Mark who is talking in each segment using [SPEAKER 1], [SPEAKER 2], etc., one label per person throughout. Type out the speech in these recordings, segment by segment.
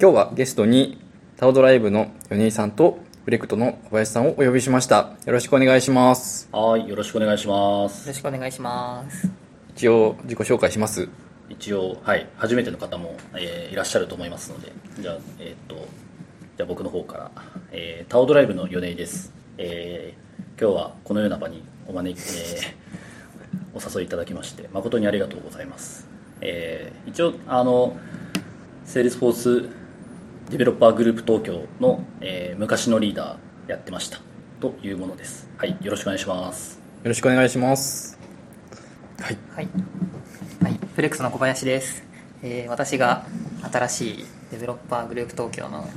[SPEAKER 1] 今日はゲストにタオドライブの米井さんとフレクトの小林さんをお呼びしましたよろしくお願いします
[SPEAKER 2] はい、よろしくお願いしま
[SPEAKER 3] よ
[SPEAKER 2] す。
[SPEAKER 3] ろしくお願いします。
[SPEAKER 1] 一応自己紹介します
[SPEAKER 2] 一応、はい、初めての方も、えーいらっしゃると思いますので、じゃあ、えーっと、じゃあ僕の方から、えータオドライブの米井です。えー今日はこのような場にお招き、えーお誘いいただきまして、誠にありがとうございます。えー一応、あの、セールスフォースデベロッパーグループ東京の、えー昔のリーダーやってましたというものです。はい、よろしくお願いします。
[SPEAKER 1] よろしくお願いしますはい
[SPEAKER 3] はい。はい、フレックスの小林です。えー私が新しいデベロッパーグループ東京の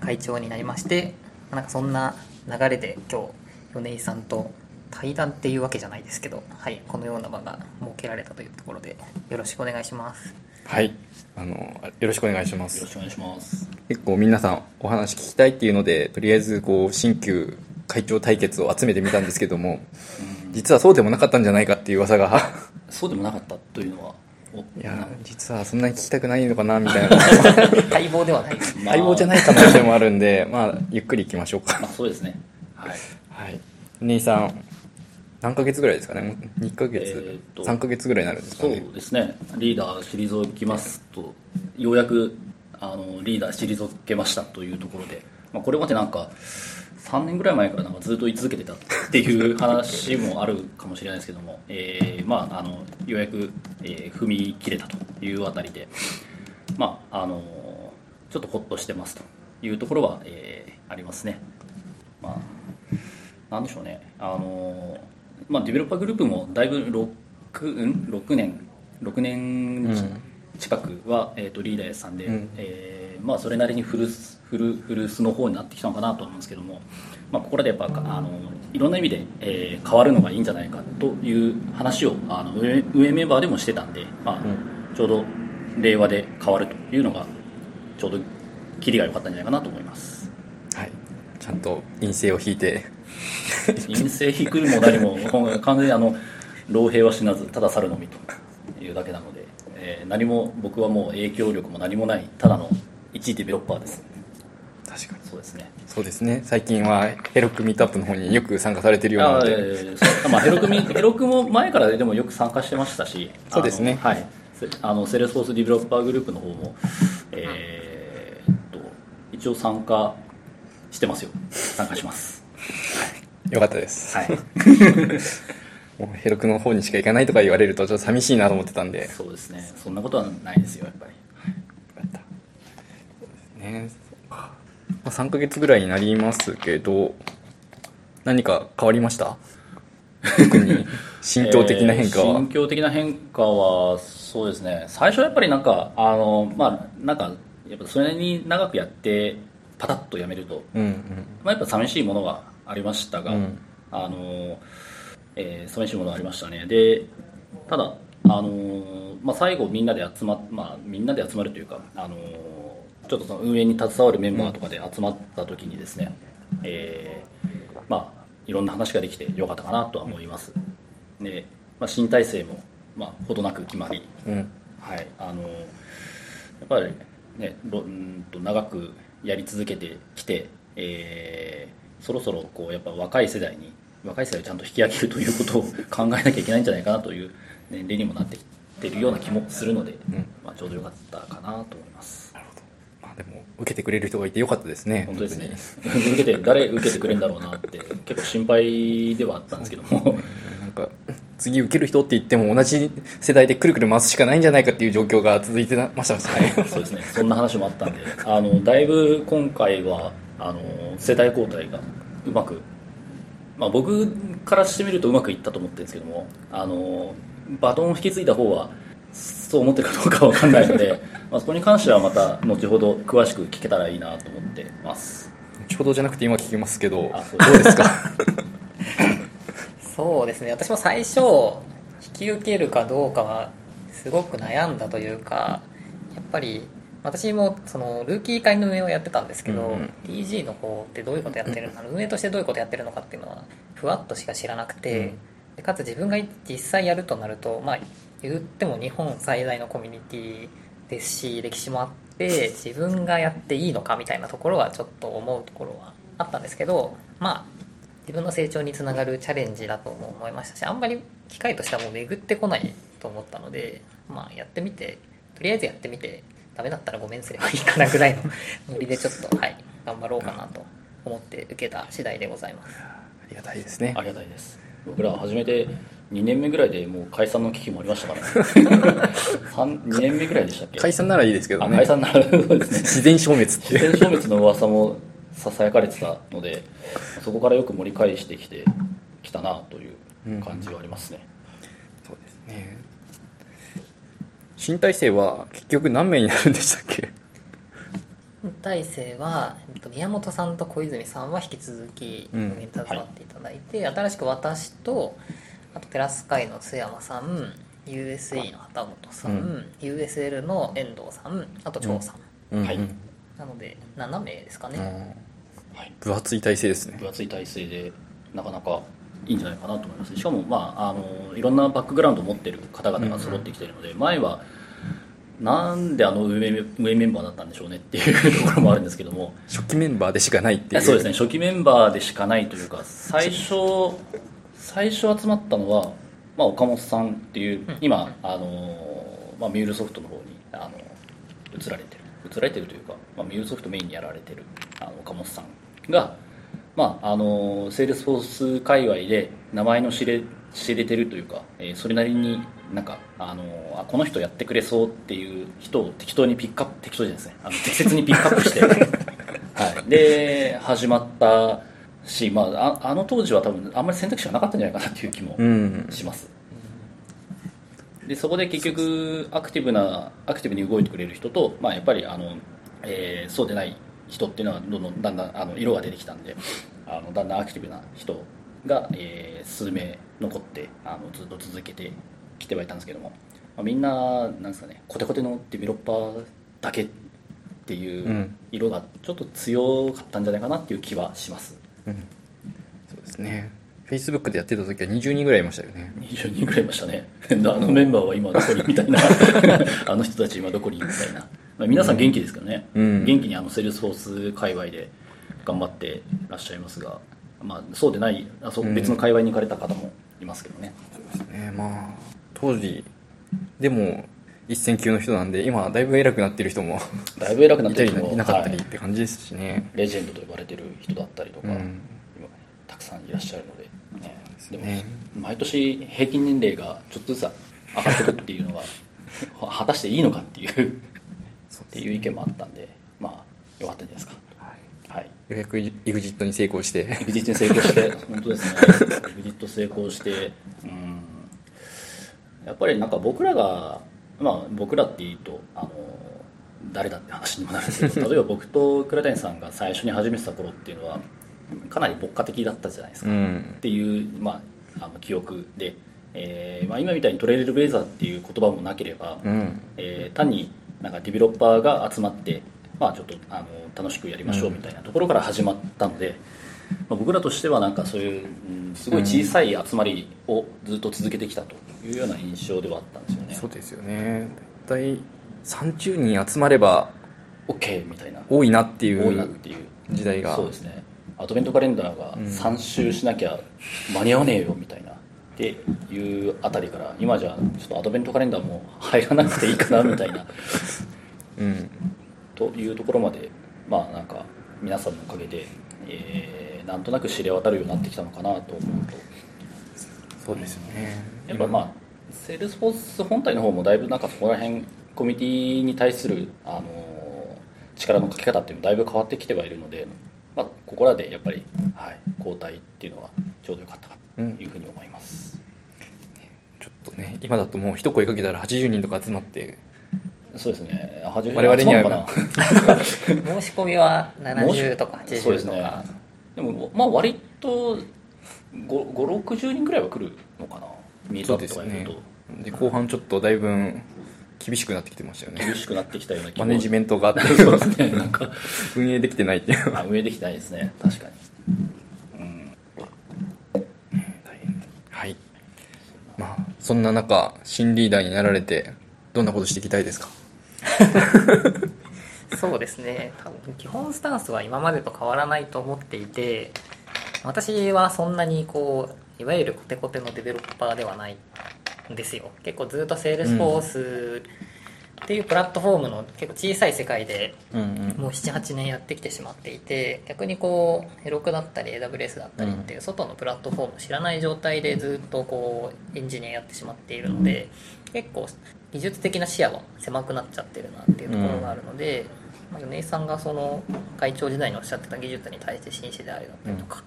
[SPEAKER 3] 会長になりまして、まあなんかそんな流れで今日、米井さんと対談っていうわけじゃないですけど、はい、このような場が設けられたというところで、よろしくお願いします。
[SPEAKER 1] はいあのよろしくお願いしま
[SPEAKER 2] よろし
[SPEAKER 1] す
[SPEAKER 2] くお願いします。
[SPEAKER 1] 結構皆さんお話聞きたいっていうのでとりあえずこう新旧会長対決を集めてみたんですけども実はそうでもなかったんじゃないかっていう噂 が
[SPEAKER 2] そうでもなかったというのは、お
[SPEAKER 1] い
[SPEAKER 2] な
[SPEAKER 1] や実はそんなに聞きたくないのかなみたいな
[SPEAKER 3] 待望ではないです。
[SPEAKER 2] ま あ
[SPEAKER 1] 相棒じゃない可能性もあるんでまあゆっくり行きましょうか
[SPEAKER 2] まあ、そうですね。はい。
[SPEAKER 1] はい。兄さん、何ヶ月ぐらいですかねもう ?2 ヶ月、
[SPEAKER 2] えーっと
[SPEAKER 1] 3ヶ月ぐらいになるんですか
[SPEAKER 2] そう
[SPEAKER 1] ね。
[SPEAKER 2] ですね。リーダー退きますと、ようやく、あの、リーダー退けましたというところで、まあ、これまでなんか、3年ぐらい前からなんかずっと言い続けてたっていう話もあるかもしれないですけども、えーまあ、あの、ようやく、えー踏み切れたというあたりで、まあ、あの、ちょっとホッとしてますというところは、えーありますね。まあ、なんでしょうね、あのまあ、ディベロッパーグループもだいぶ 6, ん6年、6年近くは、えー、とリーダーさんで、
[SPEAKER 1] うん
[SPEAKER 2] えーまあ、それなりにフルスフルフルスの方になってきたのかなと思うんですけども、まあ、ここらでやっぱ、あのいろんな意味で、えー変わるのがいいんじゃないかという話をあの上上メンバーでもしてたんで、まあ
[SPEAKER 1] う
[SPEAKER 2] ちょうど令和で変わるというのが、ちょうどキリが良かったんじゃないかなと思います。
[SPEAKER 1] はい。ちゃんと陰性を引いて、
[SPEAKER 2] 陰性低いも何も完全にあの老兵は死なずただ去るのみというだけなので、えー何も僕はもう影響力も何もないただの一デベロッパーです
[SPEAKER 1] 確かに。
[SPEAKER 2] そうですね
[SPEAKER 1] そうですね。最近はヘロクミートアップの方によく参加されてるような
[SPEAKER 2] あ
[SPEAKER 1] の
[SPEAKER 2] ー
[SPEAKER 1] で、
[SPEAKER 2] えーそうまあヘロクミ ヘロクも前からでもよく参加してましたしあの
[SPEAKER 1] そうですね
[SPEAKER 2] はいせあのセレスフォースディベロッパーグループの方もえーっと一応参加してますよ参加します
[SPEAKER 1] よかったです。
[SPEAKER 2] はい
[SPEAKER 1] もうヘロクの方にしか行かないとか言われるとちょっと寂しいなと思ってたんで、よ
[SPEAKER 2] そうですねそんなことはないですよやっぱり
[SPEAKER 1] かった。ね。まあ3ヶ月ぐらいになりますけど、何か変わりました特に心境的な変化
[SPEAKER 2] えー
[SPEAKER 1] は
[SPEAKER 2] 心。境的な変化はそうですね最初はやっぱりなんかあのまあなんかやっぱそれに長くやってパタッとやめると、
[SPEAKER 1] うんうん。
[SPEAKER 2] まあ、やっぱ寂しいものがありましたが、
[SPEAKER 1] うん
[SPEAKER 2] あの、えー寂しいものがありましたねでただあの、まあ、最後みんなで集まっまあみんなで集まるというかあのちょっとその運営に携わるメンバーとかで集まった時にですね、えーまあいろんな話ができてよかったかなとは思います、で、まあ、新体制も、まあ、ほどなく決まり
[SPEAKER 1] うん。
[SPEAKER 2] はい、あのやっぱり、ね、ろうーんと長くやり続けてきて、えーそろそろこうやっぱ若い世代に若い世代をちゃんと引き上げるということを考えなきゃいけないんじゃないかなという年齢にもなってきてるような気もするので、
[SPEAKER 1] ん
[SPEAKER 2] まあ、ちょうどよかったかなと思います。
[SPEAKER 1] まあでも、受けてくれる人がいてよかったですね。
[SPEAKER 2] 本当ですね受けて誰受けてくれるんだろうなって結構心配ではあったんですけども
[SPEAKER 1] 本当に。なんか、次受ける人って言っても同じ世代でくるくる回すしかないんじゃないかっていう状況が続いてましたから ね。
[SPEAKER 2] そうですねそんな話もあったんであのだいぶ今回はあの世代交代がうまく、まあ、僕からしてみるとうまくいったと思ってるんですけどもあのバトンを引き継いだ方はそう思ってるかどうかわかんないので まあそこに関してはまた後ほど詳しく聞けたらいいなと思ってます
[SPEAKER 1] ちょうどじゃなくて今聞きますけど、
[SPEAKER 2] あそう
[SPEAKER 1] どうですか
[SPEAKER 3] そうですね私も最初引き受けるかどうかはすごく悩んだというかやっぱり私もそのルーキー会の運営をやってたんですけど、
[SPEAKER 1] うんうん
[SPEAKER 3] DG の方ってどういうことやってるのか、 運営としてどういうことやってるのかっていうのはふわっとしか知らなくて、
[SPEAKER 1] うん
[SPEAKER 3] でかつ自分が実際やるとなるとまあ言っても日本最大のコミュニティですし歴史もあっって自分がやっていいのかみたいなところはちょっと思うところはあったんですけどまあ自分の成長につながるチャレンジだとも思いましたしあんまり機会としてはもう巡ってこないと思ったのでまあやってみてとりあえずやってみてダメだったらごめんすればいいかなぐら いのノリでちょっとはい頑張ろうかなと思って受けた次第でございます
[SPEAKER 1] りがたいですね
[SPEAKER 2] ありがたいです僕らは始めて2年目ぐらいでもう解散の危機もありましたからね 三2年目ぐらいでしたっけ
[SPEAKER 1] 解散ならいいですけど
[SPEAKER 2] あ
[SPEAKER 1] ね
[SPEAKER 2] 解散なるほどですね
[SPEAKER 1] 自然消滅って
[SPEAKER 2] 自
[SPEAKER 1] いう
[SPEAKER 2] 然消滅の噂もささやかれてたのでそこからよく盛り返してきてきたなという感じはありますね、
[SPEAKER 1] そうですね新体制は結局何名になるんでしたっけ
[SPEAKER 3] 大勢はえっと宮本さんと小泉さんは引き続き
[SPEAKER 1] うん
[SPEAKER 3] 運営に携わっていただいて、新しく私とあとテラス会の津山さん USE の旗本さん、
[SPEAKER 1] うん
[SPEAKER 3] USL の遠藤さんあと張さん、
[SPEAKER 1] うん
[SPEAKER 2] はい
[SPEAKER 1] うん
[SPEAKER 3] なので7名ですかね、
[SPEAKER 1] うん
[SPEAKER 2] はい、
[SPEAKER 1] 分厚い体制ですね
[SPEAKER 2] 分厚い体制でなかなかいいんじゃないかなと思いますしかも、まあ、あのいろんなバックグラウンドを持ってる方々が揃ってきてるので、前はなんであの上め上メンバーだったんでしょうねっていうところもあるんですけども
[SPEAKER 1] 初期メンバーでしかないっていう
[SPEAKER 2] そうですね初期メンバーでしかないというか最初最初集まったのは、まあ、岡本さんっていう今あの、まあ、ミュールソフトの方にあの移られてる移られてるというか、まあ、ミュールソフトメインにやられてるあの岡本さんが、まあ、あのセールスフォース界隈で名前の知れ知れてるというか、えーそれなりになんかあのあこの人やってくれそうっていう人を適当にピックアップ適当じゃないですねあの適切にピックアップして はい、で始まったし、まあ、ああの当時は多分あんまり選択肢がなかったんじゃないかなっていう気も
[SPEAKER 1] うん
[SPEAKER 2] します、でそこで結局アクティブなアクティブに動いてくれる人と、まあ、やっぱりあの、えーそうでない人っていうのはどんどんだんだんあの色が出てきたんであのだんだんアクティブな人が、えー数名残ってあのずっと続けてきてはいたんですけども、まあ、みんななんですかねコテコテのデベロッパーだけっていうん色がちょっと強かったんじゃないかなっていう気はします
[SPEAKER 1] そうですね Facebook でやってた時は20人ぐらいいましたよね
[SPEAKER 2] 20人ぐらいいましたね あのメンバーは今どこにみたいな あの人たち今どこにみたいな、まあ、皆さん元気ですからね、
[SPEAKER 1] うん
[SPEAKER 2] 元気にあのセールスフォース界隈で頑張ってらっしゃいますが、まあ、そうでないあそう
[SPEAKER 1] うん
[SPEAKER 2] 別の界隈に行かれた方もいますけどね、
[SPEAKER 1] ねまあ当時でも一線級の人なんで今はだいぶ偉くなってる人も
[SPEAKER 2] だいぶ偉くなっ
[SPEAKER 1] いた
[SPEAKER 2] て
[SPEAKER 1] り
[SPEAKER 2] る人も
[SPEAKER 1] いなかったり
[SPEAKER 2] は
[SPEAKER 1] っ
[SPEAKER 2] い
[SPEAKER 1] て感じですしね、
[SPEAKER 2] レジェンドと呼ばれてる人だったりとか、
[SPEAKER 1] うん
[SPEAKER 2] 今たくさんいらっしゃるので、ね
[SPEAKER 1] す
[SPEAKER 2] でも
[SPEAKER 1] ね
[SPEAKER 2] 毎年平均年齢がちょっとずつ上がってくっていうのが 果たしていいのかっていう
[SPEAKER 1] そう
[SPEAKER 2] っ
[SPEAKER 1] です
[SPEAKER 2] ていう意見もあったんで、まあ、よかったんじゃないですか。はい。
[SPEAKER 1] ようやく EXIT に成功して
[SPEAKER 2] エグジットに成功して、 本当ですね。エグジット成功して、うん。やっぱりなんか僕らが、まあ僕らっていうと、あの、誰だって話にもなるんですけど、 例えば僕と倉谷さんが最初に始めてた頃っていうのは、かなり牧歌的だったじゃないですか
[SPEAKER 1] う。ん
[SPEAKER 2] っていう、まあ、あの記憶で、えーまあ、今みたいにトレイルブレイザーっていう言葉もなければ、
[SPEAKER 1] うん
[SPEAKER 2] えー単になんかディベロッパーが集まって、まあ、ちょっとあの楽しくやりましょうみたいなところから始まったので、まあ、僕らとしてはなんかそういう、うんすごい小さい集まりをずっと続けてきたというような印象ではあったんですよね。
[SPEAKER 1] そうですよね大体30人集まれば
[SPEAKER 2] OK みたいな
[SPEAKER 1] 多いなってい
[SPEAKER 2] 多いなっ
[SPEAKER 1] う
[SPEAKER 2] ていう
[SPEAKER 1] 時代が
[SPEAKER 2] そうですねアドベントカレンダーが
[SPEAKER 1] ん
[SPEAKER 2] 3周しなきゃ間に合わねえよみたいな、っていうあたりから今じゃちょっとアドベントカレンダーも入らなくていいかなみたいな
[SPEAKER 1] うん
[SPEAKER 2] というところまでまあなんか皆さんのおかげで、えーなんとなく知れ渡るようになってきたのかなと思うと
[SPEAKER 1] そうですよね
[SPEAKER 2] やっぱまあセールスフォース本体の方もだいぶなんかそこら辺コミュニティに対する、あのー力のかけ方っていうのもだいぶ変わってきてはいるので、まあ、ここらでやっぱり、はい、交代っていうのはちょうどよかったかというふうに思います、
[SPEAKER 1] ちょっとね今だともう一声かけたら80人とか集まって
[SPEAKER 2] そうですね我
[SPEAKER 1] 我々には
[SPEAKER 3] 申し込みは
[SPEAKER 2] もし
[SPEAKER 3] 70とか
[SPEAKER 2] そうで
[SPEAKER 3] 80
[SPEAKER 2] す
[SPEAKER 3] と
[SPEAKER 2] ね
[SPEAKER 3] か
[SPEAKER 2] でもまあ割と560人ぐらいは来るのかなミート
[SPEAKER 1] そ
[SPEAKER 2] ア
[SPEAKER 1] う
[SPEAKER 2] ッ
[SPEAKER 1] で
[SPEAKER 2] プと
[SPEAKER 1] す
[SPEAKER 2] かや
[SPEAKER 1] ね
[SPEAKER 2] ると
[SPEAKER 1] で後半ちょっとだいぶ厳しくなってきてましたよね
[SPEAKER 2] 厳しくなってきたような気
[SPEAKER 1] マネジメントがあって
[SPEAKER 2] そうですねなんか
[SPEAKER 1] 運営できてないっていうのは
[SPEAKER 2] あ上できてないですね確かに
[SPEAKER 1] はいまあそんな中新リーダーになられてどんなことしていきたいですか
[SPEAKER 3] そうですね多分基本スタンスは今までと変わらないと思っていて私はそんなにこういわゆるコテコテのデベロッパーではないんですよ結構ずっとセールスフォースっていうプラットフォームの結構小さい世界で
[SPEAKER 1] うんうん
[SPEAKER 3] もう78年やってきてしまっていて逆にこう L6 だったり AWS だったりっていう外のプラットフォームを知らない状態でずっとこうエンジニアやってしまっているので結構技術的な視野は狭くなっちゃってるなっていうところがあるので、まあ、米井さんがその会長時代におっしゃってた技術に対して真摯であるだったりとか、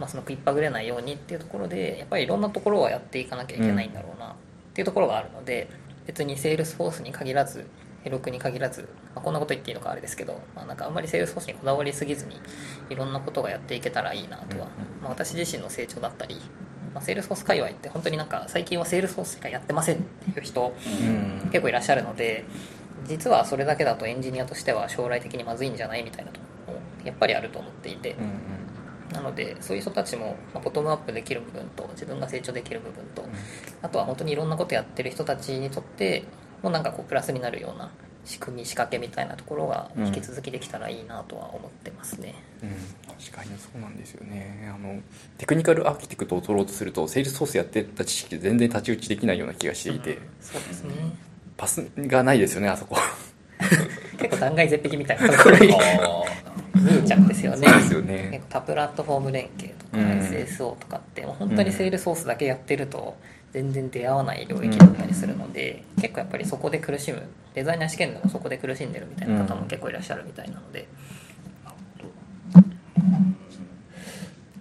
[SPEAKER 3] まあ、その食いっぱぐれないようにっていうところでやっぱりいろんなところはやっていかなきゃいけないんだろうなっていうところがあるので別にセールスフォースに限らず L6 に限らず、まあ、こんなこと言っていいのかあれですけど、まあ、なんかあんまりセールスフォースにこだわりすぎずにいろんなことがやっていけたらいいなとは、まあ、私自身の成長だったり、まあ、セールスフォース界隈って本当になんか最近はセールスフォースしかやってませんっていう人
[SPEAKER 1] うん
[SPEAKER 3] 結構いらっしゃるので実はそれだけだとエンジニアとしては将来的にまずいんじゃないみたいなところもやっぱりあると思ってい
[SPEAKER 1] う
[SPEAKER 3] て
[SPEAKER 1] ん
[SPEAKER 3] なのでそういう人たちもまあボトムアップできる部分と自分が成長できる部分とあとは本当にいろんなことやってる人たちにとってもなんかこうプラスになるような仕組み仕掛けみたいなところが
[SPEAKER 1] うん
[SPEAKER 3] 引き続きできたらいいなとは思ってますね。
[SPEAKER 1] うん確かにそうなんですよねあのテクニカルアーキテクトを取ろうとするとセールスソースやってた知識で全然太刀打ちできないような気がしていて、
[SPEAKER 3] うんそうですね
[SPEAKER 1] パスがないですよねあそ こ
[SPEAKER 3] 結構断崖絶壁みたいなと ころに
[SPEAKER 2] あ
[SPEAKER 3] 見えちゃうんですよね。
[SPEAKER 1] そうですよね
[SPEAKER 3] 結構他プラットフォーム連携とか
[SPEAKER 1] うん
[SPEAKER 3] SSO とかってもう本当にセールソースだけやってると全然出会わない領域だったりするので結構やっぱりそこで苦しむデザイナー試験でもそこで苦しんでるみたいな方も結構いらっしゃるみたいなので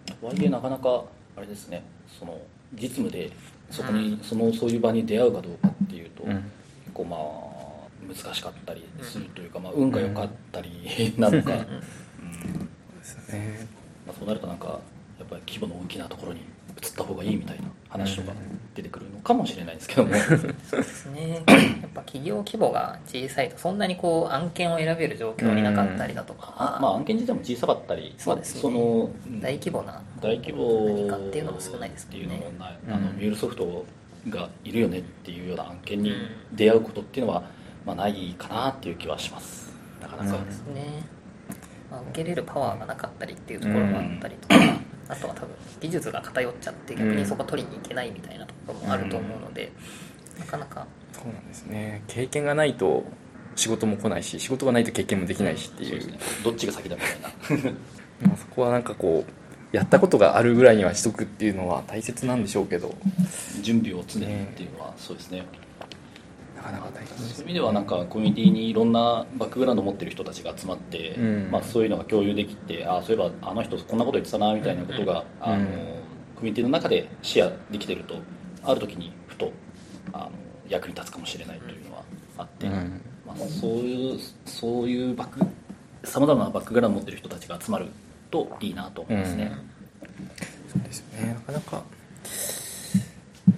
[SPEAKER 2] ーとはいえなかなかあれですねその実務でそこにそのそういう場に出会うかどうかっていうと、
[SPEAKER 1] うん
[SPEAKER 2] 結構まあ難しかったりするというか、まあ、運が良かっ たりなのか、うん
[SPEAKER 1] ですね
[SPEAKER 2] まあ、そうなるとなんかやっぱり規模の大きなところに移った方がいいみたいな話とか出てくるのかもしれないですけど も
[SPEAKER 3] そうですねやっぱ企業規模が小さいとそんなにこう案件を選べる状況になかったりだと
[SPEAKER 2] あ
[SPEAKER 3] か、
[SPEAKER 2] まあ案件自体も小さかったり
[SPEAKER 3] そうですね
[SPEAKER 2] その
[SPEAKER 3] 大規模な
[SPEAKER 2] 大規模
[SPEAKER 3] 何かっていうのも少ないです
[SPEAKER 2] って
[SPEAKER 3] も
[SPEAKER 2] い
[SPEAKER 3] ん
[SPEAKER 2] うの
[SPEAKER 3] ね
[SPEAKER 2] もないあの
[SPEAKER 1] うん
[SPEAKER 2] ミュールソフトがいるよねっていうような案件に出会うことっていうのは、まあ、ないかなっていう気はしますなかなか、
[SPEAKER 1] そうで
[SPEAKER 3] ですね、まあ、受けれるパワーがなかったりっていうところがあったりとか、あとは多分技術が偏っちゃって逆にそこ取りに行けないみたいなところもあると思うので、なかなか
[SPEAKER 1] そうなんですね経験がないと仕事も来ないし仕事がないと経験もできないしって
[SPEAKER 2] そ
[SPEAKER 1] い
[SPEAKER 2] うで
[SPEAKER 1] う
[SPEAKER 2] すねどっちが先だみた いな
[SPEAKER 1] まあ、そこはなんかこうやったことがあるぐらいにはしとくっていうのは大切なんでしょうけど
[SPEAKER 2] 準備を常にっていうのはそうですね
[SPEAKER 1] なかなか大変です
[SPEAKER 2] そういう意味ではなんかコミュニティにいろんなバックグラウンドを持ってる人たちが集まって、
[SPEAKER 1] うん
[SPEAKER 2] まあ、そういうのが共有できてああそういえばあの人こんなこと言ってたなみたいなことが、あ
[SPEAKER 1] うん
[SPEAKER 2] のコミュニティの中でシェアできてるとある時にふとあの役に立つかもしれないというのはあって、
[SPEAKER 1] うん
[SPEAKER 2] まあ、そういうそういうバックさまざまなバックグラウンドを持ってる人たちが集まるといいなと思いますね。
[SPEAKER 1] そうですよねなかなか、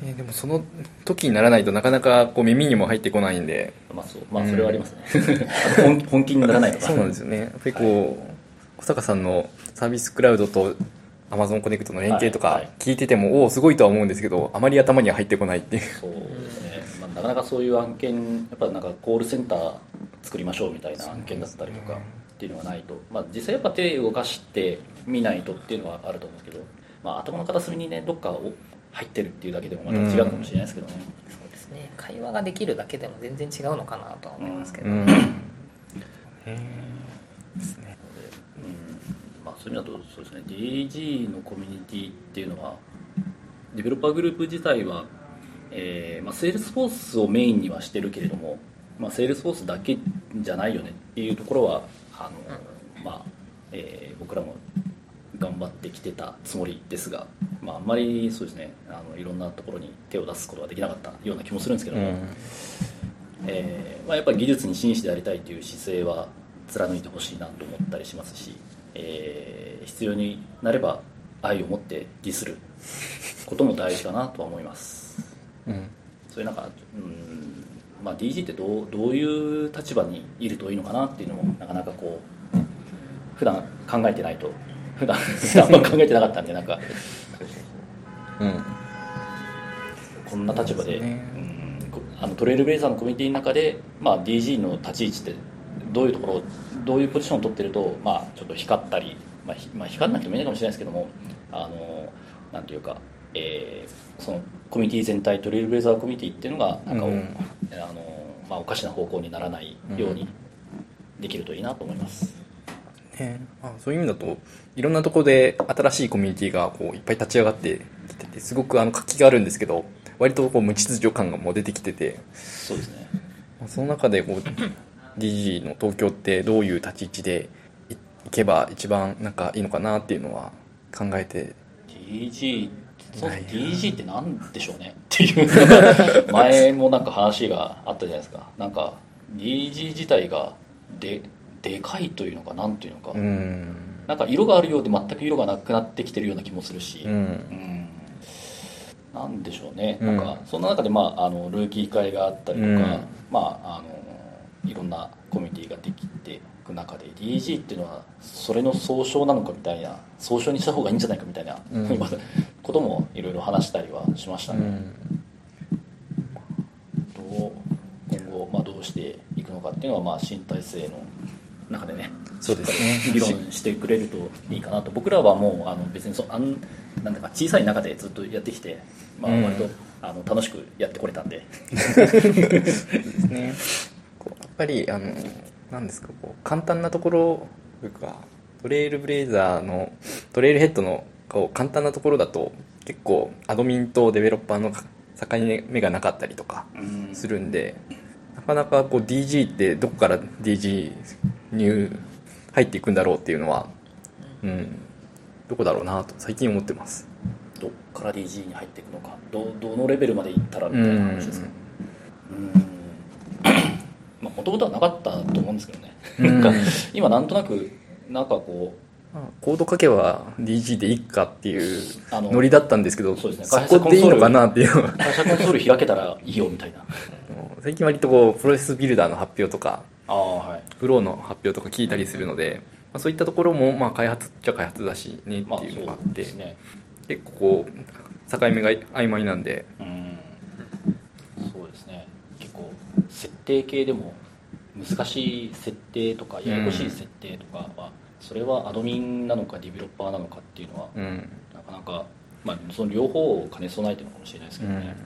[SPEAKER 1] えーでもその時にならないとなかなかこう耳にも入ってこないんで
[SPEAKER 2] まあそうまあ、それはありますね、 あの本本気にならないとか
[SPEAKER 1] そうなんですよねやっぱりこう、小坂さんのサービスクラウドと Amazon コネクトの連携と
[SPEAKER 2] はい
[SPEAKER 1] か
[SPEAKER 2] はい
[SPEAKER 1] 聞いてても、おおすごいとは思うんですけどあまり頭には入ってこないっていう
[SPEAKER 2] そうですね、まあ、なかなかそういう案件やっぱなんかコールセンター作りましょうみたいな案件だったりとかっていうのがないと、まあ、実際やっぱ手を動かしてみないとっていうのはあると思うんですけど、まあ、頭の片隅にねどっかを入ってるっていうだけでもまた違うかもしれないですけどね、
[SPEAKER 3] そうですね会話ができるだけでも全然違うのかなとは思いますけど、
[SPEAKER 1] うんですね
[SPEAKER 2] うんまあ、そういう意味だとそうですね DAG のコミュニティっていうのはデベロッパーグループ自体は、えーまあ、セールスフォースをメインにはしてるけれども、まあ、セールスフォースだけじゃないよねっていうところはあの、まあえー僕らも頑張ってきてたつもりですが、まあ、あんまりそうですねあのいろんなところに手を出すことができなかったような気もするんですけど
[SPEAKER 1] う
[SPEAKER 2] も、
[SPEAKER 1] ん
[SPEAKER 2] えーまあ、やっぱり技術に真摯でありたいという姿勢は貫いてほしいなと思ったりしますし、えー必要になれば愛を持ってディスることも大事かなとは思います
[SPEAKER 1] うん
[SPEAKER 2] そういうなんか、うんまあ、DG ってどうどういう立場にいるといいのかなっていうのもなかなかこう普段考えてないと普段普段は考えてなかったんでなんか
[SPEAKER 1] うん
[SPEAKER 2] こんな立場
[SPEAKER 1] そ
[SPEAKER 2] で
[SPEAKER 1] うですね
[SPEAKER 2] うんこあのトレイルブレイザーのコミュニティの中で、まあ、DG の立ち位置ってどういうところをどういうポジションを取ってると、まあ、ちょっと光ったり、まあひまあ、光らなくてもいいのかもしれないですけどもあのなんていうか、えーそのコミュニティ全体トレイルブレザーコミュニティっていうのがなんかお、
[SPEAKER 1] うん
[SPEAKER 2] あのまあ、おかしな方向にならないようにできるといいなと思います。
[SPEAKER 1] ねあ、そういう意味だといろんなところで新しいコミュニティがこういっぱい立ち上がってきててすごくあの活気があるんですけど割とこう無秩序感がもう出てきてて
[SPEAKER 2] そうですね
[SPEAKER 1] まあその中でこう DG の東京ってどういう立ち位置でいいけば一番なんかいいのかなっていうのは考えて
[SPEAKER 2] DG そう
[SPEAKER 1] ないな
[SPEAKER 2] DG ってなんでしょうねっていう 前もなんか話があったじゃないですかなんか DG 自体がででかいというのかなんていうのか、
[SPEAKER 1] うん
[SPEAKER 2] なんか色があるようで全く色がなくなってきてるような気もするし、
[SPEAKER 1] うん
[SPEAKER 2] なんでしょうね、
[SPEAKER 1] うん
[SPEAKER 2] なんかそんな中で、まあ、あのルーキー会があったりとか、
[SPEAKER 1] うん
[SPEAKER 2] まあ、あのいろんなコミュニティができていく中で DG っていうのはそれの総称なのかみたいな総称にした方がいいんじゃないかみたいな、
[SPEAKER 1] うん
[SPEAKER 2] こともいろいろ話したりはしました
[SPEAKER 1] う
[SPEAKER 2] ね、
[SPEAKER 1] ん
[SPEAKER 2] どう今後、まあ、どうしていくのかっていうのは、まあ、新体制の中でね
[SPEAKER 1] そうですね
[SPEAKER 2] 議論してくれるといいかなと僕らはもうあの別にそあんなんだか小さい中でずっとやってきて、まあ、
[SPEAKER 1] うん
[SPEAKER 2] 割と、あの楽しくやってこれたんで
[SPEAKER 1] ですねこうやっぱりあのなんですかこう簡単なところというかトレイルブレイザーのトレイルヘッドのこう簡単なところだと結構アドミンとデベロッパーの境目がなかったりとかするんでなかなかこう DG ってどこから DG 入入っていくんだろうっていうのはうんどこだろうなと最近思ってます
[SPEAKER 2] どっから DG に入っていくのかどどのレベルまでいったらみたいな話ですけどもともとはなかったと思うんですけどね、
[SPEAKER 1] うん
[SPEAKER 2] なんか今なんとなくなんかこう
[SPEAKER 1] まあコード書けば DG でいいかっていう
[SPEAKER 2] あの
[SPEAKER 1] ノリだったんですけど
[SPEAKER 2] そうです
[SPEAKER 1] そ
[SPEAKER 2] ね
[SPEAKER 1] こでいいのかなっていうのは
[SPEAKER 2] 会社コンソール開けたらいいよみたいな
[SPEAKER 1] 最近割とこうプロセスビルダーの発表とか
[SPEAKER 2] ああはい
[SPEAKER 1] フローの発表とか聞いたりするので、まあ、そういったところもまあ開発っちゃ開発だしねっ
[SPEAKER 2] まあ
[SPEAKER 1] ていうのがあ
[SPEAKER 2] そ
[SPEAKER 1] っ
[SPEAKER 2] う
[SPEAKER 1] て、
[SPEAKER 2] ですね
[SPEAKER 1] 結構こう境目が曖昧なんで
[SPEAKER 2] うんそうですね結構設定系でも難しい設定とかややこしい設定とかは、それはアドミンなのかディベロッパーなのかっていうのは、
[SPEAKER 1] うん
[SPEAKER 2] なかなか、まあ、その両方を兼ね備えてるのかもしれないですけどね、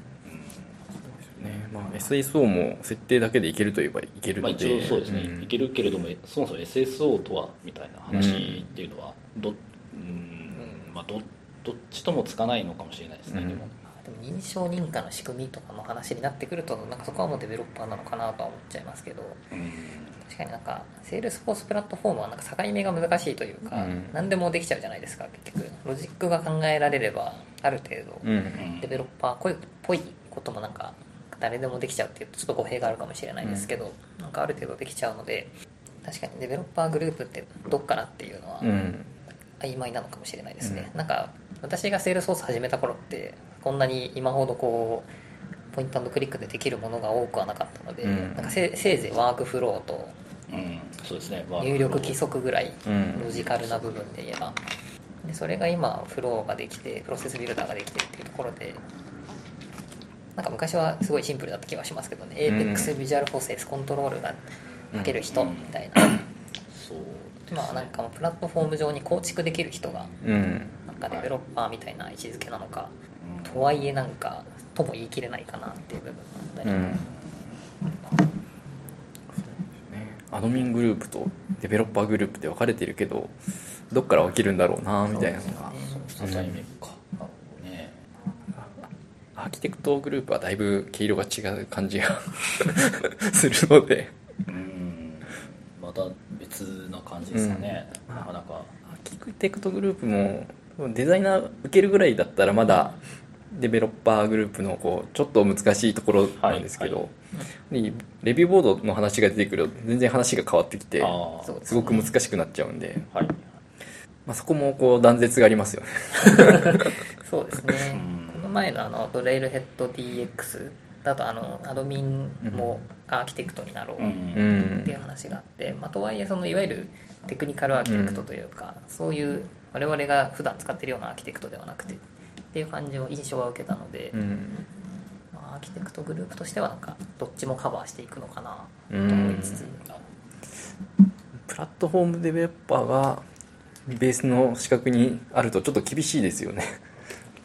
[SPEAKER 1] ねまあ、SSO も設定だけでいけるといえばいける
[SPEAKER 2] まあ、
[SPEAKER 1] ので、
[SPEAKER 2] 一応そうですね、
[SPEAKER 1] ん
[SPEAKER 2] いけるけれどもそもそも SSO とはみたいな話っていうのはど,、うんまあ、どどっちともつかないのかもしれないですね、
[SPEAKER 1] うん
[SPEAKER 2] でも
[SPEAKER 3] でも認証認可の仕組みとかの話になってくるとなんかそこはもうデベロッパーなのかなとは思っちゃいますけど確かになんかセールスフォースプラットフォームはなんか境目が難しいというか、
[SPEAKER 1] うん
[SPEAKER 3] 何でもできちゃうじゃないですか結局ロジックが考えられればある程度、
[SPEAKER 1] うん
[SPEAKER 2] うん
[SPEAKER 3] デベロッパーっぽいっぽいこともなんか誰でもできちゃうっていうとちょっと語弊があるかもしれないですけど、なんかある程度できちゃうので確かにデベロッパーグループってどっからっていうのは
[SPEAKER 1] うん
[SPEAKER 3] 曖昧なのかもしれないですね、なんか私がセールスフォース始めた頃ってこんなに今ほどこうポイントクリックでできるものが多くはなかったので、
[SPEAKER 1] うん
[SPEAKER 3] なんかせせいぜいワークフローと
[SPEAKER 2] うん、そうですね、まあ
[SPEAKER 3] 入力規則ぐらい
[SPEAKER 1] うん
[SPEAKER 3] ロジカルな部分で言えばでそれが今フローができてプロセスビルダーができてっていうところでなんか昔はすごいシンプルだった気がしますけどね、
[SPEAKER 1] うん
[SPEAKER 3] APEX ビジュアルフォーセスコントロールが書ける人
[SPEAKER 2] うん
[SPEAKER 3] みたいな、
[SPEAKER 2] そうですね
[SPEAKER 3] まあなんかプラットフォーム上に構築できる人が
[SPEAKER 1] うん
[SPEAKER 3] なんかデベロッパーみたいな位置づけなのか、とはいえなんかとも言い切れないかなっていう部分があった
[SPEAKER 1] う
[SPEAKER 3] り、
[SPEAKER 1] んアドミングループとデベロッパーグループって分かれてるけどどっから分けるんだろうなみたいなのが、
[SPEAKER 2] そう境目か、なるほどね
[SPEAKER 1] アーキテクトグループはだいぶ毛色が違う感じが するので
[SPEAKER 2] うんまた別な感じですかね、なかなか
[SPEAKER 1] アーキテクトグループも多分デザイナー受けるぐらいだったらまだデベロッパーグループのこうちょっと難しいところなんですけど、レビューボードの話が出てくると全然話が変わってきて
[SPEAKER 2] ああ
[SPEAKER 3] そう
[SPEAKER 1] すごく難しくなっちゃうんで、
[SPEAKER 2] はい
[SPEAKER 1] まあ、そこもこう断絶がありますよね
[SPEAKER 3] そうですね
[SPEAKER 2] うん
[SPEAKER 3] この前のあのドレイルヘッド DX だとあのアドミンもアーキテクトになろう、
[SPEAKER 2] うん
[SPEAKER 1] ん
[SPEAKER 3] っていう話があって、まあ、とはいえそのいわゆるテクニカルアーキテクトというか、そういう我々が普段使ってるようなアーキテクトではなくてっていう感じを印象は受けたので、
[SPEAKER 1] うん
[SPEAKER 3] まあアーキテクトグループとしてはなんかどっちもカバーしていくのかなと
[SPEAKER 1] うん
[SPEAKER 3] 思いつつ、
[SPEAKER 1] プラットフォームデベロッパーがベースの資格にあるとちょっと厳しいですよね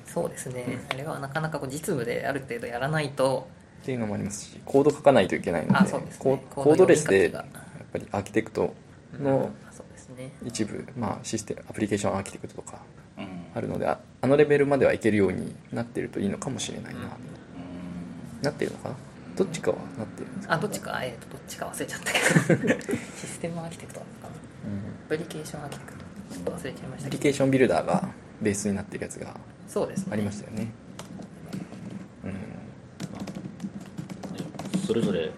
[SPEAKER 3] そうですね、あれはなかなかこう実務である程度やらないと
[SPEAKER 1] っていうのもありますしコード書かないといけないので
[SPEAKER 3] あそうですね
[SPEAKER 1] コ
[SPEAKER 3] コード
[SPEAKER 1] コードレスで
[SPEAKER 3] 読
[SPEAKER 1] やっぱ
[SPEAKER 3] み書きが
[SPEAKER 1] りアーキテクトの
[SPEAKER 3] あそうですね
[SPEAKER 1] 一部、まあ、システムアプリケーションアーキテクトとか
[SPEAKER 2] うん
[SPEAKER 1] あるのでああのレベルまではいけるようになってるといいのかもしれないな、なってるのかなどっちかはなってるんですか、
[SPEAKER 3] あどっちかえっ、とどっちか忘れちゃったけど システムアーキテクトだったかなアプリケーションアーキテクトちょっと忘れちゃいまし
[SPEAKER 1] ア
[SPEAKER 3] た
[SPEAKER 1] プリ
[SPEAKER 3] け
[SPEAKER 1] ケ
[SPEAKER 3] ど
[SPEAKER 1] ーションビルダーがベースになってるやつが
[SPEAKER 3] そうですね
[SPEAKER 1] ありましたよね、うん、
[SPEAKER 2] それぞれ、ね、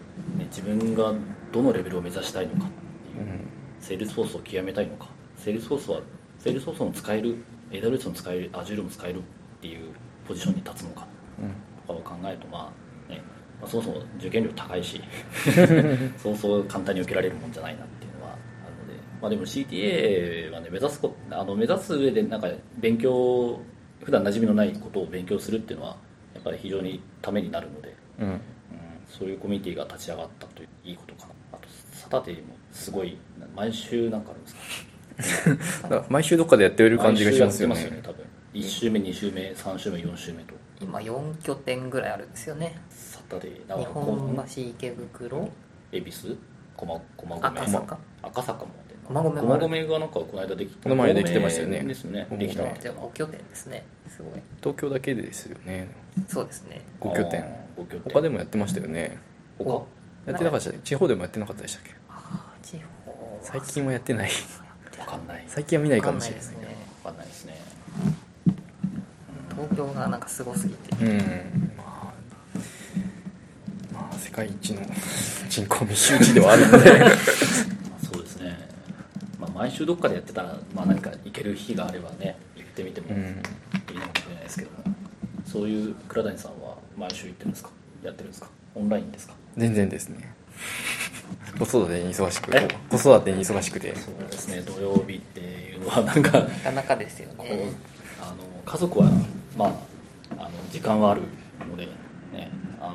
[SPEAKER 2] 自分がどのレベルを目指したいのかっていううんセールスフォースを極めたいのかセールスフォースはセールスフォースも使える AWS も使える Azure も使えるっていうポジションに立つのかとかを考えるとまあね、まあ、そもそも受験料高 いしそうそう簡単に受けられるもんじゃないなっていうのはあるので、まあ、でも CTA はね目指すこあの目指す上でなんか勉強普段馴染みのないことを勉強するっていうのはやっぱり非常にためになるので
[SPEAKER 1] うんうん
[SPEAKER 2] うんそういうコミュニティが立ち上がったといういいことかなあとサタデーもすごいな毎週なんかあるんですか
[SPEAKER 1] だから毎週どっかでやってる感じがしますよ
[SPEAKER 2] 毎週やって
[SPEAKER 1] ね
[SPEAKER 2] ますよね多分1週目2週目3週目4週目と
[SPEAKER 3] 今4拠点ぐらいあるんですよね
[SPEAKER 2] サタデー
[SPEAKER 3] 日
[SPEAKER 2] 長
[SPEAKER 3] 本
[SPEAKER 2] 野
[SPEAKER 3] 橋池袋
[SPEAKER 2] 恵比寿駒駒込
[SPEAKER 3] 赤坂
[SPEAKER 2] 赤坂もで
[SPEAKER 3] 駒込も
[SPEAKER 2] 駒
[SPEAKER 3] ある
[SPEAKER 2] 込がなんかこの間でき
[SPEAKER 1] この前できてましたよね
[SPEAKER 2] ですねできた
[SPEAKER 1] 駒込
[SPEAKER 3] じゃあ5拠点ですねすごい
[SPEAKER 1] 東京だけですよね
[SPEAKER 3] そうですね
[SPEAKER 1] 5拠点
[SPEAKER 2] あー5拠点
[SPEAKER 1] 他でもやってましたよね
[SPEAKER 2] 他
[SPEAKER 1] やってなかったで地方でもやってなかったでしたっけ
[SPEAKER 3] あー地方は
[SPEAKER 1] 最近はやってない
[SPEAKER 2] 分かんない
[SPEAKER 1] 最近は見ない
[SPEAKER 3] わ
[SPEAKER 1] か
[SPEAKER 3] か
[SPEAKER 1] も
[SPEAKER 3] んな
[SPEAKER 1] し
[SPEAKER 3] い
[SPEAKER 1] れな
[SPEAKER 3] で
[SPEAKER 1] い
[SPEAKER 3] すね
[SPEAKER 2] 分かんないですね
[SPEAKER 3] 東京がなんかすごすぎて
[SPEAKER 1] うんまあ、まあ、世界一の人口密集地ではあるの で
[SPEAKER 2] まあそうですね、まあ、毎週どっかでやってたら、まあ、何か行ける日があればね行ってみても
[SPEAKER 1] う
[SPEAKER 2] いい
[SPEAKER 1] ん
[SPEAKER 2] のかもしれないですけども、そういう倉谷さんは毎週行ってるんですかやってるんですかオンラインですか
[SPEAKER 1] 全然ですね子育てに忙しく
[SPEAKER 2] え
[SPEAKER 1] 子育てに忙しくて
[SPEAKER 2] そうですね土曜日っていうのはなんか
[SPEAKER 3] なかなかですよ
[SPEAKER 2] こう
[SPEAKER 3] ね
[SPEAKER 2] あの家族はまああの時間はあるのでねあ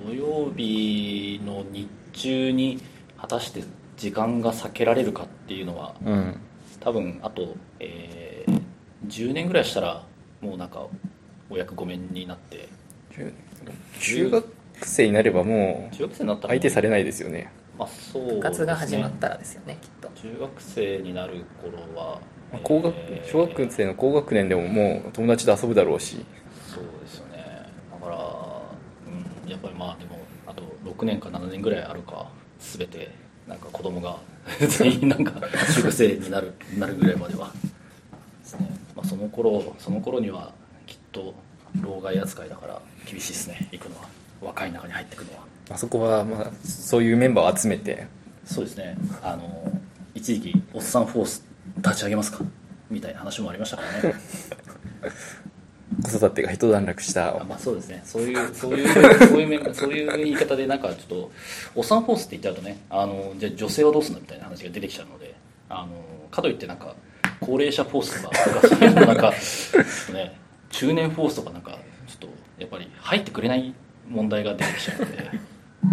[SPEAKER 2] の土曜日の日中に果たして時間が避けられるかっていうのは
[SPEAKER 1] うん
[SPEAKER 2] 多分あと、えー10年ぐらいしたらもうなんかお役御免になって
[SPEAKER 1] 中中学生になればもう
[SPEAKER 2] 中学生になったら
[SPEAKER 1] 相手されないですよね
[SPEAKER 2] まあそうですね
[SPEAKER 3] 部活が始まったらですよねきっと
[SPEAKER 2] 中学生になる頃は、
[SPEAKER 1] まあ高学
[SPEAKER 2] えー
[SPEAKER 1] 小学生の高学年でももう友達と遊ぶだろうし
[SPEAKER 2] そうですよねだから、うん、やっぱりまあでもあと6年か7年ぐらいあるか全てなんか子供が 全員なんか中学生になるなるぐらいまではですね、まあ、その頃その頃にはきっと老害扱いだから厳しいですね行くのは若い中に入ってくのは
[SPEAKER 1] あそこはまあそういうメンバーを集めて
[SPEAKER 2] そうですねあの一時期おっさんフォース立ち上げますかみたいな話もありましたからね
[SPEAKER 1] 子育てが一段落した
[SPEAKER 2] あまあそうですねそう いうそういうそういう面そういう言い方でなんかちょっとおっさんフォースって言っちゃうとねあのじゃあ女性はどうすんのみたいな話が出てきちゃうのであのかといってなんか高齢者フォースとかとかそういうのなんか、 ちょっとね、中年フォースとかなんかちょっとやっぱり入ってくれない問題が出てきちゃうの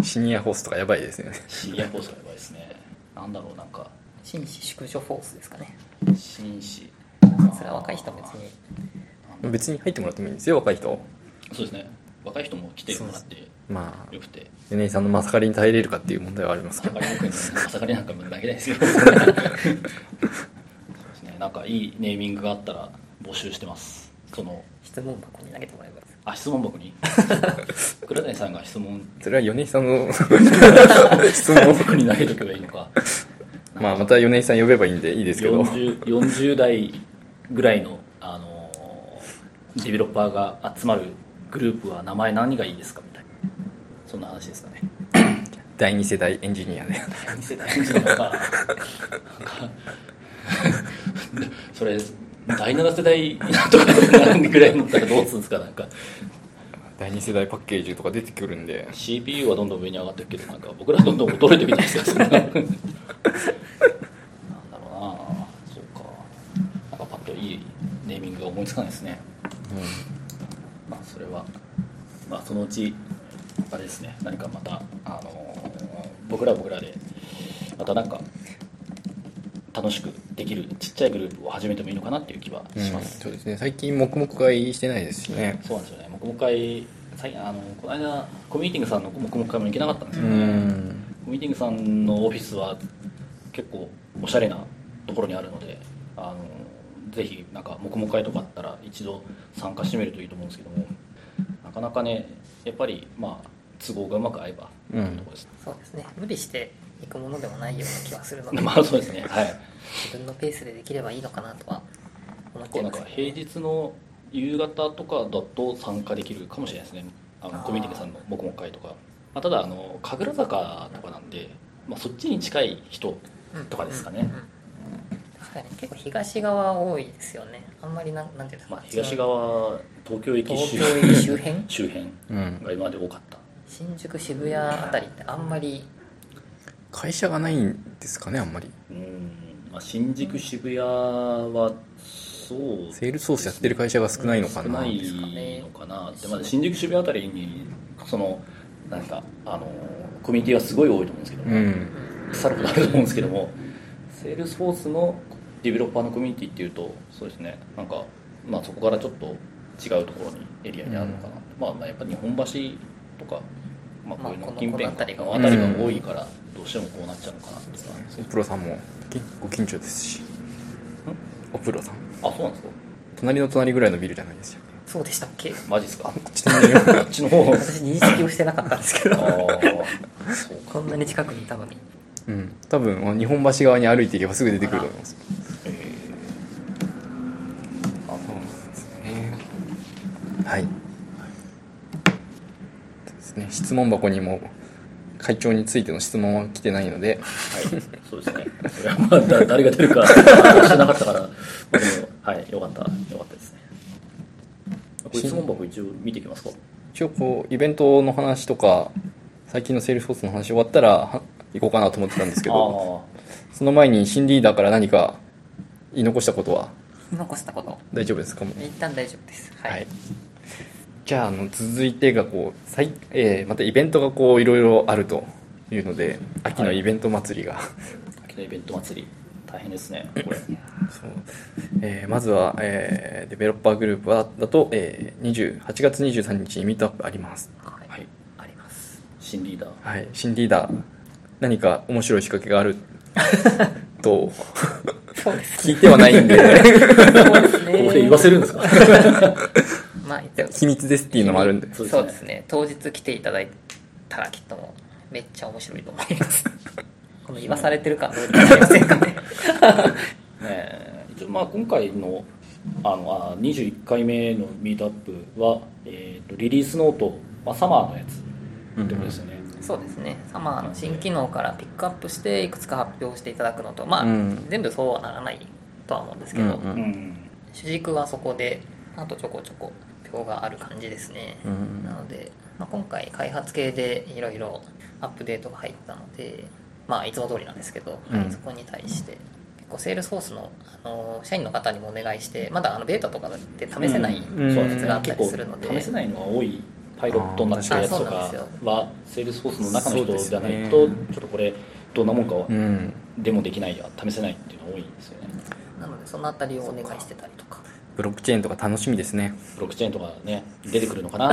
[SPEAKER 2] で
[SPEAKER 1] シニアホースとかやばいですよね
[SPEAKER 2] シニアフォースがやばいですねなんだろうなんか
[SPEAKER 3] 紳士縮小フォースですかね
[SPEAKER 2] 紳士
[SPEAKER 3] それは若い人は別に
[SPEAKER 1] 別に入ってもらってもいいんですよ若い人
[SPEAKER 2] そうですね若い人も来てもらって
[SPEAKER 1] まあ
[SPEAKER 2] よくて
[SPEAKER 1] 米井さんのまさかりに耐えれるかっていう問題はありますけど
[SPEAKER 2] 朝刈り朝刈りなんか投げないですよそうですねなんかいいネーミングがあったら募集してますその
[SPEAKER 3] 質問箱に投げてもらえば
[SPEAKER 2] あ質問箱に倉谷さんが質問
[SPEAKER 1] それは米井さんの 質問
[SPEAKER 2] 箱に投げとけばいいのか
[SPEAKER 1] まあまた米井さん呼べばいいんでいいですけど
[SPEAKER 2] 40, 40代ぐらいの、あのーデベロッパーが集まるグループは名前何がいいですかみたいなそんな話ですかね
[SPEAKER 1] 第二世代エンジニアで
[SPEAKER 2] 見せたいんじゃないかなんかそれ第7世代とかなんぐらいになったらどうするんですかなんか
[SPEAKER 1] 第二世代パッケージとか出てくるんで
[SPEAKER 2] CPU はどんどん上に上がってるけどなんか僕らはどんどん衰えてるじゃないですかそんななんだろうなそうかなんかパッといいネーミングが思いつかないですねまあそれはまあそのうちあれですね何かまたあの僕らは僕らでまたなんか楽しくできるちっちゃいグループを始めてもいいのかなっていう気はします、
[SPEAKER 1] そうですね最近黙々会してないですしね
[SPEAKER 2] そうなんですよね黙々会最あのこの間コミュニティングさんの黙々会も行けなかったんです
[SPEAKER 1] う
[SPEAKER 2] よ、
[SPEAKER 1] ん
[SPEAKER 2] コミュニティングさんのオフィスは結構おしゃれなところにあるのであのぜひなんか黙々会とかあったら一度参加してみるといいと思うんですけどもなかなかねやっぱりまあ都合がうまく合えばと
[SPEAKER 1] う
[SPEAKER 2] い
[SPEAKER 1] ん
[SPEAKER 2] うところです、
[SPEAKER 3] そうですね無理していくものでもないような気はするので
[SPEAKER 2] まあそうですねはい
[SPEAKER 3] 自分のペースでできればいいのかなとは思っ
[SPEAKER 2] 結
[SPEAKER 3] て
[SPEAKER 2] 構
[SPEAKER 3] い
[SPEAKER 2] な
[SPEAKER 3] ま
[SPEAKER 2] ん
[SPEAKER 3] す
[SPEAKER 2] か平日の夕方とかだと参加できるかもしれないですねあの
[SPEAKER 3] あー
[SPEAKER 2] コミュニティングさんの黙々会とか、まあ、ただあの神楽坂とかなんで、まあ、そっちに近い人とかですかね、
[SPEAKER 3] うんうんうん確かに結構東側多いですよねあんまりなんなんていうんですか、
[SPEAKER 2] まあ、東側東京駅周
[SPEAKER 3] 東京駅周辺
[SPEAKER 2] 周辺
[SPEAKER 1] うん
[SPEAKER 2] が今まで多かった
[SPEAKER 3] 新宿渋谷あたりってあんまり
[SPEAKER 1] 会社がないんですかねあんまり
[SPEAKER 2] うん、まあ、新宿渋谷はそう
[SPEAKER 1] セールスソースやってる会社が少ないのか
[SPEAKER 2] 少
[SPEAKER 1] な
[SPEAKER 2] ない
[SPEAKER 3] かね
[SPEAKER 2] のかなでまあ、新宿渋谷あたりにそのなんかあのコミュニティはすごい多いと思うんですけど
[SPEAKER 1] う
[SPEAKER 2] も、
[SPEAKER 1] ん
[SPEAKER 2] 腐るほどあると思うんですけどもセールスフォースのディベロッパーのコミュニティっていうとそうですねなんか、まあ、そこからちょっと違うところにエリアにあるのかな、まあ、まあやっぱ日本橋とか、まあ、こういうの
[SPEAKER 3] まあこの
[SPEAKER 2] 近辺
[SPEAKER 3] この辺りが
[SPEAKER 2] の辺りが多いからどうしてもこうなっちゃうのかなっていうのは
[SPEAKER 1] プロさんも結構近所ですしおプロさん
[SPEAKER 2] あそうなんですか
[SPEAKER 1] 隣の隣ぐらいのビルじゃないですよ
[SPEAKER 3] そうでしたっけ
[SPEAKER 2] マジですかこ
[SPEAKER 1] ちなみに
[SPEAKER 2] っちの方あ
[SPEAKER 3] 私認識をしてなかったんですけ
[SPEAKER 2] あ
[SPEAKER 3] ど
[SPEAKER 2] そう
[SPEAKER 3] こんなに近くにいたのに
[SPEAKER 1] うん多分日本橋側に歩いていけばすぐ出てくると思います
[SPEAKER 2] えーあそうなんです
[SPEAKER 1] はいそうですね質問箱にも会長についての質問は来てないので
[SPEAKER 2] はい、 そうですね。それはまあ、だ誰が出るか、してなかったから、まあ、でも、はい、よかった、よかったですね。これ質問箱一応見ていきますか。
[SPEAKER 1] 一応こうイベントの話とか最近のセールスフォースの話終わったらは行こうかなと思ってたんですけ
[SPEAKER 2] あ
[SPEAKER 1] ど
[SPEAKER 2] あ、
[SPEAKER 1] その前に新リーダーから何か言い残したことは
[SPEAKER 3] 言い残したこと
[SPEAKER 1] 大丈夫ですかもう
[SPEAKER 3] 一旦大丈夫ですはい、
[SPEAKER 1] じゃああの続いてがこう最、えーまたイベントがこういろいろあるというので秋のイベント祭りが、
[SPEAKER 2] 秋のイベント祭り、大変ですね、これ。
[SPEAKER 1] そうえーまずは、えーデベロッパーグループはだと、えー、28月23日にミートアップあります、
[SPEAKER 3] はい
[SPEAKER 2] はい、
[SPEAKER 3] あります
[SPEAKER 2] 新リーダー。
[SPEAKER 1] はい、新リーダー何か面白い仕掛けがあると
[SPEAKER 3] そうです
[SPEAKER 1] 聞いて はないんで
[SPEAKER 3] そうです ね
[SPEAKER 2] ここで言わせるんですか
[SPEAKER 3] まあ言って
[SPEAKER 1] 秘密ですっていうのもあるんで
[SPEAKER 2] そうですね
[SPEAKER 3] そうですね当日来ていただいたらきっともうめっちゃ面白いと思います この言わされてる感どうにかなりませんかね
[SPEAKER 2] えー一応、まあ、今回の、あの、あー21回目のミートアップは、えっ、と、リリースノート、まあ、サマーのやつ、ってことですよね。
[SPEAKER 3] そうですねサマーの新機能からピックアップしていくつか発表していただくのとまあ、
[SPEAKER 1] うん
[SPEAKER 3] 全部そうはならないとは思うんですけど、
[SPEAKER 1] うんうん
[SPEAKER 2] うん。
[SPEAKER 3] 主軸はそこであとちょこちょこ票がある感じですね、
[SPEAKER 1] うん
[SPEAKER 3] なので、まあ、今回開発系でいろいろアップデートが入ったのでまあいつも通りなんですけど、
[SPEAKER 1] うん
[SPEAKER 3] はいそこに対して結構セールスフォースのあの社員の方にもお願いしてまだあのベータとかで試せない
[SPEAKER 1] うん
[SPEAKER 2] そ
[SPEAKER 3] そ
[SPEAKER 2] な
[SPEAKER 3] うう
[SPEAKER 2] んです
[SPEAKER 3] 説
[SPEAKER 2] ね
[SPEAKER 3] があった
[SPEAKER 2] 結
[SPEAKER 3] りするので、
[SPEAKER 2] 構試せないのが多いパイロットになってるやつとか
[SPEAKER 3] あーそうなんです
[SPEAKER 2] はセールスフォースの中の人じゃない
[SPEAKER 1] そう
[SPEAKER 2] とちょ
[SPEAKER 1] ですね
[SPEAKER 2] っとこれどんなもんかは
[SPEAKER 1] うん
[SPEAKER 2] でもできないや試せないっていうのが多いんですよね
[SPEAKER 3] なのでそのあたりをお願いしてたりとか
[SPEAKER 1] ブロックチェーンとか楽しみですね
[SPEAKER 2] ブロックチェーンとかね出てくるのか な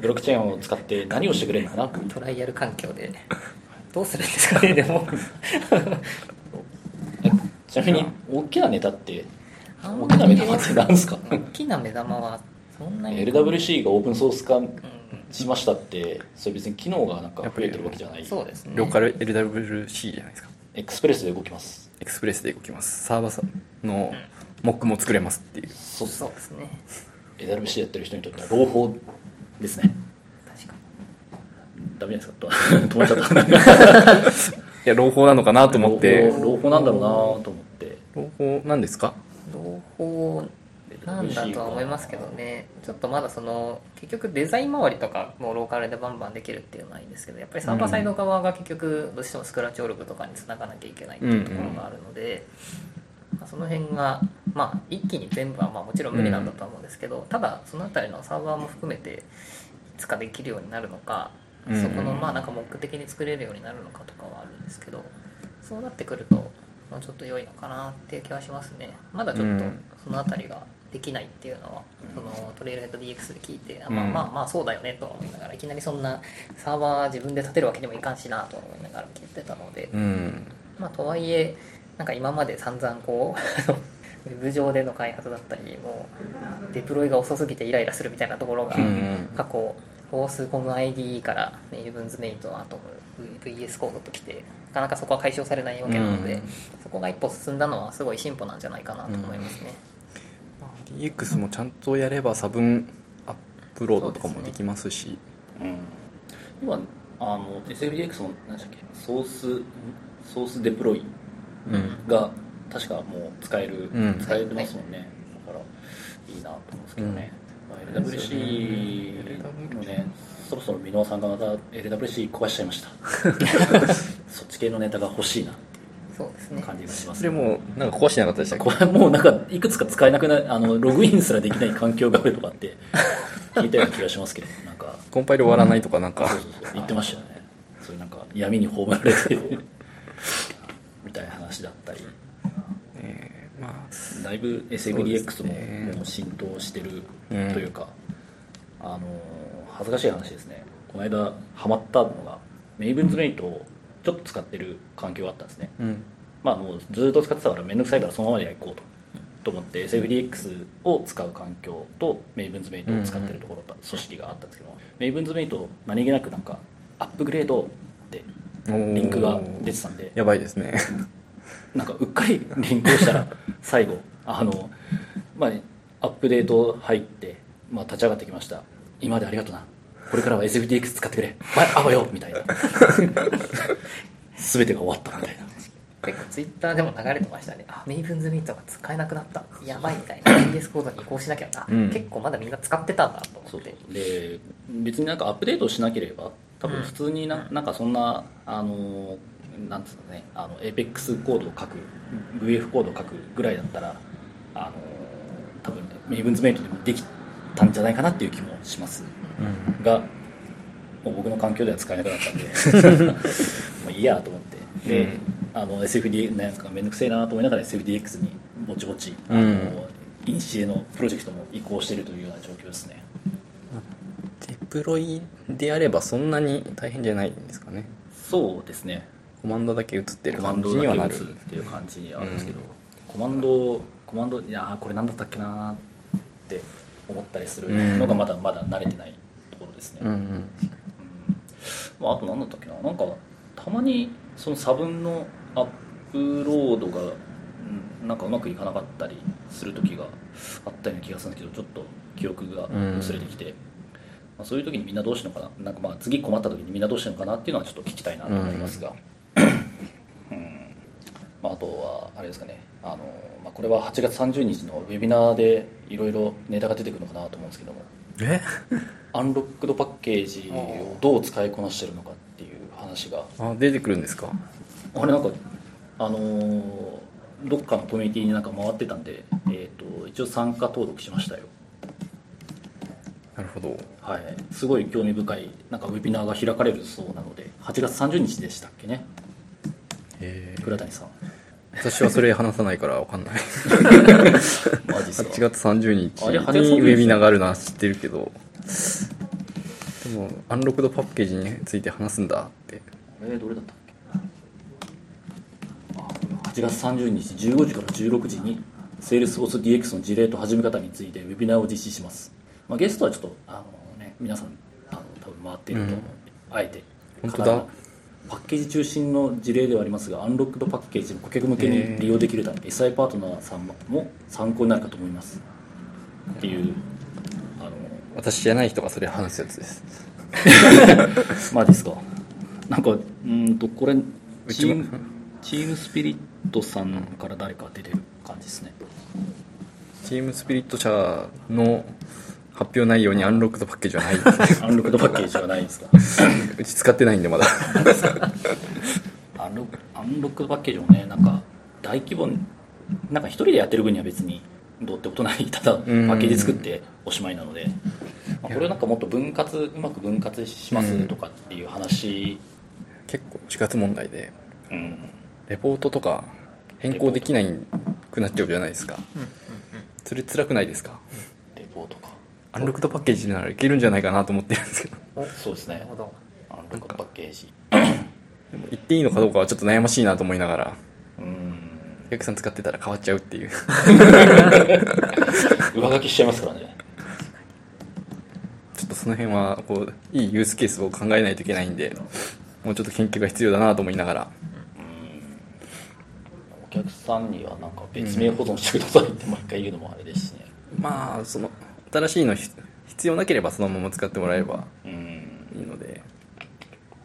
[SPEAKER 2] ブロックチェーンを使って何をしてくれるのかな
[SPEAKER 3] トライアル環境でどうするんですか ねでも
[SPEAKER 2] ちなみに大きなネタって
[SPEAKER 3] あ
[SPEAKER 2] 大
[SPEAKER 3] んま
[SPEAKER 2] き
[SPEAKER 3] り
[SPEAKER 2] なネタって何ですか
[SPEAKER 3] 大きな目玉はそんなに
[SPEAKER 2] LWC がオープンソース化
[SPEAKER 3] う
[SPEAKER 2] しましたってそれ別に機能がなんか増えてるわけじゃない
[SPEAKER 3] んそうですね
[SPEAKER 1] ローカル LWC じゃないですか
[SPEAKER 2] エクスプレスで動きます
[SPEAKER 1] エクスプレスで動きますサーバーのモックも作れますっていう
[SPEAKER 2] そうです
[SPEAKER 3] そうですね
[SPEAKER 2] LWC やってる人にとっては朗報ですね
[SPEAKER 3] 確かに
[SPEAKER 2] ダメじゃな いですか止まっちゃった
[SPEAKER 1] いや朗報なのかなと思って
[SPEAKER 2] 朗報なんだろうなと思って
[SPEAKER 1] 朗報なんですか
[SPEAKER 3] 朗報なんだとは思いますけどねちょっとまだその結局デザイン周りとかもうローカルでバンバンできるっていうのはいいんですけどやっぱりサーバーサイド側が結局どうしてもスクラッチオルグとかに繋がなきゃいけないっていうところがあるので、まあその辺がまあ一気に全部はまあもちろん無理なんだとは思うんですけど、ただその辺りのサーバーも含めていつかできるようになるのか、
[SPEAKER 1] うん
[SPEAKER 3] そこのまあなんか目的に作れるようになるのかとかはあるんですけどそうなってくるともうちょっと良いのかなっていう気はしますねまだちょっと
[SPEAKER 1] うん
[SPEAKER 3] その辺りができないっていうのは、そのトレイルヘッド DX で聞いて、あまあ
[SPEAKER 1] うん
[SPEAKER 3] まあまあそうだよねとは思いながらいきなりそんなサーバー自分で立てるわけにもいかんしなとは思いながら聞いてたので、
[SPEAKER 1] うん
[SPEAKER 3] まあ、とはいえなんか今まで散々こう あのウェブ上での開発だったりもうデプロイが遅すぎてイライラするみたいなところが
[SPEAKER 1] うん
[SPEAKER 3] 過去フォースコム IDE からねイレブンズメイトのアトム VS コードときてなかなかそこは解消されないわけなので、
[SPEAKER 1] うん
[SPEAKER 3] そこが一歩進んだのはすごい進歩なんじゃないかなと思いますね、
[SPEAKER 1] DX もちゃんとやれば差分アップロードとかもできますし
[SPEAKER 2] うん、今あの SFDX の何でしたっけソースソースデプロイ
[SPEAKER 1] うん
[SPEAKER 2] が確かもう使える、
[SPEAKER 1] うん
[SPEAKER 2] 使えてますもんね、だからいいなと思うんですけどね、まあ LWC もねそろそろ箕輪さんがまた LWC 壊しちゃいましたそっち系のネタが欲しいな
[SPEAKER 3] そうですね
[SPEAKER 2] 感じがします
[SPEAKER 1] それもうなんか壊してなかったでしたっけ
[SPEAKER 2] これもうなんかいくつか使えなくないあのログインすらできない環境があるとかって聞いたような気がしますけどなんか
[SPEAKER 1] コンパイル終わらないとかなんか
[SPEAKER 2] 言ってましたよねそういうなんか闇に葬られてるみたいな話だったり
[SPEAKER 1] えーま
[SPEAKER 2] だいぶ
[SPEAKER 1] そ
[SPEAKER 2] SFDX
[SPEAKER 1] う
[SPEAKER 2] も
[SPEAKER 1] ですね
[SPEAKER 2] もう浸透してる
[SPEAKER 1] うん
[SPEAKER 2] というか、あの恥ずかしい話ですねこの間ハマったのがメイブンズメイトをちょっと使ってる環境があったんですね
[SPEAKER 1] あうん
[SPEAKER 2] まあもうずっと使ってたから面倒くさいからそのままでやこうとと思って SFDX を使う環境と Maven'sMate を使ってるところと組織があったんですけど Maven'sMate 何気なくなんかアップグレードって
[SPEAKER 1] おー
[SPEAKER 2] リンクが出てたんで
[SPEAKER 1] やばいですね
[SPEAKER 2] なんかうっかりリンクをしたら最後あのまあアップデート入って、まあ、立ち上がってきました今までありがとなこれからは SFDX 使ってくれああわよみたいな全てが終わったみたいな
[SPEAKER 3] 結構ツイッターでも流れてましたねあメイブンズミートが使えなくなったやばいみたいな VS コードに移行しなきゃな、
[SPEAKER 1] うん
[SPEAKER 3] 結構まだみんな使ってたんだと
[SPEAKER 2] そ
[SPEAKER 3] 思
[SPEAKER 2] う
[SPEAKER 3] って
[SPEAKER 2] で別になんかアップデートしなければ多分普通にな,、ん、なんかそんなあのなんですかねあの APEX コードを書く VF コードを書くぐらいだったらあの多分メイブンズメイトでもできたんじゃないかなっていう気もします
[SPEAKER 1] うん
[SPEAKER 2] がもう僕の環境では使えなくなった んでもういいやと思ってで、
[SPEAKER 1] うん
[SPEAKER 2] あの SFD なんか面倒くせえなと思いながら SFDX にぼちぼち、あ
[SPEAKER 1] うん
[SPEAKER 2] のインシエのプロジェクトも移行しているというような状況ですね
[SPEAKER 1] デプロイであればそんなに大変じゃないんですかね
[SPEAKER 2] そうですね
[SPEAKER 1] コマンドだけ映ってる
[SPEAKER 2] コマ
[SPEAKER 1] 感
[SPEAKER 2] ン
[SPEAKER 1] じ
[SPEAKER 2] ド
[SPEAKER 1] にはな
[SPEAKER 2] だ
[SPEAKER 1] る
[SPEAKER 2] け打つっていう感じにあるんですけど、コマンドコマンドいやーこれ何だったっけなーって思ったりするのがまだまだ慣れてないところですね、
[SPEAKER 1] うんうん
[SPEAKER 2] まあ、あと何だったっけななんかたまにその差分のアップロードがうんなんかうまくいかなかったりする時があったような気がするんですけどちょっと記憶が薄れてきて、まあ、そういう時にみんなどうしてるのかななんかまあ次困った時にみんなどうしてるのかなっていうのはちょっと聞きたいなと思いますが、うんまあ、あとはあれですかねあの、まあ、これは8月30日のウェビナーでいろいろネタが出てくるのかなと思うんですけども
[SPEAKER 1] え
[SPEAKER 2] アンロックドパッケージをどう使いこなしてるのかっていう話が
[SPEAKER 1] あ出てくるんですか
[SPEAKER 2] あれなんかあのーどっかのコミュニティになんか回ってたんで、えー、と一応参加登録しましたよ
[SPEAKER 1] なるほど
[SPEAKER 2] はいすごい興味深いなんかウェビナーが開かれるそうなので8月30日でしたっけね
[SPEAKER 1] えー
[SPEAKER 2] 倉谷さん
[SPEAKER 1] 私はそれ話さないからわかんない
[SPEAKER 2] マジですか
[SPEAKER 1] 8月30日
[SPEAKER 2] あれ8月30日
[SPEAKER 1] にウェビナーがあるのは知ってるけどでもアンロックドパッケージについて話すんだって
[SPEAKER 2] えーどれだったっけあ8月30日15時から16時に Salesforce DX の事例と始め方についてウェビナーを実施します、まあ、ゲストはちょっとあの、ね、皆さんあの多分回っていると思うので、あえて
[SPEAKER 1] 本当だ
[SPEAKER 2] 語らないパッケージ中心の事例ではありますがアンロックドパッケージの顧客向けに利用できるため、SI パートナーさんも参考になるかと思いますっていうあの
[SPEAKER 1] 私じゃない人がそれ話すやつです
[SPEAKER 2] マジですかなんかうーんとこれ
[SPEAKER 1] う
[SPEAKER 2] チ
[SPEAKER 1] ち
[SPEAKER 2] ー
[SPEAKER 1] も
[SPEAKER 2] ムチームスピリットさんから誰か出てる感じですね
[SPEAKER 1] チームスピリット社の発表内容にアンロックドパッケージはない
[SPEAKER 2] アンロックドパッケージはないんですか
[SPEAKER 1] うち使ってないんでまだ
[SPEAKER 2] アンロアンロックドパッケージもねなんか大規模なんか一人でやってる分には別にどうってことないただパ
[SPEAKER 1] ん
[SPEAKER 2] ッケージ作っておしまいなので、まあこれをなんかもっと分割うまく分割しますとかっていう話、
[SPEAKER 1] 結構死活問題で
[SPEAKER 2] うん
[SPEAKER 1] レレポートとか変更できないくなっちゃうじゃないですかそれ辛くないですか
[SPEAKER 2] レポートか
[SPEAKER 1] アンロックドパッケージならいけるんじゃないかなと思ってるんですけど
[SPEAKER 2] そうです
[SPEAKER 3] なる
[SPEAKER 2] ね
[SPEAKER 3] ほど
[SPEAKER 2] あのパッケージ
[SPEAKER 1] でも言っていいのかどうかはちょっと悩ましいなと思いながら
[SPEAKER 2] うん
[SPEAKER 1] お客さん使ってたら変わっちゃうっていう
[SPEAKER 2] 上書きしちゃいますからね
[SPEAKER 1] ちょっとその辺はこういいユースケースを考えないといけないんでもうちょっと研究が必要だなと思いながら
[SPEAKER 2] お客さんにはなんか別名保存してくださいって毎回言うのもあれですしね
[SPEAKER 1] まあその新しいのひ必要なければそのまま使ってもらえれば
[SPEAKER 2] うん
[SPEAKER 1] いいので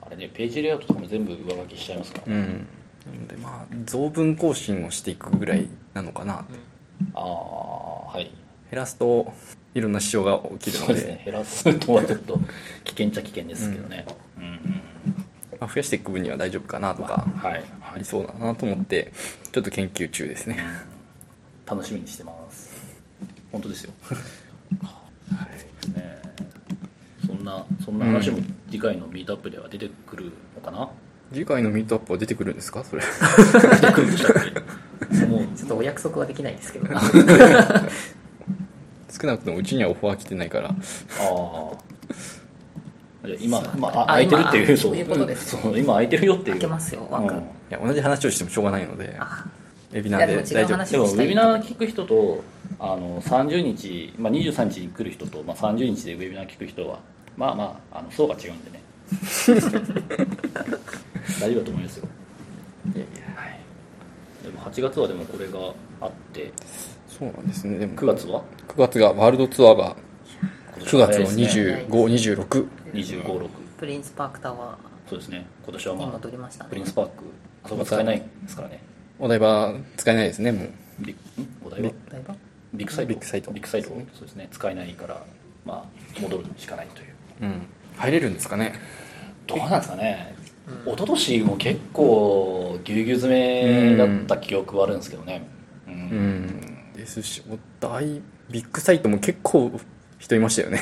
[SPEAKER 2] あれねページレイアウトとかも全部上書きしちゃいますから、
[SPEAKER 1] うんなのでまあ増文更新をしていくぐらいなのかなって
[SPEAKER 2] ああはい
[SPEAKER 1] 減らすといろんな支障が起きる
[SPEAKER 2] そう
[SPEAKER 1] の
[SPEAKER 2] です
[SPEAKER 1] で
[SPEAKER 2] ね減らすとはちょっと危険っちゃ危険ですけどねうん、
[SPEAKER 1] まあ、増やしていく分には大丈夫かなとか
[SPEAKER 2] うん、はい
[SPEAKER 1] ありそうだなと思ってちょっと研究中ですね
[SPEAKER 2] 楽しみにしてます本当ですよ、ねえそんなそんな話も次回のミートアップでは出てくるのかな、
[SPEAKER 1] 次回のミートアップは出てくるんですかそれ
[SPEAKER 2] 出てくるんでしたっけもう
[SPEAKER 3] ちょっとお約束はできないですけど
[SPEAKER 1] 少なくともうちにはオファー来てないから
[SPEAKER 2] ああいや今今あ
[SPEAKER 3] あ
[SPEAKER 2] 空いてるってい
[SPEAKER 3] 今
[SPEAKER 2] う
[SPEAKER 3] あそういうことです
[SPEAKER 2] そう今空いてるよっていう
[SPEAKER 3] 開けますよワンク
[SPEAKER 2] うん
[SPEAKER 1] いや同じ話をしてもしょうがないので
[SPEAKER 3] あ
[SPEAKER 1] エビナー
[SPEAKER 3] い
[SPEAKER 1] で大
[SPEAKER 3] やでも違う
[SPEAKER 1] 丈夫
[SPEAKER 3] 話
[SPEAKER 2] でもウェビナー聞く人とあの30日、まあ、23日に来る人と、まあ、30日でウェビナー聞く人はまあまああの層が違うんで ね大丈夫だと思いますよ
[SPEAKER 1] いやいや
[SPEAKER 2] はいでも8月はでもこれがあって
[SPEAKER 1] そうなんですねでも
[SPEAKER 2] 9月は
[SPEAKER 1] 9月がワールドツアーが9月の2526
[SPEAKER 2] 256
[SPEAKER 3] プリンスパークタワ
[SPEAKER 2] そうですね今年は
[SPEAKER 3] ーに
[SPEAKER 2] ま
[SPEAKER 3] 戻
[SPEAKER 2] あ
[SPEAKER 3] りましたね
[SPEAKER 2] プリンスパークあそこは使えないですからね
[SPEAKER 1] お台場使えないですねもう
[SPEAKER 2] ビッんお台場
[SPEAKER 3] お台場
[SPEAKER 2] ビッグサイト
[SPEAKER 1] ビッグサイト
[SPEAKER 2] ビッグサイトそうですね使えないからまあ戻るしかないという
[SPEAKER 1] うん入れるんですかね
[SPEAKER 2] どうなんですかね、一昨年も結構ぎゅうぎゅう詰めだった記憶はあるんですけどね、うん
[SPEAKER 1] うんですしお台ビッグサイトも結構人いましたよね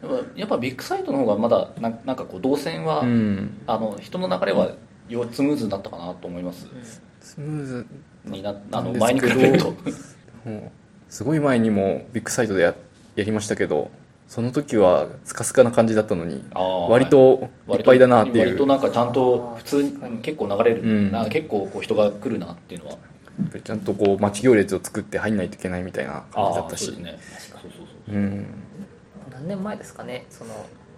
[SPEAKER 2] でもやっぱビッグサイトの方がまだななんかこう動線は、
[SPEAKER 1] うん
[SPEAKER 2] あの人の流れはよスムーズになったかなと思います、
[SPEAKER 1] スムーズ
[SPEAKER 2] になあの
[SPEAKER 1] な
[SPEAKER 2] 前
[SPEAKER 1] ん
[SPEAKER 2] に
[SPEAKER 1] です
[SPEAKER 2] 比
[SPEAKER 1] けど
[SPEAKER 2] べる と
[SPEAKER 1] もうすごい前にもビッグサイトでややりましたけどその時はスカスカな感じだったのに
[SPEAKER 2] あー
[SPEAKER 1] 割といっぱいだなってい
[SPEAKER 2] 割と
[SPEAKER 1] う
[SPEAKER 2] なんかちゃんと普通に結構流れる、
[SPEAKER 1] うん
[SPEAKER 2] なんか結構こう人が来るなっていうのは
[SPEAKER 1] やっぱりちゃんとこう待ち行列を作って入んないといけないみたいな感じだ
[SPEAKER 2] あ
[SPEAKER 1] った
[SPEAKER 2] あそ
[SPEAKER 1] し
[SPEAKER 2] うですねそうそうそう
[SPEAKER 1] うん
[SPEAKER 3] 何年前ですかねその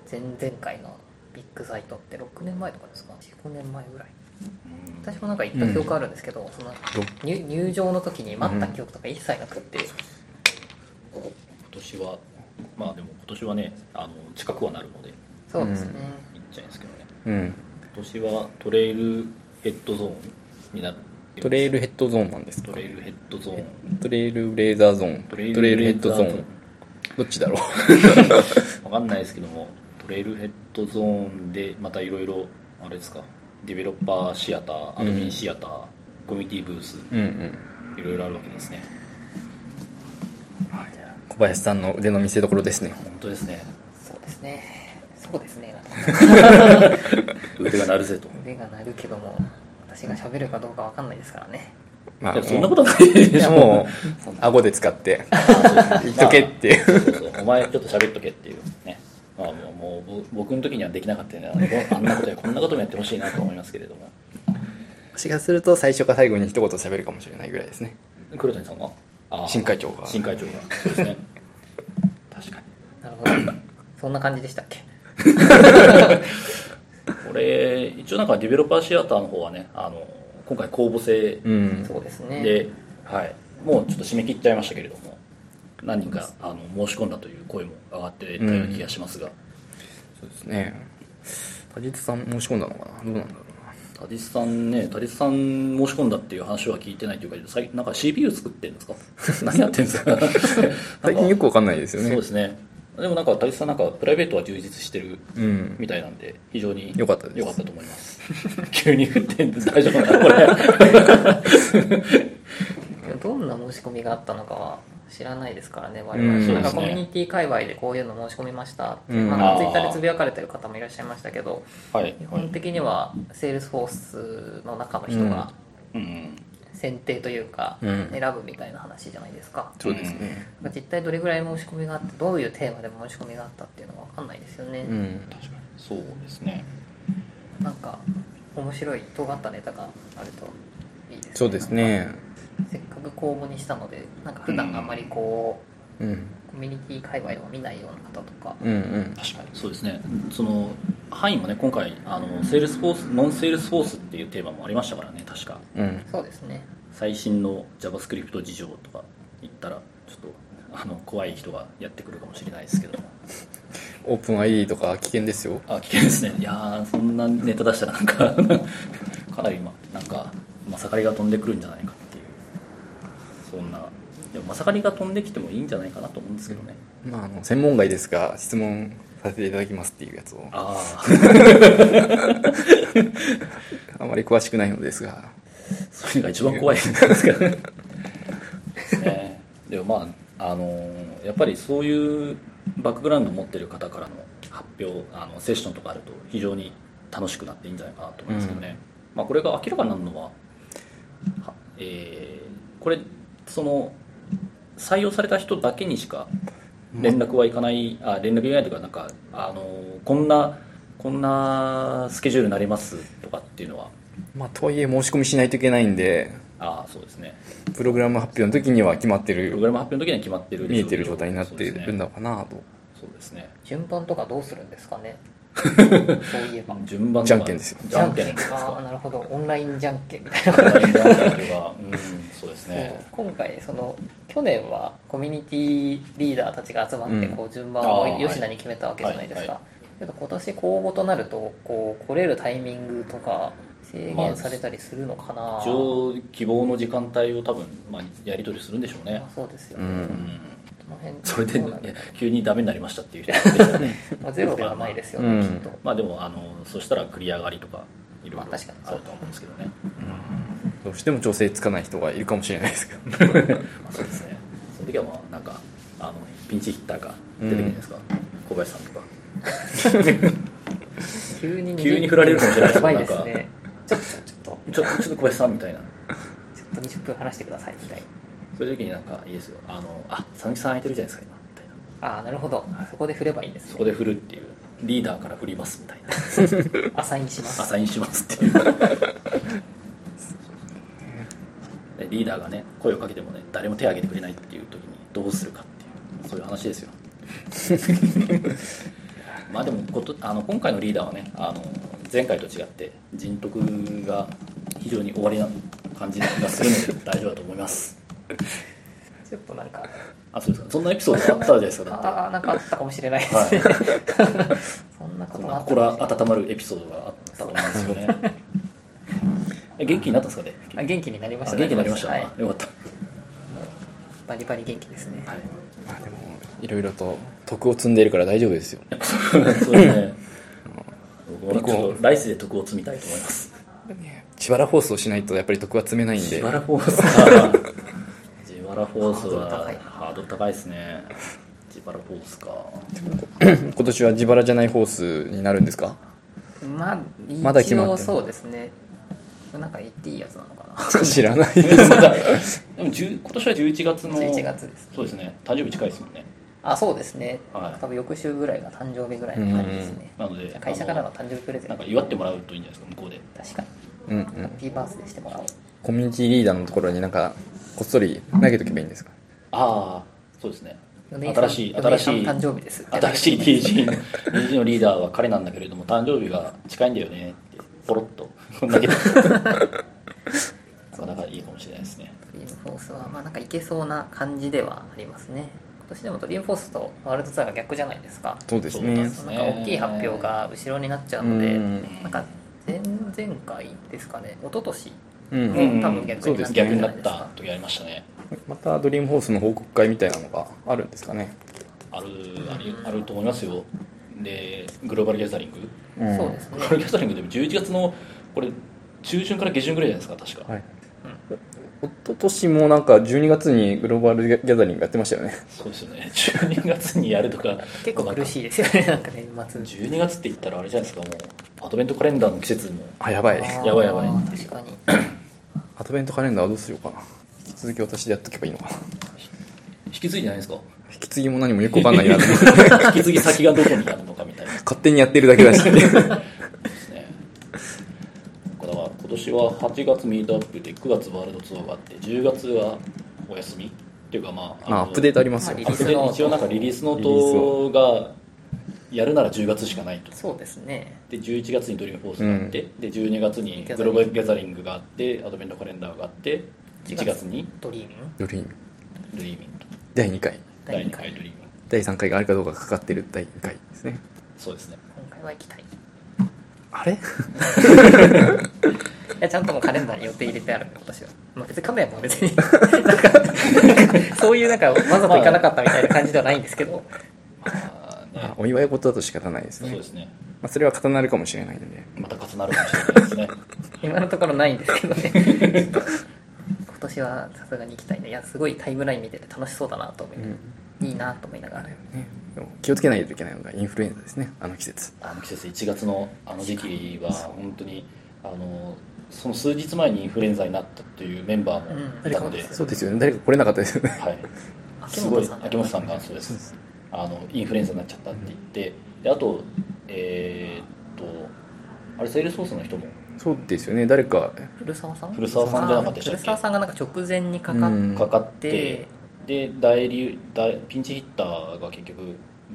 [SPEAKER 3] 前々回のビッグサイトって6年前とかですか45年前ぐらい
[SPEAKER 2] うん
[SPEAKER 3] 私もなんか行った記憶あるんですけど、その入入場の時に待った記憶とか一切なくって、
[SPEAKER 2] 今年はまあでも今年はねあの近くはなるので
[SPEAKER 3] そうですね、
[SPEAKER 2] 行っちゃいますけどね
[SPEAKER 1] うん
[SPEAKER 2] 今年はトレイルヘッドゾーンになって
[SPEAKER 1] トレイルヘッドゾーンなんです
[SPEAKER 2] ト
[SPEAKER 1] か
[SPEAKER 2] レイルヘッドゾーン
[SPEAKER 1] トレイルレーザーゾーン
[SPEAKER 2] ト
[SPEAKER 1] ト
[SPEAKER 2] レ
[SPEAKER 1] レ
[SPEAKER 2] イル
[SPEAKER 1] イルヘッドゾ
[SPEAKER 2] レー
[SPEAKER 1] ー
[SPEAKER 2] ザーゾーン
[SPEAKER 1] ンどっちだろ
[SPEAKER 2] わかんないですけどもトレイルヘッドゾーンでまたいろいろあれですかデベロッパーシアターアドミンシアター、コミュニティブース
[SPEAKER 1] ううんうん
[SPEAKER 2] いろいろあるわけですね
[SPEAKER 1] 小林さんの腕の見せ所ですね
[SPEAKER 2] 本当です ね
[SPEAKER 3] そうですねそうですね
[SPEAKER 2] 腕が鳴るぜと
[SPEAKER 3] 腕が鳴るけども私が喋るかどうかわかんないですからね
[SPEAKER 1] ま
[SPEAKER 2] いやそんなことはない
[SPEAKER 1] い
[SPEAKER 2] でし
[SPEAKER 1] や
[SPEAKER 2] ょ
[SPEAKER 1] も う顎で使って言っとけっていう
[SPEAKER 2] そうそうそうお前ちょっと喋っとけっていうねまあもうもうぼ僕の時にはできなかったよねあんなことやこんなこともやってほしいなと思いますけれども
[SPEAKER 1] 私がすると最初か最後に一言喋るかもしれないぐらいですね
[SPEAKER 2] 黒谷さんはあー
[SPEAKER 1] 新会長が
[SPEAKER 2] 新会長がそうですね確かに
[SPEAKER 3] なるほどそんな感じでしたっけ
[SPEAKER 2] これ一応なんかディベロッパーシアターの方はねあの今回公募制
[SPEAKER 1] うん
[SPEAKER 3] そうですね
[SPEAKER 2] で、はい、もうちょっと締め切っちゃいましたけれども何人かあの申し込んだという声も上がってたような気がしますが、
[SPEAKER 1] そうですね田実さん申し込んだのかなどうなんだろうな
[SPEAKER 2] タリスさんねタリスさん申し込んだっていう話は聞いてないというか最なんか CPU 作ってるん ですか何やってんですか
[SPEAKER 1] 最近よくわかんないですよ
[SPEAKER 2] そう
[SPEAKER 1] ね
[SPEAKER 2] ですねでもなんかタリスさんなんかプライベートは充実してる
[SPEAKER 1] うん
[SPEAKER 2] みたいなんで非常に
[SPEAKER 1] 良かったです
[SPEAKER 2] 良かったと思います 急に振ってんで大丈夫 かなこれ
[SPEAKER 3] どんな申し込みがあったのかは知らないですからね我
[SPEAKER 1] う
[SPEAKER 3] 々、
[SPEAKER 1] ん
[SPEAKER 3] なんか
[SPEAKER 2] そう
[SPEAKER 3] コ
[SPEAKER 2] です
[SPEAKER 3] ミ
[SPEAKER 2] ね
[SPEAKER 3] ュニティ界隈でこういうの申し込みましたって、
[SPEAKER 1] うん
[SPEAKER 3] ま
[SPEAKER 2] あ
[SPEAKER 3] あ、
[SPEAKER 2] ー
[SPEAKER 3] ツイッターでつぶやかれてる方もいらっしゃいましたけど
[SPEAKER 2] はい
[SPEAKER 3] 基本的にはセールスフォースの中の人が
[SPEAKER 2] うん
[SPEAKER 3] 選定というか、
[SPEAKER 1] うん
[SPEAKER 3] 選ぶみたいな話じゃないですか
[SPEAKER 1] そうですね
[SPEAKER 3] なんか実態どれぐらい申し込みがあってどういうテーマで申し込みがあったっていうのが分かんないですよね、
[SPEAKER 1] うん
[SPEAKER 2] そうですね
[SPEAKER 3] なんか面白い尖ったネタがあるといいですね
[SPEAKER 1] そうですね
[SPEAKER 3] せっかく公募にしたのでなんか普段あんまりこ
[SPEAKER 1] うん
[SPEAKER 3] う、コミュニティ界隈を見ないような方とか、
[SPEAKER 1] うんうん
[SPEAKER 2] 確かにそうですねその範囲もね今回あのセールスフォースノンセールスフォースっていうテーマもありましたからね確か
[SPEAKER 1] うん
[SPEAKER 3] そうですね
[SPEAKER 2] 最新の JavaScript 事情とか言ったらちょっとあの怖い人がやってくるかもしれないですけども
[SPEAKER 1] オープン ID とか危険ですよ
[SPEAKER 2] あ危険ですねいやーそんなネタ出したらなんか かなり今なんかまさかりが飛んでくるんじゃないかっていうそんなでもまさかりが飛んできてもいいんじゃないかなと思うんですけどね、
[SPEAKER 1] まああの専門外ですが質問させていただきますっていうやつを
[SPEAKER 2] ああ
[SPEAKER 1] あまり詳しくないのですが
[SPEAKER 2] それが一番怖いんですけどですねでもまああのやっぱりそういうバックグラウンドを持ってる方からの発表あのセッションとかあると非常に楽しくなっていいんじゃないかなと思いますけどね、まあ、これが明らかになるのははえーこれその採用された人だけにしか連絡はいかない、あ連絡以外というかなんかあのこんなこんなスケジュールになりますとかっていうのは
[SPEAKER 1] まあとはいえ申し込みしないといけないんで
[SPEAKER 2] ああそうですね
[SPEAKER 1] プログラム発表の時には決まって
[SPEAKER 2] プロ
[SPEAKER 1] る
[SPEAKER 2] グラム発表の時には決まってる
[SPEAKER 1] 見えてる状態になっているん
[SPEAKER 2] だ
[SPEAKER 1] だろうなと
[SPEAKER 2] そうですね
[SPEAKER 3] 順番とかどうするんです かねそういえば
[SPEAKER 2] 順番とか
[SPEAKER 1] じゃんけんですよ
[SPEAKER 2] じゃんけんです
[SPEAKER 3] ああ
[SPEAKER 2] か
[SPEAKER 3] なるほどオンラインじゃんけんみたいな
[SPEAKER 2] じゃんけんというかうんそうですね
[SPEAKER 3] 今回その去年はコミュニティリーダーたちが集まって
[SPEAKER 1] うん
[SPEAKER 3] こう順番を
[SPEAKER 2] あー
[SPEAKER 3] 吉田に決めたわけじゃないです
[SPEAKER 2] は
[SPEAKER 3] かけど今年公募となるとこう来れるタイミングとか制限されたりするのかな、まあ
[SPEAKER 2] 一応希望の時間帯を多分、まあ、やり取りするんでしょうね
[SPEAKER 3] そうですよ
[SPEAKER 1] う
[SPEAKER 3] ね、
[SPEAKER 2] うんん
[SPEAKER 3] その辺
[SPEAKER 2] それで
[SPEAKER 3] どうなんだろ
[SPEAKER 2] 急にダメになりまし たっていう人が出てきたね
[SPEAKER 3] うまあ、ゼロではないですよね、
[SPEAKER 1] うん
[SPEAKER 3] きっと
[SPEAKER 2] まあでもあのそしたら繰り上がりとかいろいろ
[SPEAKER 3] まあ確かに
[SPEAKER 2] あると思うんですけどね
[SPEAKER 1] どうしても調整つかない人がいるかもしれないですけど
[SPEAKER 2] まあそうですねその時はまあなんかあのピンチヒッターが出てくるんじゃないですか、小林さんとか
[SPEAKER 3] 急に
[SPEAKER 2] 急に振られるかもしれない
[SPEAKER 3] やばいで
[SPEAKER 2] な
[SPEAKER 3] す
[SPEAKER 2] んか
[SPEAKER 3] ねちょっとちょっと
[SPEAKER 2] ちょちょっと小林さんみたいな
[SPEAKER 3] ちょっと20分話してくださいみたいな
[SPEAKER 2] そういう時になんかいいですよあのあ佐々木さん空いてるじゃないですか今みたいな
[SPEAKER 3] ああなるほどそこで振ればいいんです
[SPEAKER 2] そ
[SPEAKER 3] ね
[SPEAKER 2] こで振るっていうリーダーから振りますみたいな
[SPEAKER 3] アサインしま
[SPEAKER 2] ア
[SPEAKER 3] す
[SPEAKER 2] サインしますっていう でリーダーがね声をかけてもね誰も手を挙げてくれないっていう時にどうするかっていうそういう話ですよまあでもことあの今回のリーダーはねあの前回と違って人徳が非常に終わりな感じがするので大丈夫だと思います
[SPEAKER 3] ちょっとなんか
[SPEAKER 2] あそうですかそんなエピソードがあったじゃないですかだって
[SPEAKER 3] ああなんかあったかもしれないです
[SPEAKER 2] はい
[SPEAKER 3] ね、そんなこ
[SPEAKER 2] そ
[SPEAKER 3] と
[SPEAKER 2] ん
[SPEAKER 3] が
[SPEAKER 2] な
[SPEAKER 3] あったかも
[SPEAKER 2] 心温ま
[SPEAKER 3] しれない
[SPEAKER 2] るエピソードがあったと思うんですよ ねえ元気になったんですかね
[SPEAKER 3] あ元気になりまし
[SPEAKER 2] あ
[SPEAKER 3] た
[SPEAKER 2] 元気になりました、
[SPEAKER 3] はい
[SPEAKER 2] よかった、
[SPEAKER 3] バリバリ元気ですね、
[SPEAKER 2] はい、
[SPEAKER 1] まあでもいろいろと徳を積んでいるから大丈夫ですよ
[SPEAKER 2] やっぱそうですね僕もちょっと来世で徳を積みたいと思います
[SPEAKER 1] しばら放送しないとやっぱり徳は積めないんで
[SPEAKER 2] ジバラフォースかジバラフォースは
[SPEAKER 3] ハードル高い
[SPEAKER 2] ハードル高いですねジバラフォース か
[SPEAKER 1] 今年は自腹じゃないホースになるんですか
[SPEAKER 3] まあ
[SPEAKER 1] まだ決
[SPEAKER 3] 一
[SPEAKER 1] まってな
[SPEAKER 3] 応
[SPEAKER 1] い
[SPEAKER 3] そうですねなんか言っていいやつなのかな
[SPEAKER 1] 知らない
[SPEAKER 2] でも10今年は11月の
[SPEAKER 3] 11月です
[SPEAKER 2] そうですね誕生日近いですもんね
[SPEAKER 3] あそうですね、
[SPEAKER 2] はい
[SPEAKER 3] 多分翌週ぐらいが誕生日ぐらいの感じですね
[SPEAKER 2] うんなので
[SPEAKER 3] じゃあ会社からの誕生日プレゼ
[SPEAKER 2] な
[SPEAKER 3] ン
[SPEAKER 2] ん
[SPEAKER 3] ト
[SPEAKER 2] か祝ってもらうといいんじゃないですか向こうで
[SPEAKER 3] 確かに
[SPEAKER 1] うんう
[SPEAKER 3] ハッ
[SPEAKER 1] ん
[SPEAKER 3] ピーバースデーしてもらおう
[SPEAKER 1] コミュニティリーダーのところになんかこっそり投げとけばいいんですか
[SPEAKER 2] ああそうですね
[SPEAKER 3] 米井さ
[SPEAKER 2] 新
[SPEAKER 3] ん
[SPEAKER 2] しい
[SPEAKER 3] 米
[SPEAKER 2] 新
[SPEAKER 3] 井さん
[SPEAKER 2] しい
[SPEAKER 3] 誕生日です
[SPEAKER 2] 新しい DG の DG のリーダーは彼なんだけれども誕生日が近いんだよねってポロッとこん だけなかなかいいかもしれないですね
[SPEAKER 3] ドリームフォースはまあなんかいけそうな感じではありますね今年でもドリームフォースとワールドツアーが逆じゃないですか
[SPEAKER 1] そうです
[SPEAKER 2] そう
[SPEAKER 1] ね
[SPEAKER 2] です
[SPEAKER 3] なんか大きい発表が後ろになっちゃうの
[SPEAKER 1] う
[SPEAKER 3] で
[SPEAKER 1] ん
[SPEAKER 3] なんか前々回ですかね一昨年
[SPEAKER 1] う
[SPEAKER 3] うん
[SPEAKER 1] ん
[SPEAKER 3] 多分逆になったんじゃ
[SPEAKER 2] 逆に
[SPEAKER 3] な
[SPEAKER 2] ないっ
[SPEAKER 3] ですか
[SPEAKER 2] た時ありましたね
[SPEAKER 1] またドリームホースの報告会みたいなのがあるんですかね
[SPEAKER 2] あるありあると思いますよでグローバルギャザリング
[SPEAKER 1] ん
[SPEAKER 3] そうです
[SPEAKER 2] グローバル
[SPEAKER 3] ね
[SPEAKER 2] ギャザリングでも11月のこれ中旬から下旬ぐらいじゃないですか確か、
[SPEAKER 1] はいおととしもなんか12月にグローバルギャザリングやってましたよね
[SPEAKER 2] そうですよね12月にやるとか
[SPEAKER 3] 結構苦しいですよねなんか年末
[SPEAKER 2] 12月って言ったらあ れじゃないですかもうアドベントカレンダーの季節も
[SPEAKER 1] あやばい
[SPEAKER 3] あー
[SPEAKER 2] やばいやばい
[SPEAKER 3] 確かに
[SPEAKER 1] アドベントカレンダーはどうしようかな引き続き私でやっとけばいいのかな
[SPEAKER 2] 引き継いでないですか
[SPEAKER 1] 引き継ぎも何もよくわかんないなと思って
[SPEAKER 2] 引き継ぎ先がどこにあるのかみたいなで
[SPEAKER 1] 勝手にやってるだけだ し
[SPEAKER 2] すねだから今年は8月ミートアップで9月ワールドツアーがあって10月はお休みっていうかまあ
[SPEAKER 1] まあアップデートあり
[SPEAKER 2] ま
[SPEAKER 1] ますよ
[SPEAKER 3] ま
[SPEAKER 2] アップデート一応なんかリリースノートがやるなら10月しかないと
[SPEAKER 3] そうですね
[SPEAKER 2] で11月にドリームフォースがあって、で12月にグローバルギャザリングがあってアドベントカレンダーがあって1月に
[SPEAKER 3] ドリーム
[SPEAKER 1] ドリーム
[SPEAKER 2] ドリーミング
[SPEAKER 1] 第2回
[SPEAKER 3] 第
[SPEAKER 2] 第2
[SPEAKER 3] 2回
[SPEAKER 2] 回ドリーミング
[SPEAKER 1] 第3回があるかどうかがかかってる第2回ですね
[SPEAKER 2] そうですね
[SPEAKER 3] 今回は行きたいい
[SPEAKER 1] あれ
[SPEAKER 3] やちゃんともうカレンダーに予定入れてあるんで私は、まあ、別にカメラも別になんかそういうなんかわざと行かなかったみたいな感じではないんですけど
[SPEAKER 2] あーね
[SPEAKER 1] まあお祝い事だと仕方ないです
[SPEAKER 2] そう
[SPEAKER 1] ね
[SPEAKER 2] ですね
[SPEAKER 1] まあ、それは重なるかもしれないので
[SPEAKER 2] また重なるかもしれないですね
[SPEAKER 3] 今のところないんですけど ね今年はさすがに行きたいねいやすごいタイムライン見てて楽しそうだなと思いながら、いいなと思いながら
[SPEAKER 1] ねでも気をつけないといけないのがインフルエンザですねあの季節
[SPEAKER 2] あの季節1月のあの時期は本当にあのその数日前にインフルエンザになったというメンバー
[SPEAKER 3] うん
[SPEAKER 2] もいたので、
[SPEAKER 1] そうですよね誰か来れなかったですよね
[SPEAKER 2] はい、
[SPEAKER 3] 秋
[SPEAKER 2] すご
[SPEAKER 3] 元
[SPEAKER 2] い
[SPEAKER 3] さん
[SPEAKER 2] 秋元さんがそうですあのインフルエンザになっちゃったって言ってであとえーっとあれセールスソースの人も
[SPEAKER 1] そうですよね誰か
[SPEAKER 3] 古澤さん
[SPEAKER 2] 古澤さんじゃなかったでしたっけ
[SPEAKER 3] 古澤さんがなんか直前にかかっ
[SPEAKER 1] うん
[SPEAKER 2] かかって
[SPEAKER 3] で、
[SPEAKER 2] で代理代ピンチヒッターが結局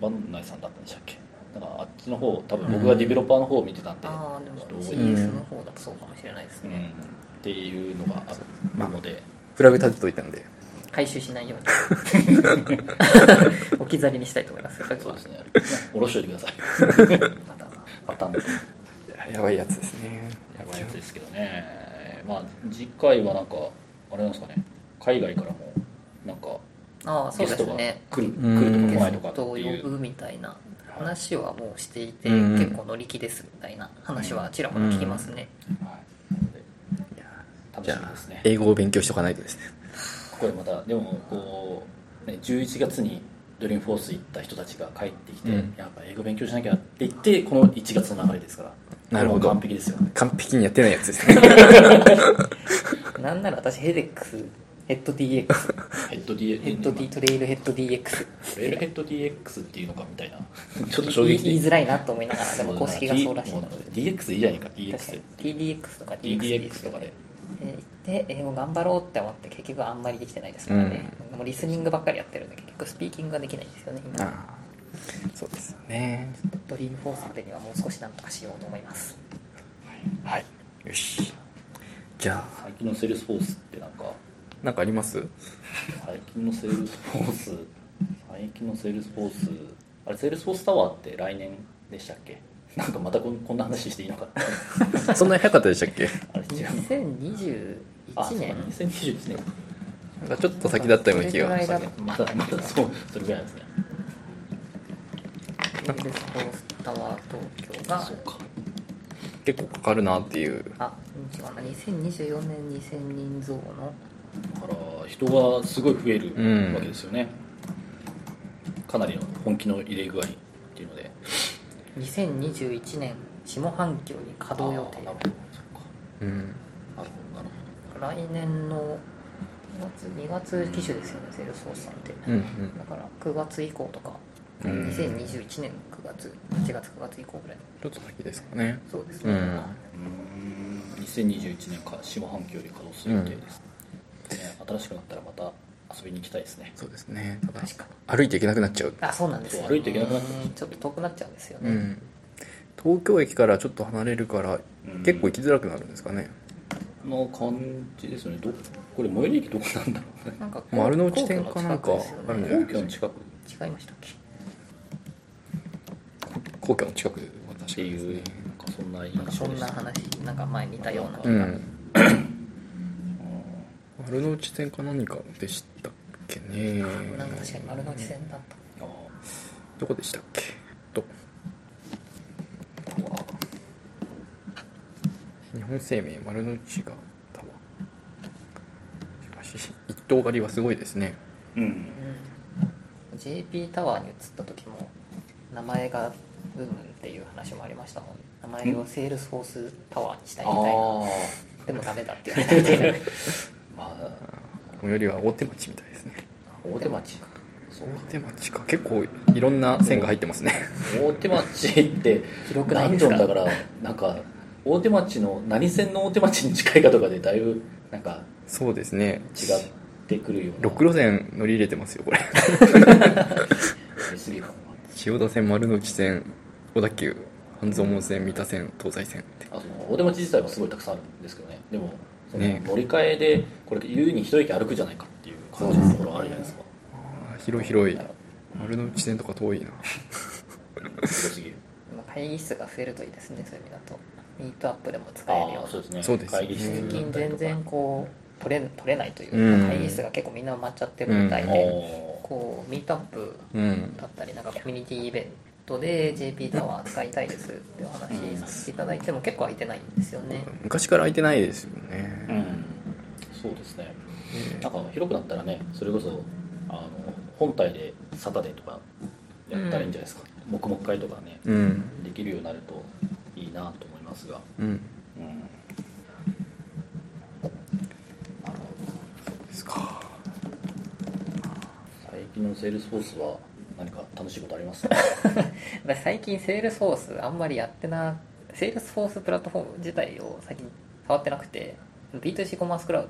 [SPEAKER 2] 番内さんだったんでしたっけなんかあっちの方多分僕がディベロッパーの方を見てたんで、
[SPEAKER 3] ああで
[SPEAKER 2] ちょ
[SPEAKER 3] も
[SPEAKER 2] っと覚えてない
[SPEAKER 3] CS の方だとそうかもしれないです
[SPEAKER 2] うん
[SPEAKER 3] ね、
[SPEAKER 2] っていうのがあるので、
[SPEAKER 1] フラグ立てといたんで
[SPEAKER 3] 回収しないよ うに置き去りにしたいと思います
[SPEAKER 2] そうですね下ろしといてください
[SPEAKER 3] また
[SPEAKER 2] パターン
[SPEAKER 1] やばいやつですね
[SPEAKER 2] やばいやつですけどねまあ次回はなんかあれなんですかね海外からもなんか
[SPEAKER 3] ああそ
[SPEAKER 2] ゲ
[SPEAKER 3] うで
[SPEAKER 2] スト
[SPEAKER 3] す
[SPEAKER 2] が
[SPEAKER 3] ね
[SPEAKER 2] 来る、
[SPEAKER 1] うん
[SPEAKER 2] 来ると
[SPEAKER 3] ゲ
[SPEAKER 2] か来ない
[SPEAKER 3] ス
[SPEAKER 2] とかって
[SPEAKER 3] トを
[SPEAKER 2] い
[SPEAKER 3] 呼
[SPEAKER 2] う
[SPEAKER 3] ぶみたいな話はもうしていて、
[SPEAKER 1] うん
[SPEAKER 3] 結構乗り気ですみたいな話はちらほら聞きますね、
[SPEAKER 2] 楽
[SPEAKER 1] じ
[SPEAKER 2] し
[SPEAKER 1] ゃ
[SPEAKER 2] み
[SPEAKER 1] あ
[SPEAKER 2] ですね
[SPEAKER 1] 英語を勉強しとかないとですね
[SPEAKER 2] ここでまたでもこう、ね、11月にドリームフォース行った人たちが帰ってきて、
[SPEAKER 1] うん
[SPEAKER 2] やっぱ英語勉強しなきゃって言ってこの1月の流れですから
[SPEAKER 1] なるほど
[SPEAKER 2] もう完璧ですよ
[SPEAKER 1] 完璧にやってないやつですね
[SPEAKER 3] なんなら私ヘデックスヘッド DX
[SPEAKER 2] ヘッド DX
[SPEAKER 3] ヘッド D トレイルヘッド DX
[SPEAKER 2] レールヘッド DX っていうのかみたいなちょっと衝
[SPEAKER 3] 言い
[SPEAKER 2] 撃
[SPEAKER 3] 言いづらいなと思いながらで
[SPEAKER 2] そう
[SPEAKER 3] も
[SPEAKER 2] だな
[SPEAKER 3] 公式がそうらしい
[SPEAKER 2] T-
[SPEAKER 3] の
[SPEAKER 2] も
[SPEAKER 3] で
[SPEAKER 2] う DX でいいじゃないか DX
[SPEAKER 3] 確か
[SPEAKER 2] で
[SPEAKER 3] に TDX とか
[SPEAKER 2] DX とかで
[SPEAKER 3] えー行って英語頑張ろうって思って結局あんまりできてないですからね、もうリスニングばっかりやってるんで結局スピーキングができないんですよね
[SPEAKER 1] あ
[SPEAKER 3] 今
[SPEAKER 1] あそうですよね
[SPEAKER 3] ドリームフォースまでにはもう少しなんとかしようと思います
[SPEAKER 1] はいよしじゃあ
[SPEAKER 2] 最近のセールスフォースってなんか
[SPEAKER 1] なんかあります
[SPEAKER 2] 最近のセールスフォース最近のセールスフォースあれセールスフォースタワーって来年でしたっけなんかまたこんこんな話していいのか
[SPEAKER 1] そんなに早かったでしたっけ
[SPEAKER 2] あれ違うの
[SPEAKER 3] 2021
[SPEAKER 2] あそうか
[SPEAKER 3] 年
[SPEAKER 2] 2021年
[SPEAKER 1] なんかちょっと先だったような気が
[SPEAKER 3] それぐらいだ
[SPEAKER 2] まだまだそうそれぐらいですね
[SPEAKER 3] エルスホースタワー東京が
[SPEAKER 2] そうか
[SPEAKER 1] 結構かかるなっていう
[SPEAKER 3] あ違うな2024年2000人増の
[SPEAKER 2] だから人がすごい増え
[SPEAKER 1] うん
[SPEAKER 2] るわけですよね、かなりの本気の入れ具合っていうので
[SPEAKER 3] 2021年下半期より稼働予定
[SPEAKER 2] あーなるほどそっか
[SPEAKER 1] うん
[SPEAKER 2] なるほどなる
[SPEAKER 3] 来年の2月2月機種ですよね、セールスフォースさんって、
[SPEAKER 1] うんうん
[SPEAKER 3] だから9月以降とか、
[SPEAKER 1] うん
[SPEAKER 3] 2021年9月8月9月以降ぐらい
[SPEAKER 1] ちょっと先ですかね
[SPEAKER 3] そうです
[SPEAKER 1] う
[SPEAKER 3] ね、
[SPEAKER 1] ん
[SPEAKER 2] ほどうーん2021年か下半期より稼働する予定です、ね新しくなったらまた遊びに行きたいですね
[SPEAKER 1] そうですねただ
[SPEAKER 3] 確かに
[SPEAKER 1] 歩いていけなくなっちゃう
[SPEAKER 3] あそうなんですよ、ね、
[SPEAKER 2] 歩いていけなくなっちゃう
[SPEAKER 3] ちょっと遠くなっちゃうんですよ
[SPEAKER 1] う
[SPEAKER 3] ね、
[SPEAKER 1] ん東京駅からちょっと離れるから
[SPEAKER 2] うん
[SPEAKER 1] 結構行きづらくなるんですかね
[SPEAKER 2] の感じですよねどこれ最寄り駅どこなんだろうね
[SPEAKER 3] なんか
[SPEAKER 1] 丸の内店かなんか
[SPEAKER 3] 皇居の近く
[SPEAKER 1] あるん
[SPEAKER 3] で
[SPEAKER 1] じゃない
[SPEAKER 2] 皇
[SPEAKER 3] すよね
[SPEAKER 2] 居の近くっ
[SPEAKER 3] 違いましたっけ
[SPEAKER 1] 皇居の近くは確かに
[SPEAKER 2] ていう、
[SPEAKER 1] ですね
[SPEAKER 2] なんかそんな印
[SPEAKER 3] なんかそ
[SPEAKER 2] 象で
[SPEAKER 3] ん
[SPEAKER 2] した
[SPEAKER 3] な話なんか前見たような、
[SPEAKER 2] う
[SPEAKER 1] うん 丸の内線か何かでしたっけね
[SPEAKER 3] なんか確かに丸の内線だった
[SPEAKER 2] あ
[SPEAKER 1] どこでしたっけと日本生命丸の内がタワーしかし一棟狩りはすごいですね
[SPEAKER 2] ーうん
[SPEAKER 3] うん JP タワーに移った時も名前がうんうんっていう話もありましたもん名前をセールスフォースタワーにしたいみたいな
[SPEAKER 2] あ
[SPEAKER 3] でもダメだって言われて
[SPEAKER 2] まあ
[SPEAKER 1] これよりは大手町みたいですね
[SPEAKER 2] 大手町そうか
[SPEAKER 1] 大手町か結構いろんな線が入ってますね
[SPEAKER 2] 大手町って
[SPEAKER 3] 広くないですか
[SPEAKER 2] ダンジョンだからなんか大手町の何線の大手町に近いかとかでだいぶなんか
[SPEAKER 1] そうですね
[SPEAKER 2] 違ってくるような
[SPEAKER 1] 6路線乗り入れてますよこれ
[SPEAKER 2] やりすぎかも
[SPEAKER 1] 千代田線丸の内線小田急半蔵門線三田線東西線って
[SPEAKER 2] あその大手町自体はすごいたくさんあるんですけどねでもその
[SPEAKER 1] ね
[SPEAKER 2] 乗り換えでこれ優に一駅歩くじゃないかっていう感じのところあるじゃないですか
[SPEAKER 1] あー広い広い丸の内線とか遠いな
[SPEAKER 2] 広すぎる
[SPEAKER 3] まあ会議室が増えるといいですねそういう意味だとミートアップでも使えるよ
[SPEAKER 2] ああ
[SPEAKER 3] う
[SPEAKER 2] そ
[SPEAKER 3] な
[SPEAKER 2] うですね
[SPEAKER 1] そうですね
[SPEAKER 2] 会議室
[SPEAKER 3] 最近全然こう取れ取れないというか、
[SPEAKER 1] うん
[SPEAKER 3] 会議室が結構みんな埋まっちゃってるみたいで、
[SPEAKER 2] お
[SPEAKER 3] こうミートアップ
[SPEAKER 1] うん
[SPEAKER 3] だったりなんかコミュニティイベントで JP タワー使いたいですってお話しさせていただいても結構空いてないんですよね、
[SPEAKER 1] 昔から空いてないですよ
[SPEAKER 2] う
[SPEAKER 1] ね、
[SPEAKER 2] んそうですねなんか広くなったらねそれこそあの本体でサタデーとかやったらいいんじゃないですか、黙々会とかね
[SPEAKER 1] うん
[SPEAKER 2] できるようになるといいなと思いますが、
[SPEAKER 1] うん
[SPEAKER 2] うん、なるほ
[SPEAKER 1] ですか
[SPEAKER 2] ど最近のセールスフォースは何か楽しいことありますか
[SPEAKER 3] 私最近セールスフォースあんまりやってなセールスフォースプラットフォーム自体を最近触ってなくて B2C コマースクラウ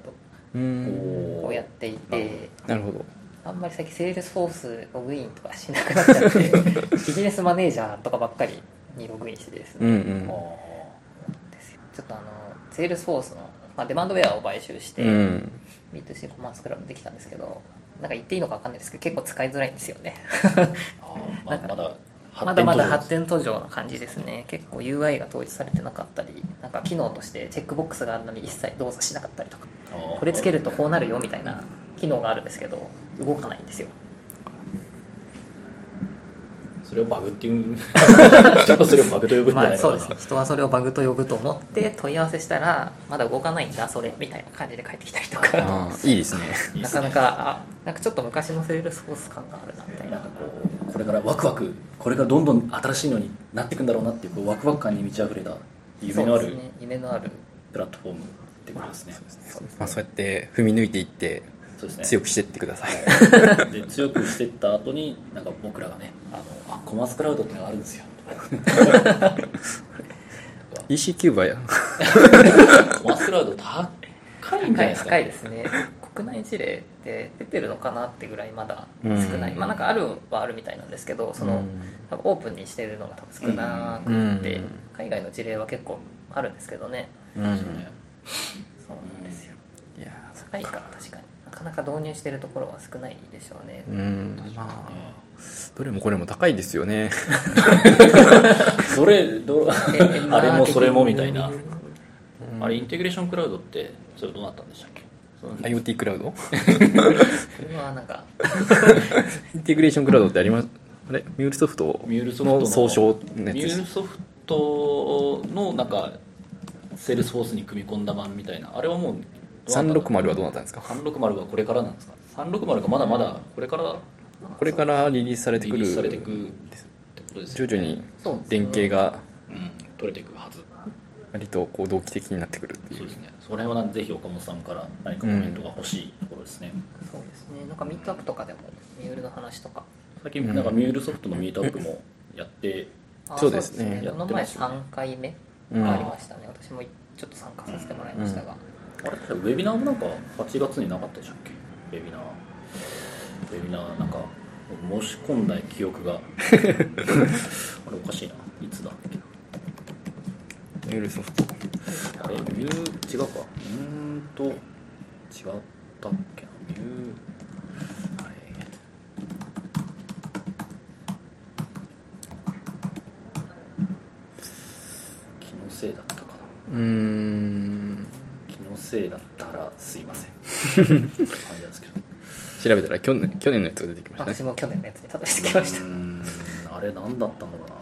[SPEAKER 1] う
[SPEAKER 2] お
[SPEAKER 1] ん
[SPEAKER 3] ドをやってい
[SPEAKER 2] なる
[SPEAKER 3] て
[SPEAKER 1] なるほど
[SPEAKER 3] あんまり最近セールスフォースログインとかしなくなっちゃっ てビジネスマネージャーとかばっかりにログインしてですね、
[SPEAKER 1] うんう
[SPEAKER 2] ー
[SPEAKER 1] ん
[SPEAKER 3] ですよちょっとあのセールスフォースの、まあ、デマンドウェアを買収して、
[SPEAKER 1] うん
[SPEAKER 3] B2C コマースクラブできたんですけどなんか言っていいのか分かんないですけど結構使いづらいんですよね
[SPEAKER 2] あーまあまだ
[SPEAKER 3] まだまだ
[SPEAKER 2] 発
[SPEAKER 3] 発
[SPEAKER 2] 展
[SPEAKER 3] 展途上な感じですね結構 UI が統一されてなかったりなんか機能としてチェックボックスがあるのに一切動作しなかったりとか
[SPEAKER 2] 途上あー
[SPEAKER 3] これつけるとこうなるよみたいな機能があるんですけど動かないんですよ
[SPEAKER 2] それをバグってい うんちょっとそれをバグと呼ぶんじゃ
[SPEAKER 3] ま
[SPEAKER 2] な
[SPEAKER 3] あ
[SPEAKER 2] いか
[SPEAKER 3] そう
[SPEAKER 2] な、
[SPEAKER 3] ですね人はそれをバグと呼ぶと思って問い合わせしたらまだ動かないんだそれみたいな感じで返ってきたりとか
[SPEAKER 1] ああいいですね
[SPEAKER 2] いいっ
[SPEAKER 3] な
[SPEAKER 2] すね
[SPEAKER 3] かなかあなんかちょっと昔のセールスフォース感があるなみたいな
[SPEAKER 2] なんかこうこれからワクワクこれからどんどん新しいのになっていくんだろうなっていうこうワクワク感に満ち溢れた夢のあ
[SPEAKER 3] そうで
[SPEAKER 2] る
[SPEAKER 3] すね夢のある
[SPEAKER 2] プラットフォームってことですね
[SPEAKER 1] まあ、 そうやって踏み抜いていって
[SPEAKER 2] そうですね
[SPEAKER 1] 強くしていってください、
[SPEAKER 2] で強くしてった後になんか僕らがねあのあコマースクラウドってのがあるんですよ
[SPEAKER 1] EC キューバや
[SPEAKER 2] コマースクラウド高いんじゃないですか
[SPEAKER 3] 高いですね国内事例って出てるのかなってぐらいまだ少ない、
[SPEAKER 1] うん
[SPEAKER 3] まあなんかあるはあるみたいなんですけどその、
[SPEAKER 1] うん
[SPEAKER 3] 多分オープンにしてるのが多分少なくて、
[SPEAKER 1] うん
[SPEAKER 3] 海外の事例は結構あるんですけどね
[SPEAKER 1] うん
[SPEAKER 2] ね
[SPEAKER 3] そうなんですよ
[SPEAKER 1] いや
[SPEAKER 3] 高いから確かになかなか導入してるところは少ないでしょうね、
[SPEAKER 1] うんまあどれもこれも高いですよね
[SPEAKER 2] それど
[SPEAKER 3] え
[SPEAKER 2] あれもそれもみたいな
[SPEAKER 1] うん
[SPEAKER 2] あれインテグレーションクラウドってそれどうなったんでしたっけその
[SPEAKER 1] IoT クラウド
[SPEAKER 3] それはなんか
[SPEAKER 1] インテグレーションクラウドってありますあれミュールソフト
[SPEAKER 2] ミュールソフトの
[SPEAKER 1] の総称のやつ
[SPEAKER 2] ミ
[SPEAKER 1] で
[SPEAKER 2] ュール
[SPEAKER 1] す
[SPEAKER 2] ソフトのなんかセールスフォースに組み込んだ版みたいなあれはもう
[SPEAKER 1] 360はどうなったんですか
[SPEAKER 2] 360はこれからなんですか360がまだまだこれから
[SPEAKER 1] これからリリースされて
[SPEAKER 2] リ
[SPEAKER 1] く
[SPEAKER 2] リー
[SPEAKER 1] る
[SPEAKER 2] スされていくってことです
[SPEAKER 1] 徐
[SPEAKER 2] よね
[SPEAKER 1] 々に
[SPEAKER 3] そうですね
[SPEAKER 1] 連携が
[SPEAKER 2] うん取れていくはず
[SPEAKER 1] 割とこう同期的になってくるってい
[SPEAKER 2] そう
[SPEAKER 1] う
[SPEAKER 2] ですねそれはぜひ岡本さんから何かコメントが欲しいところですね、
[SPEAKER 3] そうですねなんかミートアップとかでもミュールの話とか
[SPEAKER 2] 最近なんかミュールソフトのミートアップもやって
[SPEAKER 3] あ
[SPEAKER 1] そうですね
[SPEAKER 2] や
[SPEAKER 3] こ
[SPEAKER 2] っ
[SPEAKER 3] の
[SPEAKER 2] てま
[SPEAKER 3] 前
[SPEAKER 2] すよね
[SPEAKER 3] 3回目
[SPEAKER 1] うん
[SPEAKER 3] がありましたね、私もちょっと参加させてもらいましたが、
[SPEAKER 2] あれってウェビナーもなんか8月になかったでしたっけウェビナーウェビナーなんか申し込んだ記憶 があれおかしいないつだっけ
[SPEAKER 1] ミュールソフト
[SPEAKER 2] あれミュー違うかうーんと違ったっけなミューあれ気のせいだったかな
[SPEAKER 1] うーん
[SPEAKER 2] 気のせいだったらすいません 感じなんですけど
[SPEAKER 1] 調べたら去年去年のやつが出てきましたね
[SPEAKER 3] 私も去年のやつにたどり着きました
[SPEAKER 2] うーんあれ何だったんだろうな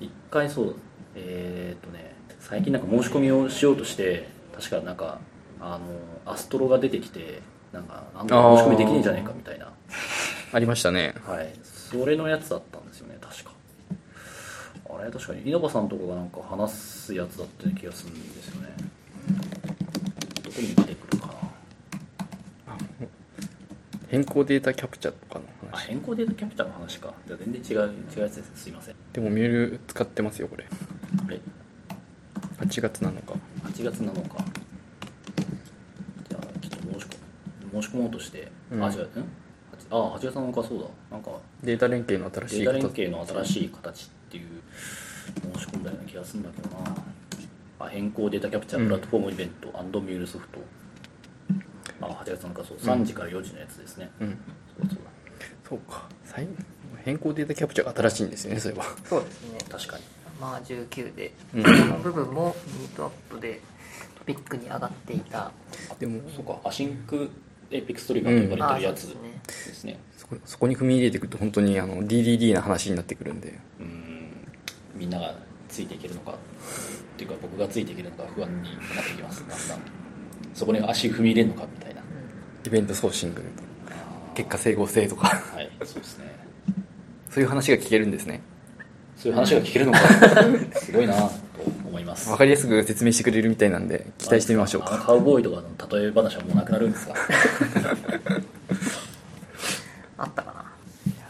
[SPEAKER 2] 一回そうえーっとね最近なんか申し込みをしようとして確かなんかあのアストロが出てきてなんかなんだ
[SPEAKER 1] あー
[SPEAKER 2] 申し込みできねえんじゃねえかみたいな
[SPEAKER 1] ありましたね
[SPEAKER 2] はいそれのやつだったんですよね確かあれ確かに稲葉さんとかがなんか話すやつだったような気がするんですよね
[SPEAKER 1] 変更データキャプチャーとかの
[SPEAKER 2] あ
[SPEAKER 1] 話
[SPEAKER 2] 変更データキャプチャーの話かじゃあ全然違う違うやつですすいません
[SPEAKER 1] でもメール使ってますよこれ
[SPEAKER 2] あれ
[SPEAKER 1] 8月7日
[SPEAKER 2] 8月7日じゃあちょっと申し込申し込もうとして、
[SPEAKER 1] うん
[SPEAKER 2] あ違ううんあ8月7日そうだなんか
[SPEAKER 1] データ連携の
[SPEAKER 2] デ
[SPEAKER 1] 新し
[SPEAKER 2] ー
[SPEAKER 1] い
[SPEAKER 2] タ
[SPEAKER 1] 方
[SPEAKER 2] 連携の新しい形っていう申し込んだような気がするんだけどなあ変更データキャプチャープラットフォームイベントミュールソフト、あ8月7日そう3時から4時のやつですね、
[SPEAKER 1] うん
[SPEAKER 2] そうそう
[SPEAKER 1] そうか最変更データキャプチャーが新しいんですねそういえば
[SPEAKER 3] そうですね
[SPEAKER 2] だ確かに
[SPEAKER 3] まあ19で、
[SPEAKER 1] うん
[SPEAKER 3] この部分もミートアップでトピックに上がっていた
[SPEAKER 1] でも
[SPEAKER 2] そうかアシンクエピクストリガーと呼ばれてるやつ
[SPEAKER 3] うんあそうで
[SPEAKER 2] ですね
[SPEAKER 1] そこそこに踏み入れていくと本当にあの DDD な話になってくるんで
[SPEAKER 2] うーんみんながついていけるのかっていうか僕がついていけるのか不安になってきますだんだんそこに足踏み入れるのかみたいな
[SPEAKER 1] イベントソーシング結果整合性とか
[SPEAKER 2] はいそうですね
[SPEAKER 1] そういう話が聞けるんですね
[SPEAKER 2] そういう話が聞けるのかすごいなと思います
[SPEAKER 1] わかりやすく説明してくれるみたいなんで期待してみましょう
[SPEAKER 2] あの
[SPEAKER 1] か
[SPEAKER 2] カウボーイとかの例え話はもうなくなるんですか
[SPEAKER 3] あったかな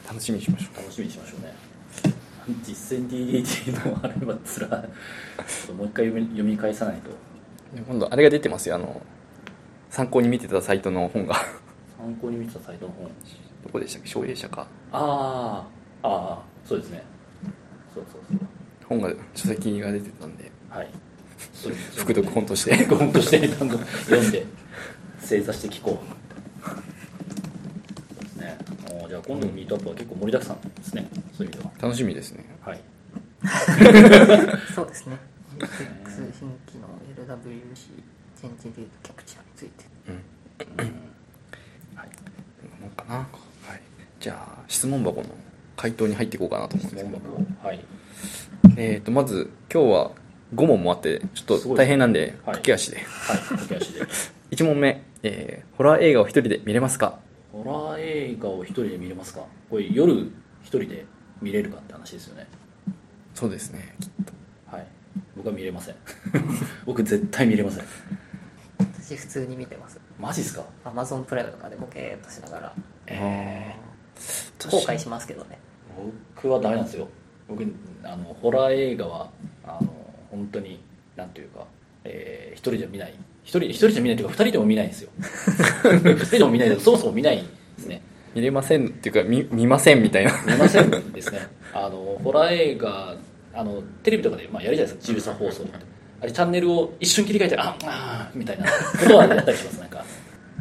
[SPEAKER 1] 楽しみにしましょ
[SPEAKER 2] 楽しみにしましょうね実践 DDT のあれはつらいちょっともう一回読み読み返さないと
[SPEAKER 1] うで今度あれが出てますよあの参考に見てたサイトの本が
[SPEAKER 2] 参考に見てたサイトの本
[SPEAKER 1] どこでしたっけ奨励者か
[SPEAKER 2] ああああそうですねそうそうそう
[SPEAKER 1] 本が書籍が出てたんで
[SPEAKER 2] はい。そうです
[SPEAKER 1] 副読本として
[SPEAKER 2] 副読としてなんか読んで正座して聞こう。ですね。おーじゃあ今度のミートアップは結構盛りだくさんですね。そういう意味では。
[SPEAKER 1] 楽しみですね
[SPEAKER 2] はい。
[SPEAKER 3] そうですね EX 新規の LWC チェンジデータキャプチャーについて
[SPEAKER 1] うん
[SPEAKER 2] はい。
[SPEAKER 1] なんかなはいじゃあ質問箱の回答に入っていこうかなと思うん
[SPEAKER 2] 質
[SPEAKER 1] ですけ
[SPEAKER 2] 問
[SPEAKER 1] ど
[SPEAKER 2] 箱をはい。
[SPEAKER 1] えー、とまず今日は5問もあってちょっと大変なんで、
[SPEAKER 2] すごい
[SPEAKER 1] 駆け足で
[SPEAKER 2] はい。駆け足で。
[SPEAKER 1] 1問目、えーホラー映画を一人で見れますか
[SPEAKER 2] ホラー映画を一人で見れますかこれ夜一人で見れるかって話ですよね。
[SPEAKER 1] そうですね
[SPEAKER 2] はい。僕は見れません。僕絶対見れません。
[SPEAKER 3] 私普通に見てます
[SPEAKER 2] マジっすか
[SPEAKER 3] Amazon プライムとかでボケーっとしながら
[SPEAKER 1] え
[SPEAKER 3] 後悔しますけどね
[SPEAKER 2] 僕はダメなんですよ僕あのホラー映画はあの本当になんというか、えー一人じゃ見ない一人一人じゃ見ないというか二人でも見ないん ですよ二人でも見ないでそもそも見ないですね
[SPEAKER 1] 見れませんっていうか見見ませんみたいな
[SPEAKER 2] 見ませんですねあのホラー映画あのテレビとかで、まあ、やるじゃないですか自由さ放送ってあれチャンネルを一瞬切り替えてああーみたいなことはやったりしますなんか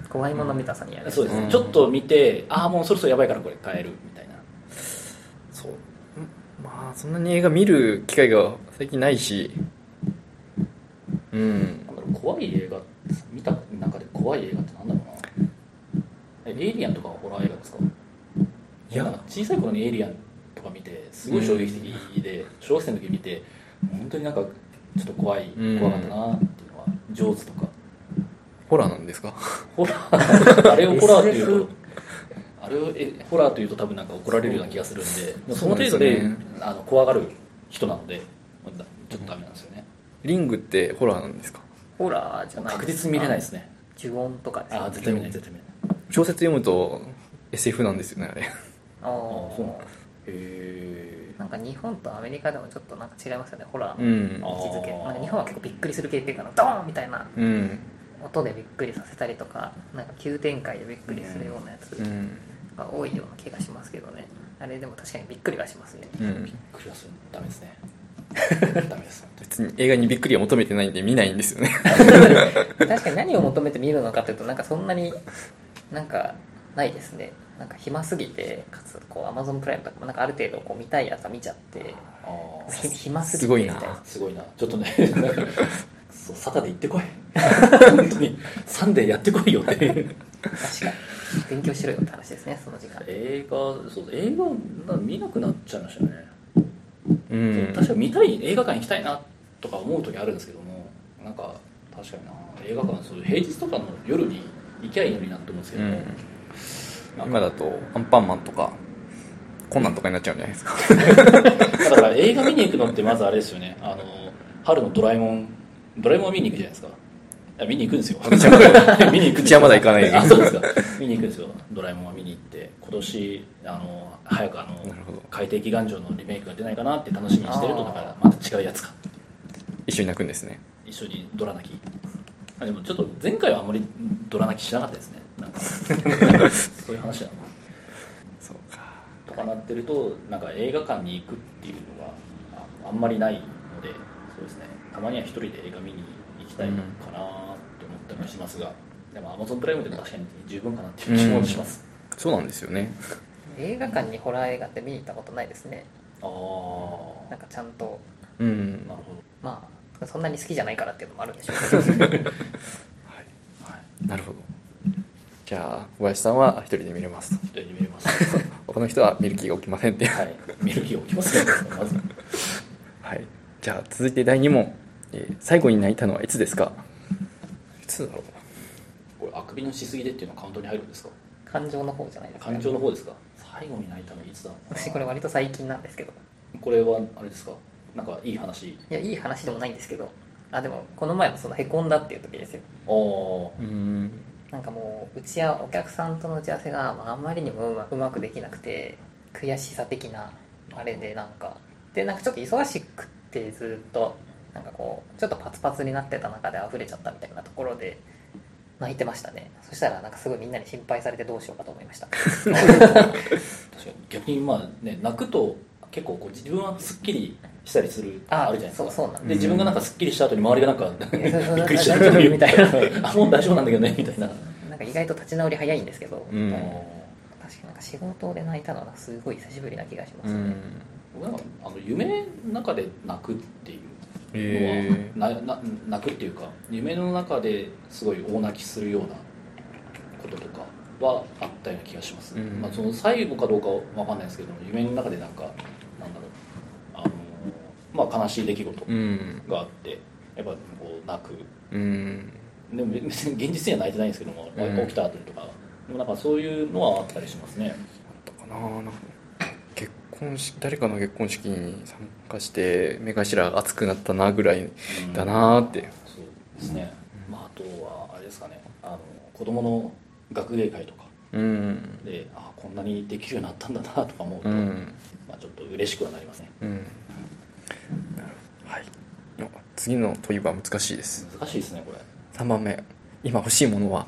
[SPEAKER 3] 怖いもの見たさにやる
[SPEAKER 2] そうですね、
[SPEAKER 1] うん
[SPEAKER 2] ちょっと見てああもうそろそろやばいからこれ変えるみたいな
[SPEAKER 1] そうまあそんなに映画見る機会が最近ないしうん
[SPEAKER 2] なんだろう怖い映画見た中で怖い映画ってなんだろうなえエイリアンとかはホラー映画ですか
[SPEAKER 1] いや
[SPEAKER 2] なんか小さい頃にエイリアンとか見てすごい衝撃的で、小学生の時見て本当になんかちょっと怖い、
[SPEAKER 1] うん
[SPEAKER 2] 怖かったなっていうのは上手とか
[SPEAKER 1] ホラーなんですか
[SPEAKER 2] ホラーあれをホラーっていう
[SPEAKER 3] SF
[SPEAKER 2] とあれをえホラーというと多分なんか怒られるような気がするんででもそ
[SPEAKER 1] そう
[SPEAKER 2] の
[SPEAKER 1] なん
[SPEAKER 2] 程
[SPEAKER 1] です
[SPEAKER 2] 度
[SPEAKER 1] よね
[SPEAKER 2] であの怖がる人なのでまだちょっとダメなんですよね
[SPEAKER 1] リングってホラーなんですか
[SPEAKER 3] ホラーじゃない
[SPEAKER 2] 確実に見れないですすね
[SPEAKER 3] か呪音とかです
[SPEAKER 2] ああ絶対見ない絶対見ない
[SPEAKER 1] 小説読むと SF なんですよねあれ
[SPEAKER 3] あ
[SPEAKER 2] あ
[SPEAKER 3] ー
[SPEAKER 2] そうなんだへ
[SPEAKER 3] なんか日本とアメリカでもちょっとなんか違いますよねホラー
[SPEAKER 1] う
[SPEAKER 3] の
[SPEAKER 1] ん
[SPEAKER 3] 位置づけ、
[SPEAKER 2] あー
[SPEAKER 3] なんか日本は結構びっくりする系っていうかなドーンみたいな
[SPEAKER 1] うん
[SPEAKER 3] 音でびっくりさせたりとかなんか急展開でびっくりするようなやつ
[SPEAKER 1] うん
[SPEAKER 3] が多いような気がしますけどねあれでも確かにびっくりはしますね
[SPEAKER 1] うん
[SPEAKER 2] クリアするのダメです ねダメです
[SPEAKER 1] 別に映画にびっくりは求めてないんで見ないんですよね
[SPEAKER 3] 確かに何を求めて見るのかというとなんかそんなになんかないですねなんか暇すぎてかつこう Amazon プライムとかもなんかある程度こう見たいやつは見ちゃって
[SPEAKER 2] ああ
[SPEAKER 3] ひ 暇すぎて
[SPEAKER 1] すごい
[SPEAKER 3] み
[SPEAKER 1] な
[SPEAKER 3] たいな
[SPEAKER 2] すごいなちょっとね なんかそうサタで行って こい本当にサンデーやってこいよっていう
[SPEAKER 3] 確かに勉強しろよって話ですねその時間
[SPEAKER 2] 映画そう映画な見なくなっちゃいましたね、
[SPEAKER 1] う
[SPEAKER 2] そうん確かに見たい映画館行きたいなとか思う時あるんですけどもなんか確かにな映画館そう平日とかの夜に行きゃいいのになって思うんですけ
[SPEAKER 1] う
[SPEAKER 2] ども、
[SPEAKER 1] ん今だとアンパンマンとかコナンとかになっちゃうんじゃないですか
[SPEAKER 2] だから映画見に行くのってまずあれですよねあの春のドラえもんドラえもんを見に行くじゃないですかいや見に行くんですよ。 見に行くんですよ
[SPEAKER 1] うちはまだ行かないです
[SPEAKER 2] あ、そうですか。見に行くんですよ。ドラえもんは見に行って、今年、あの、早くあの
[SPEAKER 1] なるほど、
[SPEAKER 2] 海底祈願城のリメイクが出ないかなって楽しみにしてる
[SPEAKER 3] あ
[SPEAKER 2] と、
[SPEAKER 3] ー
[SPEAKER 2] だから、また違うやつか。
[SPEAKER 1] 一緒に泣くんですね
[SPEAKER 2] 一緒にドラ泣き。あでもちょっと前回はあんまりドラ泣きしなかったですね。な んか、そういう話だな。
[SPEAKER 1] そうか
[SPEAKER 2] とかなってると、なんか映画館に行くっていうのがああんまりないので、そうですね、たまには一人で映画見に行きたいかなって思ったりもしますが、でも Amazon プライムでも確かに十分かなっていう気もします。
[SPEAKER 1] そうなんですよね
[SPEAKER 3] 映画館にホラー映画って見に行ったことないですね
[SPEAKER 2] ああ、
[SPEAKER 3] なんかちゃんと
[SPEAKER 1] うん
[SPEAKER 2] なるほ
[SPEAKER 3] まあそんなに好きじゃないからっていうのもあるんでしょ うけど
[SPEAKER 2] ど。はい。
[SPEAKER 1] なるほどじゃあ小林さんは一人で見れます
[SPEAKER 2] 一人で見れます。
[SPEAKER 1] 他の人は見る気が起きませんっていう
[SPEAKER 2] はい。見る気起きますね、まず。
[SPEAKER 1] はい、じゃあ続いて第2問、えー最後に泣いたのはいつですかいつだろ
[SPEAKER 2] これ、あくびのしすぎでっていうのはカウントに入るんですか
[SPEAKER 3] 感情の方じゃないですか、
[SPEAKER 2] 感情の方ですか最後に泣いたのいつだろうな
[SPEAKER 3] 私これ割と最近なんですけど
[SPEAKER 2] これは、あれですかなんかいい話。
[SPEAKER 3] いやいい話でもないんですけどあでもこの前もそのへこんだっていう時ですよ
[SPEAKER 2] ああ。
[SPEAKER 1] ううん
[SPEAKER 3] なんかもう打ち合わお客さんとの打ち合わせがまああんまりにもうまうまくできなくて悔しさ的なあれでなんかでなんかちょっと忙しくってずっとなんかこうちょっとパツパツになってた中で溢れちゃったみたいなところで泣いてましたねそしたらなんかすごいみんなに心配されてどうしようかと思い ました
[SPEAKER 2] 確かに逆にまあね泣くと結構こう自分はすっきりしたりする
[SPEAKER 3] あ
[SPEAKER 2] あるじゃないですか
[SPEAKER 3] そうそうなんだ
[SPEAKER 2] で自分がなんかすっきりした後に周りがなんか
[SPEAKER 3] やそうそう
[SPEAKER 2] びっくりしちゃうっていう
[SPEAKER 3] 大丈夫みたい
[SPEAKER 2] あもう大丈夫なんだけどねみたいな、
[SPEAKER 3] なんか意外と立ち直り早いんですけど、
[SPEAKER 1] うん
[SPEAKER 2] あの
[SPEAKER 3] 確かになんか仕事で泣いたのはなんかすごい久しぶりな気がしま
[SPEAKER 1] う
[SPEAKER 3] すね、
[SPEAKER 1] ん
[SPEAKER 2] 僕なんかあの夢の中で泣くっていう
[SPEAKER 1] へえ
[SPEAKER 2] のは、なな泣くっていうか夢の中ですごい大泣きするようなこととかはあったような気がします、
[SPEAKER 1] うん
[SPEAKER 2] まあ、その最後かどうかはわかんないですけど夢の中でなんかなんだろうあの、まあ、悲しい出来事
[SPEAKER 1] うん
[SPEAKER 2] があってやっぱこう泣く
[SPEAKER 1] うん
[SPEAKER 2] でも別に現実には泣いてないんですけども、
[SPEAKER 1] うん
[SPEAKER 2] 起きた後にとかでもなんかそういうのはあったりしますね
[SPEAKER 1] だかななんか結婚式誰かの結婚式に参加して目頭が熱くなったなぐらい
[SPEAKER 2] うん
[SPEAKER 1] だなーって
[SPEAKER 2] そうですね、まあ、あとはあれですかねあの子供の学芸会とか
[SPEAKER 1] うん
[SPEAKER 2] であこんなにできるようになったんだなとか思うと、
[SPEAKER 1] うん
[SPEAKER 2] まあ、ちょっと嬉しくはなりますね
[SPEAKER 1] うんなるほどはいあ次の問いは難しいです
[SPEAKER 2] 難しいですねこれ
[SPEAKER 1] 3番目今欲しいものは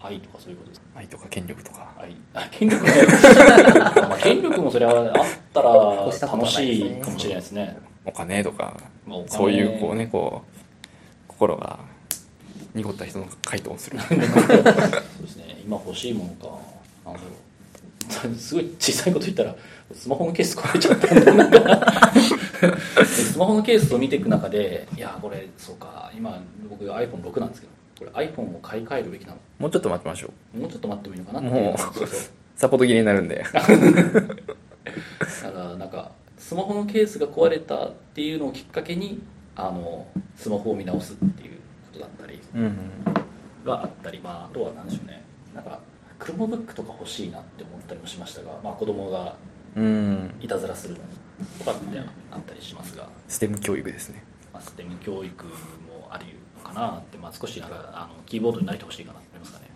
[SPEAKER 2] 愛とかそういうことです
[SPEAKER 1] 愛とか権力とか
[SPEAKER 2] 愛あ権 力ねまあ権力もそれはあった
[SPEAKER 3] 越した
[SPEAKER 2] ら
[SPEAKER 3] ことは
[SPEAKER 2] 楽
[SPEAKER 3] ないですね
[SPEAKER 2] しいかもしれないですね
[SPEAKER 1] お金とか
[SPEAKER 2] まあお金
[SPEAKER 1] そういうこうねこう心が濁った人の回答をする
[SPEAKER 2] そうですね今欲しいものかなんだろうすごい小さいこと言ったらスマホのケース壊れちゃったんだなんかでスマホのケースを見ていく中でいやこれそうか今僕 iPhone6 なんですけどこれ iPhone を買い替えるべきなの
[SPEAKER 1] もうちょっと待ちましょ
[SPEAKER 2] もうちょっと待ってもいいのかな
[SPEAKER 1] う
[SPEAKER 2] って
[SPEAKER 1] もう
[SPEAKER 2] そうそう
[SPEAKER 1] サポート切れになるんで
[SPEAKER 2] だからなんかスマホのケースが壊れたっていうのをきっかけにあのスマホを見直すっていうことだったり
[SPEAKER 1] うんうん
[SPEAKER 2] があったり、まあ、あとは何でしょうねなんかクロマブックとか欲しいなって思ったりもしましたが、まあ、子供が
[SPEAKER 1] うん
[SPEAKER 2] いたずらするのにとかってあったりしますが、
[SPEAKER 1] ステム教育ですね
[SPEAKER 2] まあ、ステム教育もあり得るのかなって、まあ、少しなんかあのキーボードに慣れてほしいかなと思いますかね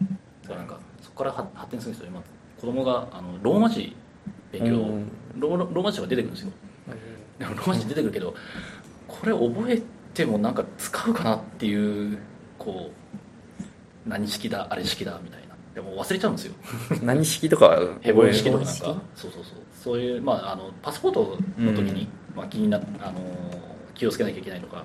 [SPEAKER 2] だからなんかそこからは発展するんですよ今子供があのローマ字勉強
[SPEAKER 1] うん
[SPEAKER 2] ローローマ字が出てくるんですよでもローマ字出てくるけどこれ覚えてもなんか使うかなっていうこう何式だあれ式だみたいなでも忘れちゃうんですよ
[SPEAKER 1] 何式とか
[SPEAKER 2] ヘボイ式とか
[SPEAKER 1] 覚
[SPEAKER 2] なん
[SPEAKER 1] え
[SPEAKER 2] かそうそうそうそういう、まあ、あのパスポートの時に、まあ、気になあの気をつけなきゃいけないとか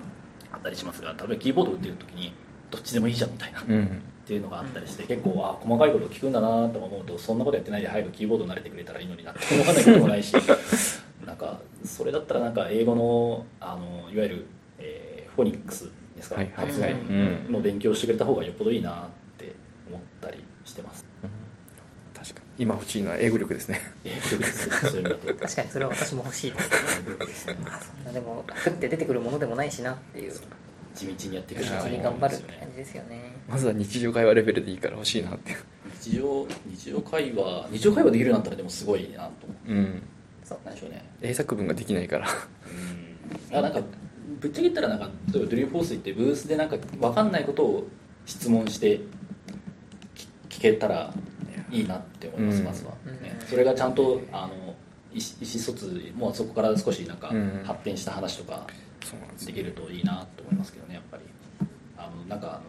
[SPEAKER 2] あったりしますが例えばキーボード打ってる時にどっちでもいいじゃんみたいなっ
[SPEAKER 1] うん
[SPEAKER 2] ていうのがあったりして結構あ細かいこと聞くんだなとか思うとそんなことやってないで早くキーボード慣れてくれたらいいのになって思わないこともないし なんかそれだったらなんか英語のあのいわゆる、えーフォニックスですか、
[SPEAKER 1] はいはい
[SPEAKER 2] 発音
[SPEAKER 1] うん
[SPEAKER 2] の勉強してくれた方がよっぽどいいなって思ったりしてます。
[SPEAKER 1] 確かに今欲しいのは英語力ですね
[SPEAKER 2] 英語ですそういう意味だと
[SPEAKER 3] 確かにそれは私も欲しいですあそんなでも食って出てくるものでもないしなっていう
[SPEAKER 2] 地道にやっていく
[SPEAKER 1] い
[SPEAKER 2] し
[SPEAKER 1] や
[SPEAKER 2] か
[SPEAKER 1] ー
[SPEAKER 2] な
[SPEAKER 3] 普通
[SPEAKER 2] い
[SPEAKER 3] に頑張るって感じですよね
[SPEAKER 1] まずは日常会話レベルでいいから欲しいなって
[SPEAKER 2] 日常日常会話日常会話できるようになったらでもすごいなと思
[SPEAKER 1] うん
[SPEAKER 3] そう
[SPEAKER 2] なんでしょうね
[SPEAKER 1] 英作文ができないから
[SPEAKER 2] うんあなんかぶっちゃけ言ったらなんか例えばドリームフォース行ってブースでなんか分かんないことを質問してき聞けたらいいなって思います、
[SPEAKER 1] うん
[SPEAKER 2] まずは、ね
[SPEAKER 3] うん
[SPEAKER 2] それがちゃんとあの意思意思疎通もうそこから少しなんか
[SPEAKER 1] うん
[SPEAKER 2] 発展した話とか
[SPEAKER 1] そうなんです
[SPEAKER 2] で
[SPEAKER 1] よ
[SPEAKER 2] きるといいなと思いますけどねやっぱりあのなんかあの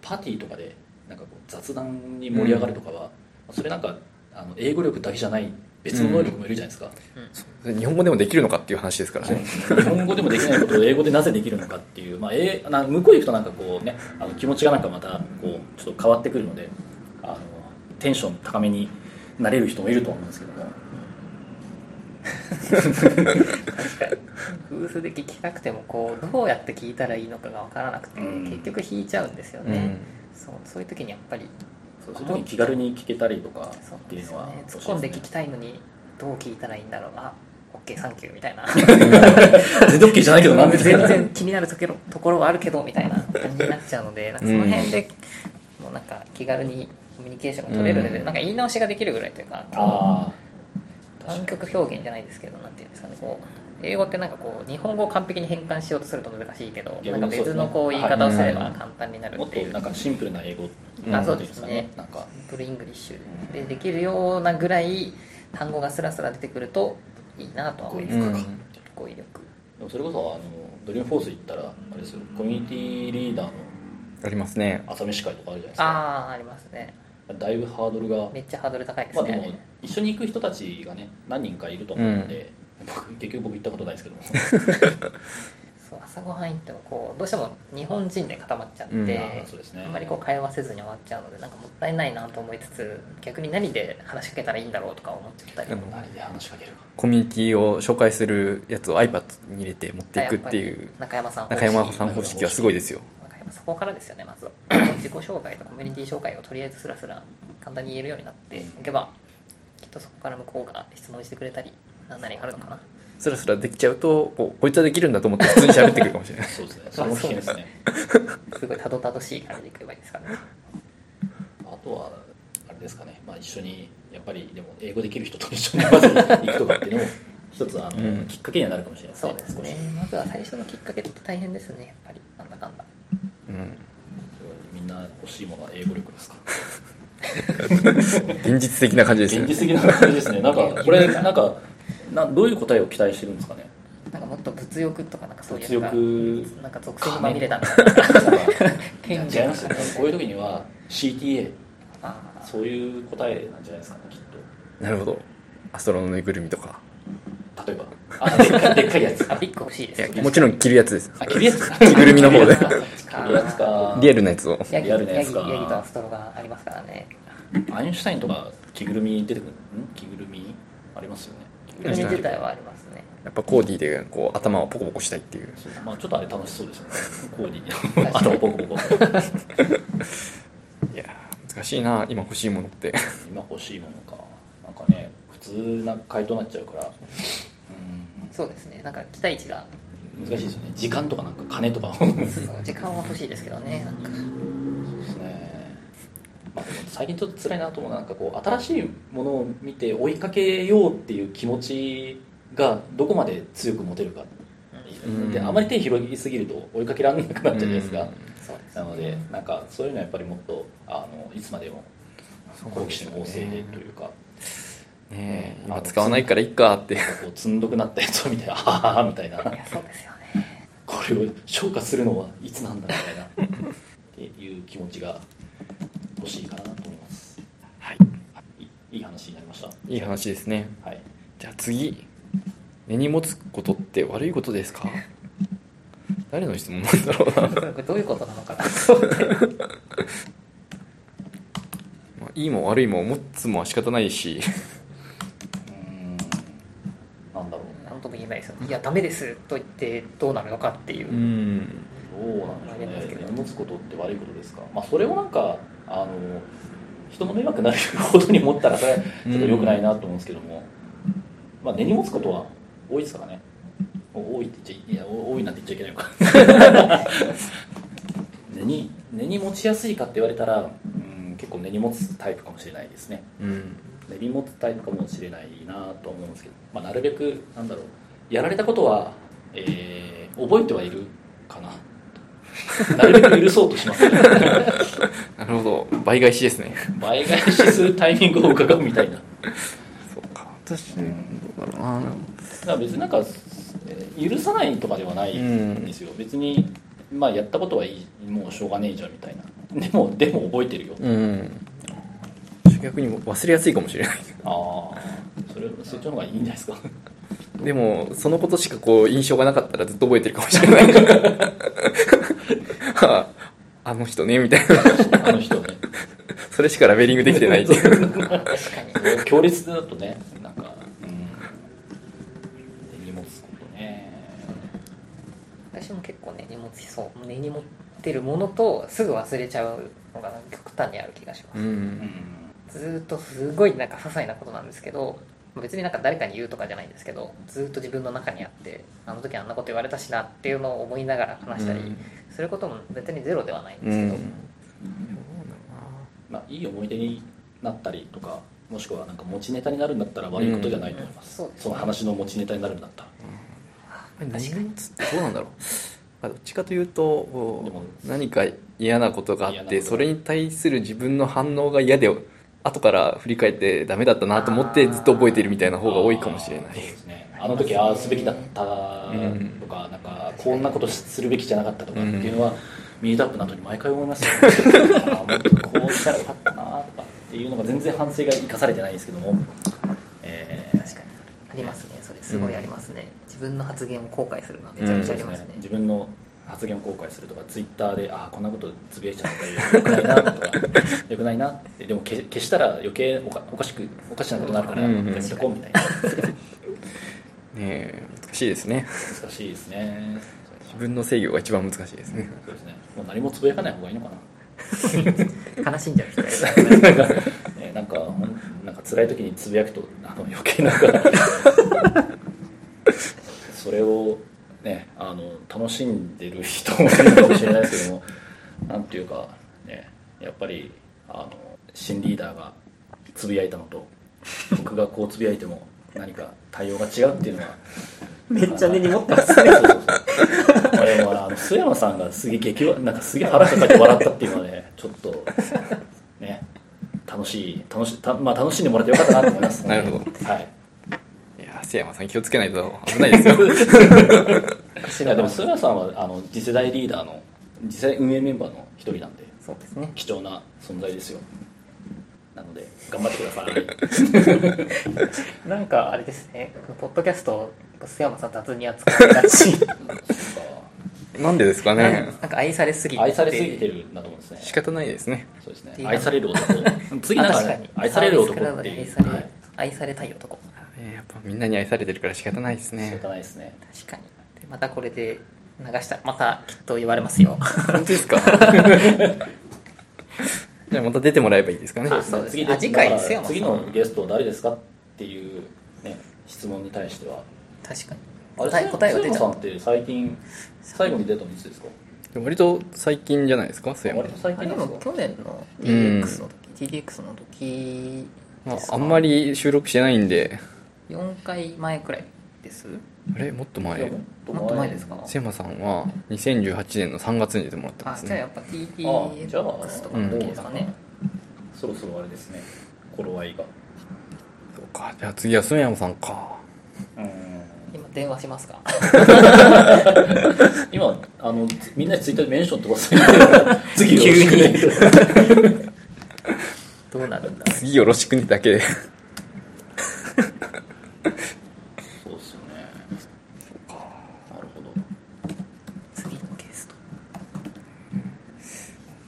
[SPEAKER 2] パーティーとかでなんかこう雑談に盛り上がるとかは、それなんかあの英語力だけじゃない別の能力もいるじゃないですか、
[SPEAKER 1] 日本語でもできるのかっていう話ですからね
[SPEAKER 2] 日本語でもできないことを英語でなぜできるのかっていう、まあ、えな向こう行くとなんかこうねあの気持ちがなんかまたこうちょっと変わってくるのであのテンション高めになれる人もいると思うんですけども
[SPEAKER 3] ブースで聞きたくてもこうどうやって聞いたらいいのかが分からなくて、
[SPEAKER 2] うん
[SPEAKER 3] 結局引いちゃうんですよ
[SPEAKER 1] う
[SPEAKER 3] ね
[SPEAKER 1] ん、
[SPEAKER 3] そうそういう時にやっぱり
[SPEAKER 2] そうそういう時に気軽に聞けたりとか
[SPEAKER 3] そう
[SPEAKER 2] っ
[SPEAKER 3] なん
[SPEAKER 2] てい
[SPEAKER 3] で
[SPEAKER 2] う
[SPEAKER 3] す
[SPEAKER 2] の
[SPEAKER 3] よ
[SPEAKER 2] は
[SPEAKER 3] ね突
[SPEAKER 2] 欲
[SPEAKER 3] っ
[SPEAKER 2] しい
[SPEAKER 3] 込んで
[SPEAKER 2] で
[SPEAKER 3] 聞
[SPEAKER 2] す
[SPEAKER 3] き
[SPEAKER 2] ね
[SPEAKER 3] たいのにどう聞いたらいいんだろうな OK サンキューみたいな
[SPEAKER 2] 全然 OK じゃないけど なんで
[SPEAKER 3] 全然気になるところところはあるけどみたいな感じになっちゃうのでなんかその辺で、もうなんか気軽にコミュニケーションが取れるレベル、
[SPEAKER 1] うん
[SPEAKER 3] なんか言い直しができるぐらいというか
[SPEAKER 2] ああ
[SPEAKER 3] 単曲表現じゃないですけどなんていうんですかねこう英語ってなんかこう日本語を完璧に変換しようとすると難しいけど
[SPEAKER 2] いや
[SPEAKER 3] なんか別のこう
[SPEAKER 2] そうですね
[SPEAKER 3] 言い方をすれ
[SPEAKER 1] は
[SPEAKER 3] ば
[SPEAKER 1] い
[SPEAKER 3] 簡単になる
[SPEAKER 2] も
[SPEAKER 3] っ
[SPEAKER 2] ってと
[SPEAKER 3] いう、
[SPEAKER 2] なんかシンプルな英語
[SPEAKER 1] ん
[SPEAKER 3] あそうですね
[SPEAKER 2] なんか
[SPEAKER 3] プルイングリッシュでできるようなぐらい単語がスラスラ出てくるといいなとは思います
[SPEAKER 1] うん
[SPEAKER 3] 語彙力
[SPEAKER 2] でもそれこそあのドリームフォース行ったらあれですよコミュニティリーダーの
[SPEAKER 1] ありますね
[SPEAKER 2] 朝飯会とかあるじゃないですか
[SPEAKER 3] ああありますね
[SPEAKER 2] だいぶハードルが
[SPEAKER 3] めっちゃハードル高いで
[SPEAKER 2] ますあで
[SPEAKER 3] ね、
[SPEAKER 2] も一緒に行く人たちがね何人かいると思うんで、僕結局僕行ったことないですけど も
[SPEAKER 3] そう朝ごはん行ってもこうどうしても日本人で固まっちゃって、
[SPEAKER 1] うん
[SPEAKER 2] あーそうですね
[SPEAKER 3] あんまりこう会話せずに終わっちゃうのでなんかもったいないなと思いつつ逆に何で話しかけたらいいんだろうとか思っちゃったりも
[SPEAKER 2] 何で話しかけるか
[SPEAKER 1] コミュニティを紹介するやつを iPad に入れて持っていくっていう
[SPEAKER 3] 中山さん
[SPEAKER 1] 中山さん方式はすごいですよ
[SPEAKER 3] 中山そこからですよねま ずは自己紹介とコミュニティ紹介をとりあえずスラスラ簡単に言えるようになっていけばきっとそこから向こうが質問してくれたり何々があるのかな
[SPEAKER 1] スラスラできちゃうとこうこいつはできるんだと思って普通に喋ってくるかもしれない
[SPEAKER 2] そうですねそれも危険ですね
[SPEAKER 3] すごいたどたどしい感じでいけばいいですからね
[SPEAKER 2] あとはあれですかね、まあ、一緒にやっぱりでも英語できる人と一緒にまず行くとかっていうのも一つあの、
[SPEAKER 1] うん
[SPEAKER 2] きっかけにはなるかもしれないです
[SPEAKER 3] そ
[SPEAKER 2] ね
[SPEAKER 3] うですねまずは最初のきっかけって大変ですねやっぱりなんだかんだ
[SPEAKER 1] うん
[SPEAKER 2] みんな欲しいものは英語力ですか
[SPEAKER 1] 現実的な感じですよ
[SPEAKER 2] 現
[SPEAKER 1] ね
[SPEAKER 2] 実的な感じですねなんかこれなんかなどういう答えを期待してるんですかね
[SPEAKER 3] なんかもっと物欲とかなんかそういう
[SPEAKER 2] 物欲
[SPEAKER 3] のがなんか属性にまみれたみたいな
[SPEAKER 2] 違いますよねこういう時には CTA
[SPEAKER 3] あー
[SPEAKER 2] そういう答えなんじゃないですかねきっと
[SPEAKER 1] なるほどアストロのぬいぐるみとか
[SPEAKER 2] 例えば あでっかいでっかいやつ
[SPEAKER 3] あビッグ欲しいで
[SPEAKER 1] い
[SPEAKER 3] す
[SPEAKER 1] や
[SPEAKER 3] よね
[SPEAKER 1] もちろん着るやつです
[SPEAKER 2] あ着るやつか
[SPEAKER 1] 着ぐるみの 方で
[SPEAKER 2] 着るやつか
[SPEAKER 1] リアルなやつを
[SPEAKER 3] ヤギ
[SPEAKER 2] リア
[SPEAKER 3] ヤ
[SPEAKER 2] ル
[SPEAKER 3] ギ
[SPEAKER 2] な
[SPEAKER 3] ヤ
[SPEAKER 2] やつ
[SPEAKER 3] ギ
[SPEAKER 2] か
[SPEAKER 3] とアストロがありますからね
[SPEAKER 2] アインシュタインとか着ぐるみ出てくるん着ぐるみありますよね
[SPEAKER 3] グルメ自体はありますね
[SPEAKER 1] やっぱコーディでこう頭をポコポコしたいっていう
[SPEAKER 2] そうまあちょっとあれ楽しそうですよねコーデ
[SPEAKER 3] かに
[SPEAKER 2] ィあとポコポコ
[SPEAKER 1] いやー難しいな今欲しいものって
[SPEAKER 2] 今欲しいものかなんかね普通な回答になっちゃうからう
[SPEAKER 3] そうですねなんか期待値が
[SPEAKER 2] ん難しいですよね時間とかなんか金と か
[SPEAKER 3] そう時間は欲しいですけどねなんか
[SPEAKER 2] ですね、まあ、でも最近ちょっと辛いなと思うのはなんかこう新しいものを見て追いかけようっていう気持ちがどこまで強く持てるか、
[SPEAKER 1] うん
[SPEAKER 2] であまり手広げすぎると追いかけられなくなっちゃうじゃないですか、
[SPEAKER 3] そうです
[SPEAKER 2] なのでなんかそういうのはやっぱりもっとあのいつまでも好奇心旺盛でというか
[SPEAKER 1] ねえ今使わないからいっかって
[SPEAKER 2] こう積んどくなったやつを見てあはははみたいない
[SPEAKER 3] やそうですよね
[SPEAKER 2] これを消化するのはいつなんだみ たいなっていう気持ちが欲しいかなと思います
[SPEAKER 1] はい
[SPEAKER 2] いいい話になりました
[SPEAKER 1] いい話ですね
[SPEAKER 2] はい
[SPEAKER 1] じゃあ次根に持つことって悪いことですか誰の質問なんだろうな、
[SPEAKER 3] これどういうことなのかな
[SPEAKER 1] まあいいも悪いも持つもは仕方ないし
[SPEAKER 2] うーんなんだろう
[SPEAKER 3] 何とも言えないですよねいやダメですと言ってどうなるのかっていうう、
[SPEAKER 1] ん
[SPEAKER 2] どうなんでしょう
[SPEAKER 3] ありますけ
[SPEAKER 2] ね
[SPEAKER 3] ど
[SPEAKER 2] 持つことって悪いことですかまあそれをなんかあの人の迷惑になることに思ったらそれはちょっと良くないなと思うんですけども、まあ根に持つことは多いですからねお多いって言っちゃいいやお多いなんて言っちゃいけないの か根に根に持ちやすいかって言われたらうん結構根に持つタイプかもしれないですね
[SPEAKER 1] うん
[SPEAKER 2] 根に持つタイプかもしれないなとは思うんですけど、まあ、なるべくなんだろうやられたことはえー覚えてはいるかな なるべく許そうとしますね
[SPEAKER 1] なるほど倍返しですね
[SPEAKER 2] 倍返しするタイミングを伺うみたいな
[SPEAKER 1] そうか私どうだろうな
[SPEAKER 2] だから別になんかえー許さないとかではないんですよ、別にまあやったことはいいもうしょうがねえじゃんみたいなでもでも覚えてるよ、
[SPEAKER 1] うん逆に忘れやすいかもしれない
[SPEAKER 2] ああそれそっちの方がいいんじゃないですか
[SPEAKER 1] でもそのことしかこう印象がなかったらずっと覚えてるかもしれないから はああの人ねみたいな
[SPEAKER 2] あの人ね
[SPEAKER 1] それしかラベリングできてないっていう
[SPEAKER 2] 強烈だとねなんかうん荷物ことね
[SPEAKER 3] 私も結構ね荷物そう根に持ってるものとすぐ忘れちゃうのが極端にある気がします
[SPEAKER 1] う、
[SPEAKER 2] うんん
[SPEAKER 3] ずーっとすごいなんか些細なことなんですけどまあ別になんか誰かに言うとかじゃないんですけどずーっと自分の中にあってあの時あんなこと言われたしなっていうのを思いながら話したり
[SPEAKER 1] うん
[SPEAKER 3] することも別にゼロではないんで
[SPEAKER 1] う
[SPEAKER 3] すけ
[SPEAKER 1] ん
[SPEAKER 3] ど、
[SPEAKER 2] まあ、いい思い出になったりとかもしくはなんか持ちネタになるんだったら悪いことじゃないと思います、
[SPEAKER 3] うんそうです
[SPEAKER 2] その話の持ちネタになるんだったら
[SPEAKER 1] 何物ってどうなんだろうまあどっちかというとこ
[SPEAKER 2] でも
[SPEAKER 1] う何か嫌なことがあ
[SPEAKER 2] 嫌
[SPEAKER 1] っ
[SPEAKER 2] なこと
[SPEAKER 1] て
[SPEAKER 2] が
[SPEAKER 1] それに対する自分の反応が嫌で後から振り返ってダメだったなと思ってずっと覚えてるみたいな方が多いかもしれな
[SPEAKER 2] あー
[SPEAKER 1] い
[SPEAKER 2] そうですねあの時ああすべきだったとか,、なんかこんなことするべきじゃなかったとかっていうのは、ミートアップなどに毎回思 いますよあーもっとこうしたらよかったなとかっていうのが全然反省が生かされてないんですけども、えー
[SPEAKER 3] 確かにありますねそれすごいありますね、自分の発言を後悔するのはめちゃめちゃありますね,、
[SPEAKER 2] 自分の発言を後悔するとかツイッターでああこんなことつぶやいちゃったよくないなとかよくないなってでも消消したら余計おかおかしくおかしなことになるから
[SPEAKER 1] うんうん
[SPEAKER 2] やめとこうみたいな
[SPEAKER 1] ねえ難しいですね
[SPEAKER 2] 難しいですね
[SPEAKER 1] 自分の制御が一番難しいですね
[SPEAKER 2] そうですねもう何もつぶやかない方がいいのかな
[SPEAKER 3] 悲しんじゃう人がいる
[SPEAKER 2] なんか,、ね、なんかほんなんか辛い時につぶやくとあの余計なんかそれを、ね、あの楽しんでる人もいるかもしれないですけどもなんていうか、ね、やっぱりあの新リーダーがつぶやいたのと僕がこうつぶやいても何か対応が違うっていうのは。
[SPEAKER 3] めっちゃ根に持ってます
[SPEAKER 2] そうそうそうでもなあの須山さんがすげえ激わなんかすげえ腹抱えて笑ったっていうのはねちょっとね楽しい楽しいたまあ楽しんでもらってよかったなと思います、
[SPEAKER 1] なるほど
[SPEAKER 2] はい
[SPEAKER 1] いや瀬山さん気をつけない と危ないですよ
[SPEAKER 2] いやでも須山さんはあの次世代リーダーの次世代運営メンバーの一人なんで
[SPEAKER 3] そうですね
[SPEAKER 2] 貴重な存在ですよなので頑張ってください
[SPEAKER 3] なんかあれですねポッドキャストを須山さん雑に扱いがち
[SPEAKER 1] なんでですか
[SPEAKER 3] なん
[SPEAKER 1] ね
[SPEAKER 3] か愛されすぎて
[SPEAKER 2] 愛されすぎてるんだと思うんですね
[SPEAKER 1] 仕方ないですね
[SPEAKER 2] そうですね
[SPEAKER 3] いいな
[SPEAKER 2] 愛される男次
[SPEAKER 3] あ
[SPEAKER 2] なんか,、
[SPEAKER 3] 確かに
[SPEAKER 2] 愛される男ってい
[SPEAKER 3] 愛
[SPEAKER 2] う
[SPEAKER 3] され,、
[SPEAKER 2] はい
[SPEAKER 3] 愛されたい男
[SPEAKER 1] ねやっぱみんなに愛されてるから仕方ないです
[SPEAKER 2] 仕
[SPEAKER 1] ね
[SPEAKER 2] 方ないですね
[SPEAKER 3] 確かにでまたこれで流したらまたきっと言われますよ
[SPEAKER 1] 本当ですか じゃあまた出てもらえばいいですかね
[SPEAKER 3] あそうです
[SPEAKER 2] 次
[SPEAKER 3] ね
[SPEAKER 2] で
[SPEAKER 3] あ次回
[SPEAKER 2] だから
[SPEAKER 3] 須山さん
[SPEAKER 2] 次のゲストは誰ですかっていう、ね、質問に対しては
[SPEAKER 3] 確かに
[SPEAKER 2] あれ
[SPEAKER 3] 答え答えが出ち
[SPEAKER 2] 須
[SPEAKER 3] ゃ
[SPEAKER 2] 山
[SPEAKER 3] う
[SPEAKER 2] さんって最近最後に出たのいつですか
[SPEAKER 1] 割と最近じゃないですか瀬山
[SPEAKER 2] 割と最
[SPEAKER 3] あ
[SPEAKER 2] 近
[SPEAKER 3] れで
[SPEAKER 2] なん
[SPEAKER 3] も
[SPEAKER 2] ですか
[SPEAKER 3] 去年の
[SPEAKER 1] ん
[SPEAKER 3] TDX の時、TDX の時
[SPEAKER 1] ま
[SPEAKER 3] です
[SPEAKER 1] あ、
[SPEAKER 3] か
[SPEAKER 1] あんまり収録してないんで
[SPEAKER 3] 4回前くらいです
[SPEAKER 1] あれもっと
[SPEAKER 2] いや
[SPEAKER 1] 前
[SPEAKER 2] もっと
[SPEAKER 3] もっと前ですか
[SPEAKER 1] 瀬山さんは2018年の3月に出てもらったん
[SPEAKER 3] あ
[SPEAKER 1] です
[SPEAKER 3] じゃあや
[SPEAKER 1] ね
[SPEAKER 3] っぱ
[SPEAKER 2] あじゃあ
[SPEAKER 3] TDX とかの時ですかね、
[SPEAKER 2] そろそろあれですね頃合いが
[SPEAKER 1] そうかじゃあ次は瀬山さんか
[SPEAKER 2] うん
[SPEAKER 3] 今電話しますか
[SPEAKER 2] 今あのみんなにツイッターでメンション飛ばす 次よろしくね
[SPEAKER 3] どうなるんだ
[SPEAKER 1] 次よろしくねだけで
[SPEAKER 2] そうですよねなるほど
[SPEAKER 3] 次のゲスト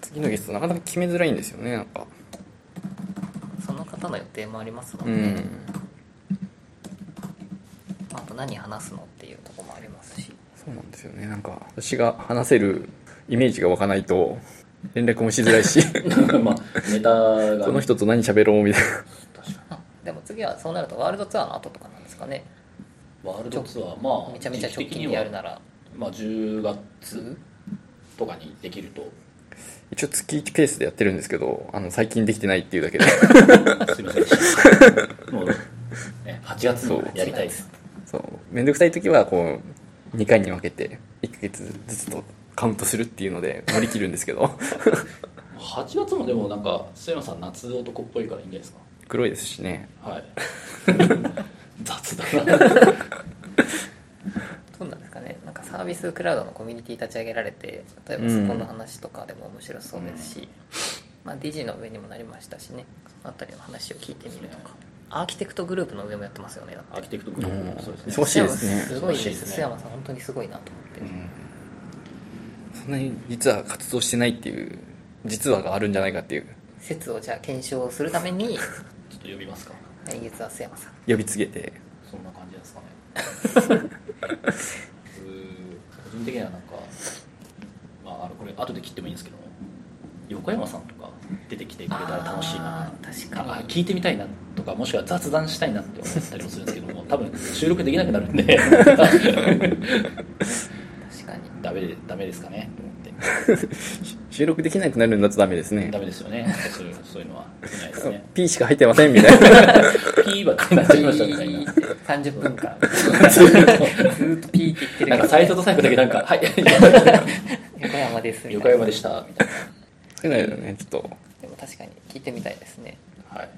[SPEAKER 1] 次のゲストなかなか決めづらいんですよねなんか
[SPEAKER 3] その方の予定もありますも
[SPEAKER 1] うん
[SPEAKER 3] ね、
[SPEAKER 1] ん
[SPEAKER 3] あと何話すのっていうとこもありますし
[SPEAKER 1] そうなんですよねなんか私が話せるイメージが湧かないと連絡もしづらい し
[SPEAKER 2] まあネタが、
[SPEAKER 1] この人と何喋ろうみたい
[SPEAKER 2] 確か
[SPEAKER 3] あでも次はそうなるとワールドツアーの後とかなんですかね
[SPEAKER 2] にワールドツアーまあ
[SPEAKER 3] めちゃめちゃ
[SPEAKER 2] 時
[SPEAKER 3] 直
[SPEAKER 2] 期的に
[SPEAKER 3] 近
[SPEAKER 2] は
[SPEAKER 3] でやるなら
[SPEAKER 2] まあ、10月とかにできると、
[SPEAKER 1] な一応月1ペースでやってるんですけどあの最近できてないっていうだ けで
[SPEAKER 2] すみません、もう、ね、8月
[SPEAKER 1] そう
[SPEAKER 2] にやりたいです。
[SPEAKER 1] そう面倒くさい時はこう2回に分けて1ヶ月ずつとカウントするっていうので乗り切るんですけど
[SPEAKER 2] 8月もでもなんか須山さん夏男っぽいからいいんじゃないです
[SPEAKER 1] 黒いですしね
[SPEAKER 2] か はい雑だな
[SPEAKER 3] どうなんですかねなんかサービスクラウドのコミュニティ立ち上げられて例えばそこの話とかでも面白そうですし、まあ、DG の上にもなりましたしねその辺りの話を聞いてみるとかアーキテクトグループの上もやってますよねだっ
[SPEAKER 2] ア
[SPEAKER 3] て
[SPEAKER 2] ーキテクトグループそうですね
[SPEAKER 1] 忙しいですね
[SPEAKER 3] すごいで
[SPEAKER 2] 忙しいです
[SPEAKER 3] す
[SPEAKER 2] ね
[SPEAKER 3] 須山さん本当にすごいなと思って、
[SPEAKER 1] そんなに実は活動してないっていう実話があるんじゃないかっていう
[SPEAKER 3] 説をじゃあ検証するため
[SPEAKER 2] ちょ
[SPEAKER 3] に
[SPEAKER 2] っと呼びますか
[SPEAKER 3] 来月は須山さん
[SPEAKER 1] 呼びつけて
[SPEAKER 2] そんな感じですか ねうー個人的にはなんか、まあ、あのこれ後で切ってもいいんですけど横山さんとか出てきてくれたら楽しいな
[SPEAKER 3] あー確
[SPEAKER 2] あ
[SPEAKER 3] か
[SPEAKER 2] 聞いてみたいなとかもしくは雑談したいなって思ったりもするんですけども多分収録できなくなるんで
[SPEAKER 3] に確かに
[SPEAKER 2] ダメでダメですかねと思って
[SPEAKER 1] 収録できなくなるんだとダメですね
[SPEAKER 2] ダメですよねそういうそういうのはできないですね
[SPEAKER 1] P しか入ってませんみたい な
[SPEAKER 2] ピーばっかりになっちゃいましたみたいな
[SPEAKER 3] 30 分間ずーっとピーって言ってる
[SPEAKER 2] なんか最初と最後だけなんか「はい
[SPEAKER 3] 横山ですみ
[SPEAKER 2] 横
[SPEAKER 3] たいな
[SPEAKER 2] 山でした」みたいな
[SPEAKER 1] そういうのねちょっと
[SPEAKER 3] でも確かに聞いてみたいですね
[SPEAKER 2] はい、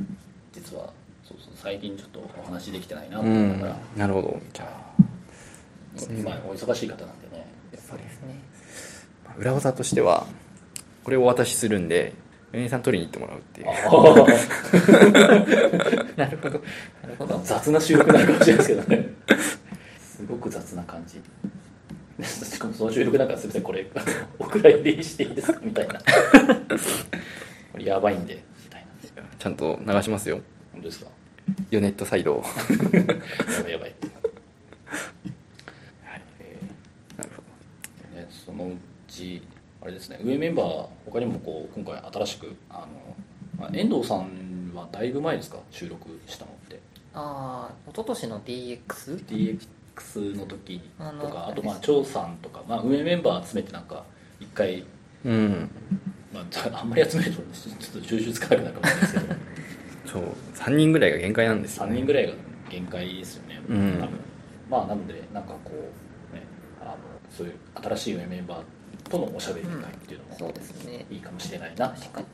[SPEAKER 2] 実はそうそう最近ちょっとお話できてないなと
[SPEAKER 1] う
[SPEAKER 2] 思った
[SPEAKER 1] ん
[SPEAKER 2] から、
[SPEAKER 1] なるほどじゃあ
[SPEAKER 2] まあ、お忙しい方なんでね
[SPEAKER 3] そうですね
[SPEAKER 1] 裏技としてはこれをお渡しするんで米井さん取りに行ってもらうっていう
[SPEAKER 3] なるほどなるほど
[SPEAKER 2] 雑な収録になるかもしれないですけどねすごく雑な感じ しかもその収録なんかすみませんこれお蔵入りしていいですかみたいなこれやばいんでみたいな
[SPEAKER 1] ちゃんと流しますよ
[SPEAKER 2] 本当ですか
[SPEAKER 1] ヨネットサイ ドを
[SPEAKER 2] やばいやばいはいえー
[SPEAKER 1] なるほ
[SPEAKER 2] ね、そのうちあれですね上メンバー他にもこう今回新しくあの、まあ、遠藤さんはだいぶ前ですか収録したのって
[SPEAKER 3] ああ一昨年の DX
[SPEAKER 2] DX の時
[SPEAKER 3] あ
[SPEAKER 2] と
[SPEAKER 3] の
[SPEAKER 2] かあとまあ張さんとか、まあ、上メンバー集めてなんか一回、
[SPEAKER 1] どうん
[SPEAKER 2] まあちょ、あんまり集めるとちょちょっと収集つかなくなるかもしれないですけ ど
[SPEAKER 1] そう3人ぐらいが限界なんですよ、
[SPEAKER 2] 3
[SPEAKER 1] ね、
[SPEAKER 2] 人ぐらいが限界ですよね、
[SPEAKER 1] うん
[SPEAKER 2] 多分まあなのでなんかこう、ね、あのそういう新しい上メンバーとのおしゃべり会っていうの
[SPEAKER 3] そ
[SPEAKER 2] も
[SPEAKER 3] うですね
[SPEAKER 2] いいかもしれないな、
[SPEAKER 3] 確かに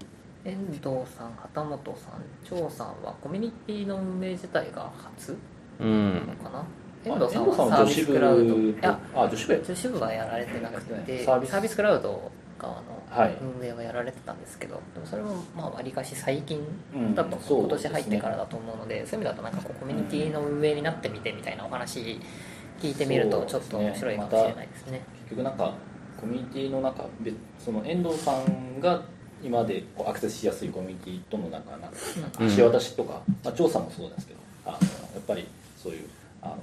[SPEAKER 3] 遠藤さん旗本さん張さんはコミュニティの運営自体が初
[SPEAKER 1] うん
[SPEAKER 3] なのかな
[SPEAKER 2] 遠
[SPEAKER 3] 遠
[SPEAKER 2] 藤
[SPEAKER 3] 藤
[SPEAKER 2] さ
[SPEAKER 3] さ
[SPEAKER 2] ん
[SPEAKER 3] ん
[SPEAKER 2] はサ
[SPEAKER 3] はサ
[SPEAKER 2] ー
[SPEAKER 3] ー
[SPEAKER 2] ビ
[SPEAKER 3] ビ
[SPEAKER 2] ス
[SPEAKER 3] ス
[SPEAKER 2] ク
[SPEAKER 3] ク
[SPEAKER 2] ラ
[SPEAKER 3] ラ
[SPEAKER 2] ウ
[SPEAKER 3] ウ
[SPEAKER 2] ド
[SPEAKER 3] ドいや
[SPEAKER 2] あ女子部
[SPEAKER 3] 女子部はやられてなくて
[SPEAKER 2] サ
[SPEAKER 3] サ
[SPEAKER 2] ー
[SPEAKER 3] ー
[SPEAKER 2] ビス
[SPEAKER 3] ビスクラウド側の
[SPEAKER 2] はい
[SPEAKER 3] 運営はやられてたんですけど、でもそれもまあわりかし最近
[SPEAKER 2] うん
[SPEAKER 3] だと、
[SPEAKER 2] そう
[SPEAKER 3] 今年入ってからだと思うのでそういう意味だとなんかこうコミュニティの運営になってみてみたいなお話聞いてみるとちょっと面白いかもしれないですね
[SPEAKER 2] 結局なんかコミュニティの中別その遠藤さんが今までこうアクセスしやすいコミュニティとのなんかなんか
[SPEAKER 1] うん
[SPEAKER 2] 橋渡しとか、まあ、調査もそうなんですけどあのやっぱりそういうあの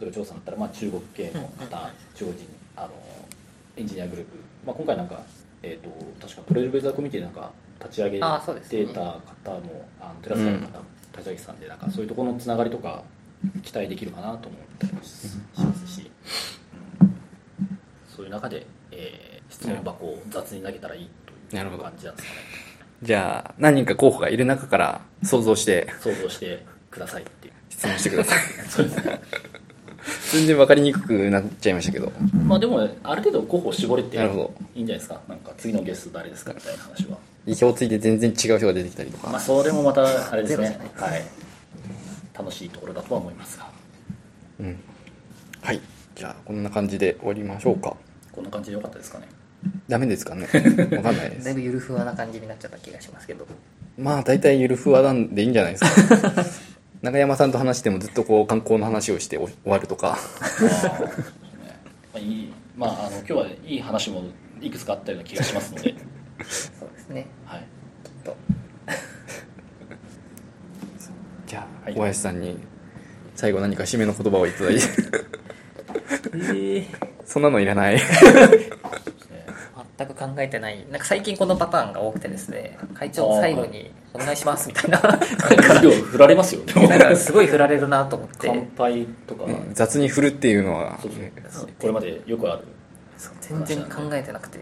[SPEAKER 2] 例えば調査だったらまあ中国系の
[SPEAKER 3] うんうん
[SPEAKER 2] 方、中国人あのエンジニアグループ、まあ、今回なんか、えー、と確かプロデューサーコミュニティなんか立ち上げてた
[SPEAKER 3] あ
[SPEAKER 2] 方
[SPEAKER 3] そうですね
[SPEAKER 2] もあのテラスさんの方立ち上げてたんでなんかそういうところのつながりとか期待できるかなと思ったりもししますし。そういう中で、えー質問箱を雑に投げたらいいとい
[SPEAKER 1] なるほ
[SPEAKER 2] う
[SPEAKER 1] ど
[SPEAKER 2] 感じなんですかね
[SPEAKER 1] じゃあ何人か候補がいる中から想像して
[SPEAKER 2] 想像してくださいっていう
[SPEAKER 1] 質問してください
[SPEAKER 2] そうですね
[SPEAKER 1] 全然分かりにくくなっちゃいましたけど
[SPEAKER 2] まあでもある程度候補を絞れていい
[SPEAKER 1] なんるほど
[SPEAKER 2] じゃないですかなんか次のゲスト誰ですかみたいな話は
[SPEAKER 1] 票ついて全然違う人が出てきたりと
[SPEAKER 2] まあ
[SPEAKER 1] か
[SPEAKER 2] それもまたあれです
[SPEAKER 3] ゼ
[SPEAKER 2] ね
[SPEAKER 3] ロ
[SPEAKER 2] はい楽しいところだとは思いますが
[SPEAKER 1] うんはいじゃあこんな感じで終わりましょうか
[SPEAKER 2] こんな感じでよかったですかね
[SPEAKER 1] ダメですか ねわかんないで
[SPEAKER 3] だい
[SPEAKER 1] す
[SPEAKER 3] ぶゆるふわな感じになっちゃった気がしますけど
[SPEAKER 1] まあ大体ゆるふわなんでいいんじゃないですか 中山さんと話してもずっとこう観光の話をして終わるとか
[SPEAKER 2] あーそうです ねまあいいまああの今日はいい話もいくつかあったような気がしますの で、
[SPEAKER 3] そうですね
[SPEAKER 2] はい、
[SPEAKER 3] きっと
[SPEAKER 1] じゃあ、
[SPEAKER 2] はい
[SPEAKER 1] 小林さんに最後何か締めの言葉をいただいてそんなのいらない
[SPEAKER 2] ね
[SPEAKER 3] 全く考えてないなんか最近このパターンが多くてですね会長最後に「お願いします」みたいな
[SPEAKER 2] 授 業振られますよ
[SPEAKER 3] なん
[SPEAKER 2] ね
[SPEAKER 3] かすごい振られるなと思って
[SPEAKER 2] 乾杯とか、
[SPEAKER 1] 雑に振るっていうのは
[SPEAKER 2] そうそう
[SPEAKER 3] そう
[SPEAKER 2] これまでよくある
[SPEAKER 3] そう全然考えてなくて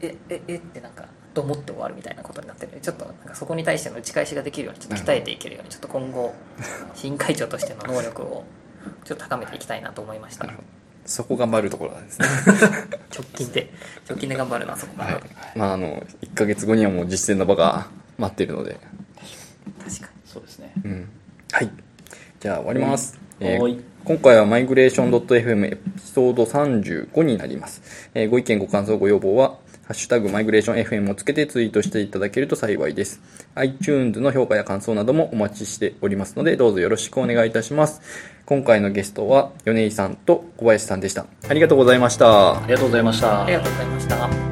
[SPEAKER 3] えええってなんかと思って終わるみたいなことになってるちょっとなんかそこに対しての打ち返しができるようにちょっと鍛えていけるようにちょっと今後新会長としての能力をちょっと高めていきたいなと思いました
[SPEAKER 1] なるほそこ頑張るところなんですね。
[SPEAKER 3] 直近で直近で頑張るなそこが、
[SPEAKER 1] はい。まあ、あの、1ヶ月後にはもう実践の場が待ってるので。
[SPEAKER 3] 確か
[SPEAKER 2] そうですね
[SPEAKER 1] うん。はい。じゃあ終わります。
[SPEAKER 2] うん
[SPEAKER 1] えー
[SPEAKER 2] はーい
[SPEAKER 1] 今回はマイグレーション .fm エピソード35になります。えーご意見、ご感想、ご要望は、ハッシュタグマイグレーション FM をつけてツイートしていただけると幸いです。iTunes の評価や感想などもお待ちしておりますので、どうぞよろしくお願いいたします。今回のゲストは、米井さんと小林さんでした。ありがとうございました。
[SPEAKER 2] ありがとうございました
[SPEAKER 3] にありがとうございました